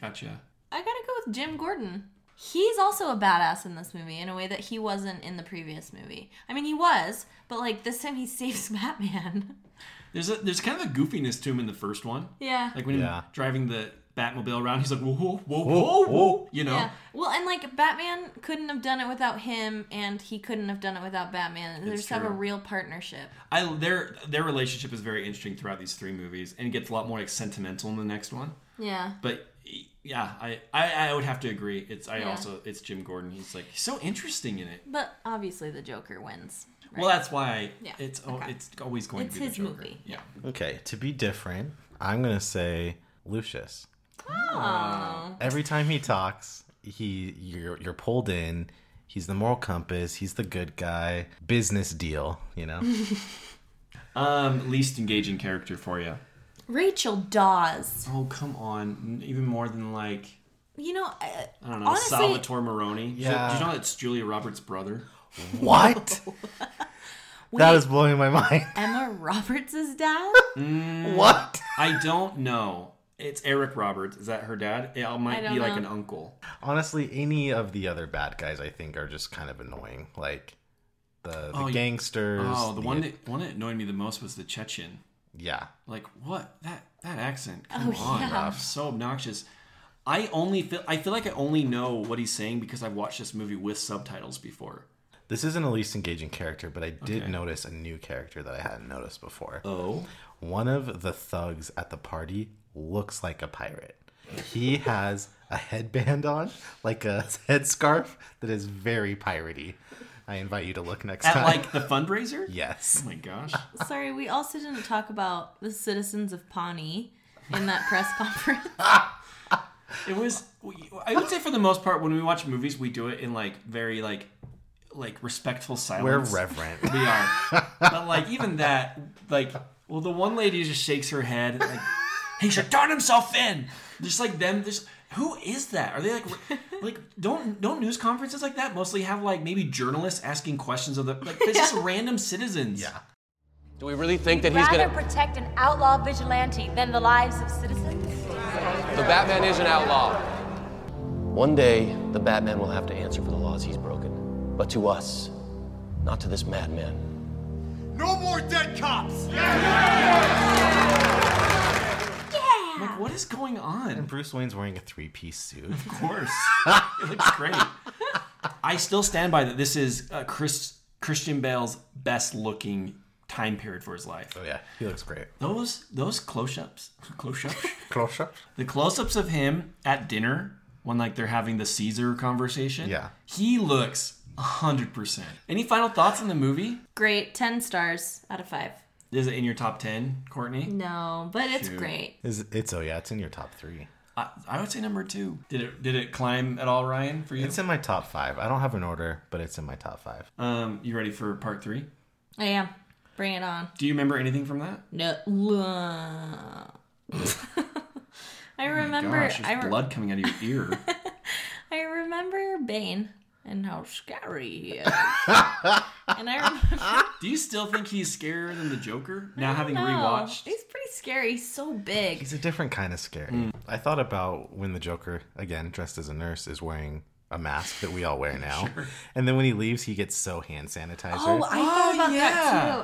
[SPEAKER 3] Gotcha.
[SPEAKER 4] I gotta go with Jim Gordon. He's also a badass in this movie in a way that he wasn't in the previous movie. I mean, he was, but like this time he saves Batman.
[SPEAKER 3] There's a there's kind of a goofiness to him in the first one.
[SPEAKER 4] Yeah.
[SPEAKER 3] Like when
[SPEAKER 5] Yeah.
[SPEAKER 3] he's driving the Batmobile around, he's like whoa whoa whoa
[SPEAKER 5] Whoa,
[SPEAKER 3] whoa
[SPEAKER 5] whoa.
[SPEAKER 3] whoa. You know.
[SPEAKER 4] Yeah. Well, and like Batman couldn't have done it without him, and he couldn't have done it without Batman. They
[SPEAKER 3] It's
[SPEAKER 4] just have a
[SPEAKER 3] true.
[SPEAKER 4] real partnership.
[SPEAKER 3] I their their relationship is very interesting throughout these three movies, and it gets a lot more like sentimental in the next one.
[SPEAKER 4] Yeah.
[SPEAKER 3] But y- yeah, I I, I would have to agree. It's I
[SPEAKER 4] Yeah.
[SPEAKER 3] also it's Jim Gordon. He's like he's so interesting in it.
[SPEAKER 4] But obviously, the Joker wins. right?
[SPEAKER 3] Well, that's why
[SPEAKER 4] Yeah.
[SPEAKER 3] it's al-
[SPEAKER 4] Okay.
[SPEAKER 3] it's always going
[SPEAKER 4] It's
[SPEAKER 3] to be
[SPEAKER 4] his
[SPEAKER 3] the Joker.
[SPEAKER 4] movie.
[SPEAKER 3] Yeah.
[SPEAKER 5] Okay, to be different, I'm gonna say Lucius.
[SPEAKER 4] Oh.
[SPEAKER 5] Every time he talks, he you're you're pulled in. He's the moral compass. He's the good guy. Business deal, you know.
[SPEAKER 3] Um, least engaging character for you.
[SPEAKER 4] Rachel Dawes.
[SPEAKER 3] Oh come on, even more than like
[SPEAKER 4] You know, I,
[SPEAKER 3] I don't know
[SPEAKER 4] honestly,
[SPEAKER 3] Salvatore Maroni.
[SPEAKER 5] Yeah.
[SPEAKER 3] Yeah. Did you know that's Julia Roberts' brother?
[SPEAKER 5] What? that
[SPEAKER 4] Wait.
[SPEAKER 5] is blowing my mind.
[SPEAKER 4] Emma Roberts' dad?
[SPEAKER 3] Mm,
[SPEAKER 5] What?
[SPEAKER 3] I don't know. It's Eric Roberts. Is that her dad? It might
[SPEAKER 4] don't
[SPEAKER 3] be like
[SPEAKER 4] know.
[SPEAKER 3] an uncle.
[SPEAKER 5] Honestly, any of the other bad guys, I think, are just kind of annoying. Like the, the
[SPEAKER 3] Oh, you-
[SPEAKER 5] gangsters.
[SPEAKER 3] Oh, the, one that one that annoyed me the most was the Chechen.
[SPEAKER 5] Yeah.
[SPEAKER 3] Like what that that accent?
[SPEAKER 4] Oh,
[SPEAKER 3] Come on,
[SPEAKER 4] yeah.
[SPEAKER 3] Ralph. so obnoxious. I only feel I feel like I only know what he's saying because I've watched this movie with subtitles before.
[SPEAKER 5] This isn't a least engaging character, but I did
[SPEAKER 3] Okay.
[SPEAKER 5] notice a new character that I hadn't noticed before.
[SPEAKER 3] Oh.
[SPEAKER 5] One of the thugs at the party looks like a pirate. He has a headband on, like a headscarf that is very piratey. I invite you to look next
[SPEAKER 3] At
[SPEAKER 5] time.
[SPEAKER 3] like the fundraiser?
[SPEAKER 5] Yes.
[SPEAKER 3] Oh my gosh.
[SPEAKER 4] Sorry, we also didn't talk about the citizens of Pawnee in that press conference.
[SPEAKER 3] It was I would say for the most part when we watch movies we do it in like very like like respectful silence.
[SPEAKER 5] We're reverent.
[SPEAKER 3] We are. but like even that, like well, the one lady just shakes her head. Like he should turn himself in. Just like them. Just who is that? Are they like re- like don't don't news conferences like that mostly have like maybe journalists asking questions of the like this is random citizens. Yeah.
[SPEAKER 16] Do we really think that he's
[SPEAKER 11] Rather
[SPEAKER 16] gonna?
[SPEAKER 11] protect an outlaw vigilante than the lives of citizens?
[SPEAKER 16] The Batman is an outlaw. One day, the Batman will have to answer for the laws he's broken, but to us, not to this madman.
[SPEAKER 15] No more dead cops!
[SPEAKER 3] Like what is going on?
[SPEAKER 5] And Bruce Wayne's wearing a three piece suit. Of
[SPEAKER 3] course. It looks great. I still stand by that. This is uh, Chris Christian Bale's best looking time period for his life. Oh
[SPEAKER 5] yeah, he looks great.
[SPEAKER 3] Those those close ups, close ups,
[SPEAKER 5] close ups.
[SPEAKER 3] The close ups of him at dinner when like they're having the Caesar conversation.
[SPEAKER 5] Yeah.
[SPEAKER 3] he looks hundred percent. Any final thoughts on the movie?
[SPEAKER 4] Great, 10 stars out of 5.
[SPEAKER 3] Is it in your top ten, Courtney?
[SPEAKER 4] No, but it's
[SPEAKER 3] Shoot.
[SPEAKER 4] great.
[SPEAKER 5] Is it's oh yeah, it's in your top three.
[SPEAKER 3] I, I would say number two. Did it did it climb at all, Ryan? For you?
[SPEAKER 5] It's in my top five. I don't have an order, but it's in my top five.
[SPEAKER 3] Um, you ready for part three?
[SPEAKER 4] I am. Oh, Bring it on.
[SPEAKER 3] Do you remember anything from that?
[SPEAKER 4] No. I remember.
[SPEAKER 3] Gosh, there's
[SPEAKER 4] I, re-
[SPEAKER 3] blood coming out of your ear.
[SPEAKER 4] I remember Bane and how scary he is. And I remember
[SPEAKER 3] Do you still think he's scarier than the Joker? Now having
[SPEAKER 4] No,
[SPEAKER 3] rewatched,
[SPEAKER 4] He's pretty scary. He's so big.
[SPEAKER 5] It's a different kind of scary.
[SPEAKER 4] Mm.
[SPEAKER 5] I thought about when the Joker, again dressed as a nurse, is wearing a mask that we all wear now, and then when he leaves, he gets so hand sanitizer.
[SPEAKER 4] Oh, I thought about that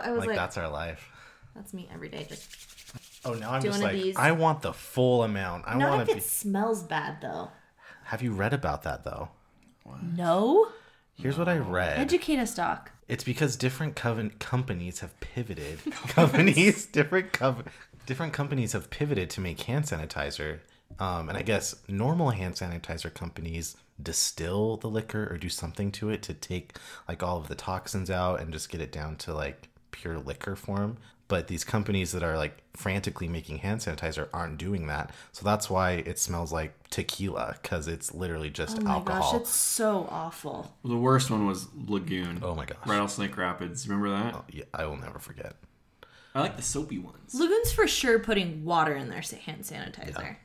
[SPEAKER 4] too. I was
[SPEAKER 5] like,
[SPEAKER 4] like,
[SPEAKER 5] that's our life.
[SPEAKER 4] that's me every day. Just
[SPEAKER 5] Oh, now I'm
[SPEAKER 4] Doing
[SPEAKER 5] just
[SPEAKER 4] one
[SPEAKER 5] like,
[SPEAKER 4] of these.
[SPEAKER 5] I want the full amount. I
[SPEAKER 4] not
[SPEAKER 5] want
[SPEAKER 4] if
[SPEAKER 5] to
[SPEAKER 4] it
[SPEAKER 5] be.
[SPEAKER 4] smells bad though.
[SPEAKER 5] Have you read about that though?
[SPEAKER 4] No.
[SPEAKER 5] Here's what I read.
[SPEAKER 4] Educate us, Doc.
[SPEAKER 5] It's because different coven- companies have pivoted. companies, different cov- different companies have pivoted to make hand sanitizer. Um, and I guess normal hand sanitizer companies distill the liquor or do something to it to take like all of the toxins out and just get it down to like pure liquor form. But these companies that are like frantically making hand sanitizer aren't doing that. So that's why it smells like tequila because it's literally just
[SPEAKER 4] oh my
[SPEAKER 5] alcohol.
[SPEAKER 4] gosh, it's so awful.
[SPEAKER 3] the worst one was Lagoon.
[SPEAKER 5] Oh my gosh. Oh,
[SPEAKER 3] Rattlesnake Rapids. Remember that?
[SPEAKER 5] yeah, I will never forget.
[SPEAKER 3] I like the soapy ones.
[SPEAKER 4] Lagoon's for sure putting water in their sa- hand sanitizer.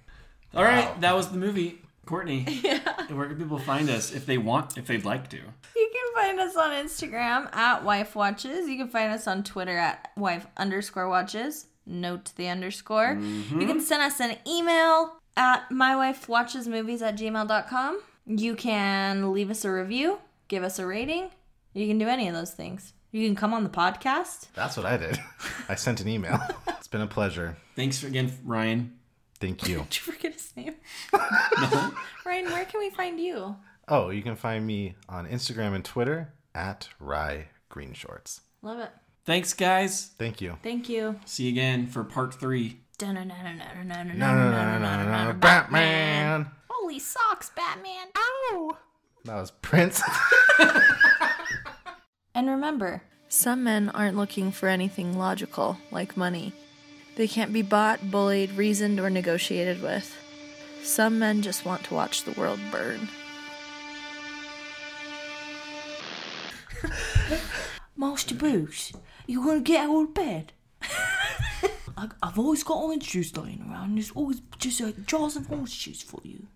[SPEAKER 3] All right, that was the movie. Courtney, where can people find us if they want, if they'd like to?
[SPEAKER 4] You can find us on Instagram at wife watches. You can find us on Twitter at wife underscore watches. Note the underscore.
[SPEAKER 7] Mhm.
[SPEAKER 5] Mm-hmm.
[SPEAKER 4] You can send us an email at mywifewatchesmovies at gmail.com. You can leave us a review, give us a rating. You can do any of those things. You can come on the podcast.
[SPEAKER 5] That's what I did. I sent an email. It's been a pleasure.
[SPEAKER 3] Thanks again, Ryan.
[SPEAKER 5] Thank you.
[SPEAKER 4] Did you forget his name? Ryan, where can we find you?
[SPEAKER 5] Oh, you can find me on Instagram and Twitter at Rye Green Shorts.
[SPEAKER 4] Love it.
[SPEAKER 3] Thanks, guys.
[SPEAKER 5] Thank you.
[SPEAKER 4] Thank you.
[SPEAKER 3] See you again for part three.
[SPEAKER 5] Batman.
[SPEAKER 4] Holy socks, Batman. Ow!
[SPEAKER 5] That was Prince.
[SPEAKER 4] And remember,
[SPEAKER 7] some men aren't looking for anything logical, like money. They can't be bought, bullied, reasoned, or negotiated with. Some men just want to watch the world burn.
[SPEAKER 14] Master Bruce, you gonna get out of bed? I, I've always got uh, orange juice lying around. There's always just like jars of orange juice for you.